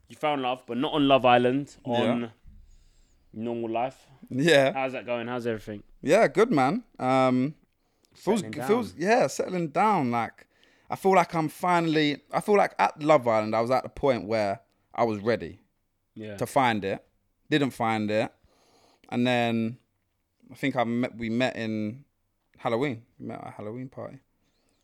[SPEAKER 1] You found love, but not on Love Island. On
[SPEAKER 2] Yeah.
[SPEAKER 1] normal life.
[SPEAKER 2] yeah.
[SPEAKER 1] How's that going? How's everything?
[SPEAKER 2] Yeah, good man. Um, feels
[SPEAKER 1] Settling down.
[SPEAKER 2] feels yeah, settling down. Like I feel like I'm finally. I feel like at Love Island, I was at the point where I was ready
[SPEAKER 1] Yeah.
[SPEAKER 2] to find it. Didn't find it, and then I think I met. We met in Halloween. We met at a Halloween party.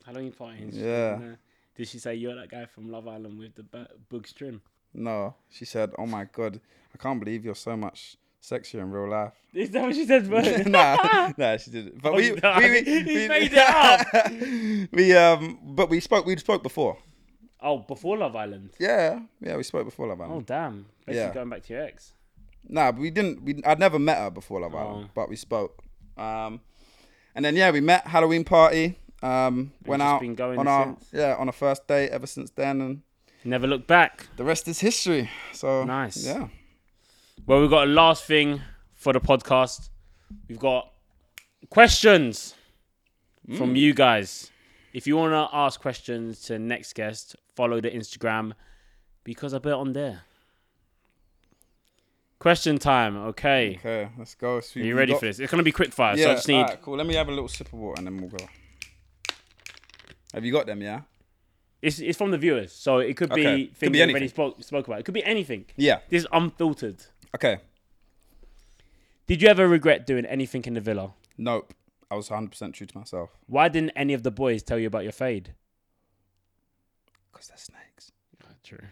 [SPEAKER 1] Halloween party. and shit,
[SPEAKER 2] Yeah.
[SPEAKER 1] and, uh, Did she say you're that guy from Love Island with the ba- Boogs trim?
[SPEAKER 2] No, she said, "Oh my god, I can't believe you're so much sexier in real life."
[SPEAKER 1] Is that what she said, bro?
[SPEAKER 2] nah, nah, she didn't. But
[SPEAKER 1] Oh,
[SPEAKER 2] we,
[SPEAKER 1] you don't.
[SPEAKER 2] we, we,
[SPEAKER 1] He
[SPEAKER 2] we-
[SPEAKER 1] made it
[SPEAKER 2] we um, but we spoke. We spoke before.
[SPEAKER 1] oh, before Love Island.
[SPEAKER 2] Yeah, yeah, we spoke before Love
[SPEAKER 1] Oh
[SPEAKER 2] Island.
[SPEAKER 1] damn! Basically
[SPEAKER 2] Yeah.
[SPEAKER 1] going back to your ex.
[SPEAKER 2] Nah, but we didn't. We, I'd never met her before
[SPEAKER 1] Oh.
[SPEAKER 2] Love Island, but we spoke. Um, and then yeah, we met Halloween party. Um, went
[SPEAKER 1] just
[SPEAKER 2] out
[SPEAKER 1] been going
[SPEAKER 2] on our
[SPEAKER 1] since.
[SPEAKER 2] yeah on our first date ever since then, and
[SPEAKER 1] Never look back.
[SPEAKER 2] the rest is history. So
[SPEAKER 1] Nice.
[SPEAKER 2] Yeah,
[SPEAKER 1] Well, we've got a last thing for the podcast. We've got questions
[SPEAKER 2] Mm.
[SPEAKER 1] from you guys. If you want to ask questions to next guest, follow the Instagram because I put it on there. Question time. Okay.
[SPEAKER 2] okay, let's go. So
[SPEAKER 1] Are you ready for this? It's going to be quick fire. so I just need.
[SPEAKER 2] alright, cool. Let me have a little sip of water and then we'll go. Have you got them? Yeah.
[SPEAKER 1] It's, it's from the viewers. So it could be
[SPEAKER 2] Okay. Could
[SPEAKER 1] things
[SPEAKER 2] be
[SPEAKER 1] we already
[SPEAKER 2] anything.
[SPEAKER 1] spoke, spoke about. It could be anything.
[SPEAKER 2] Yeah.
[SPEAKER 1] This is unfiltered.
[SPEAKER 2] Okay.
[SPEAKER 1] Did you ever regret doing anything in the villa?
[SPEAKER 2] Nope. I was 100% true to myself.
[SPEAKER 1] Why didn't any of the boys tell you about your fade?
[SPEAKER 2] Because they're snakes.
[SPEAKER 1] True.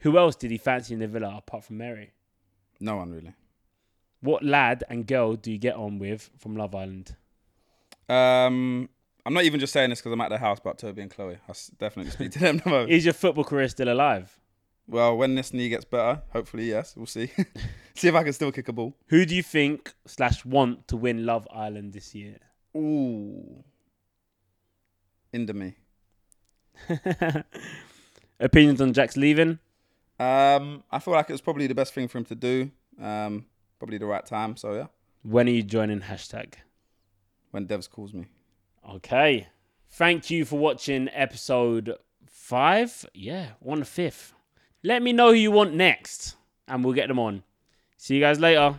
[SPEAKER 1] Who else did he fancy in the villa apart from Mary?
[SPEAKER 2] No one really.
[SPEAKER 1] What lad and girl do you get on with from Love Island?
[SPEAKER 2] Um, I'm not even just saying this because I'm at their house, but Toby and Chloe. I s- definitely speak to them. No.
[SPEAKER 1] Is your football career still alive?
[SPEAKER 2] Well, when this knee gets better, hopefully, yes, we'll see. see if I can still kick a ball.
[SPEAKER 1] Who do you think slash want to win Love Island this year?
[SPEAKER 2] Ooh. Into me.
[SPEAKER 1] Opinions on Jack's leaving?
[SPEAKER 2] Um, I feel like it was probably the best thing for him to do. Um, probably the right time. So yeah,
[SPEAKER 1] When are you joining hashtag?
[SPEAKER 2] when Devs calls me.
[SPEAKER 1] Okay. Thank you for watching episode five. Yeah, one fifth. Let me know who you want next, and we'll get them on. See you guys later.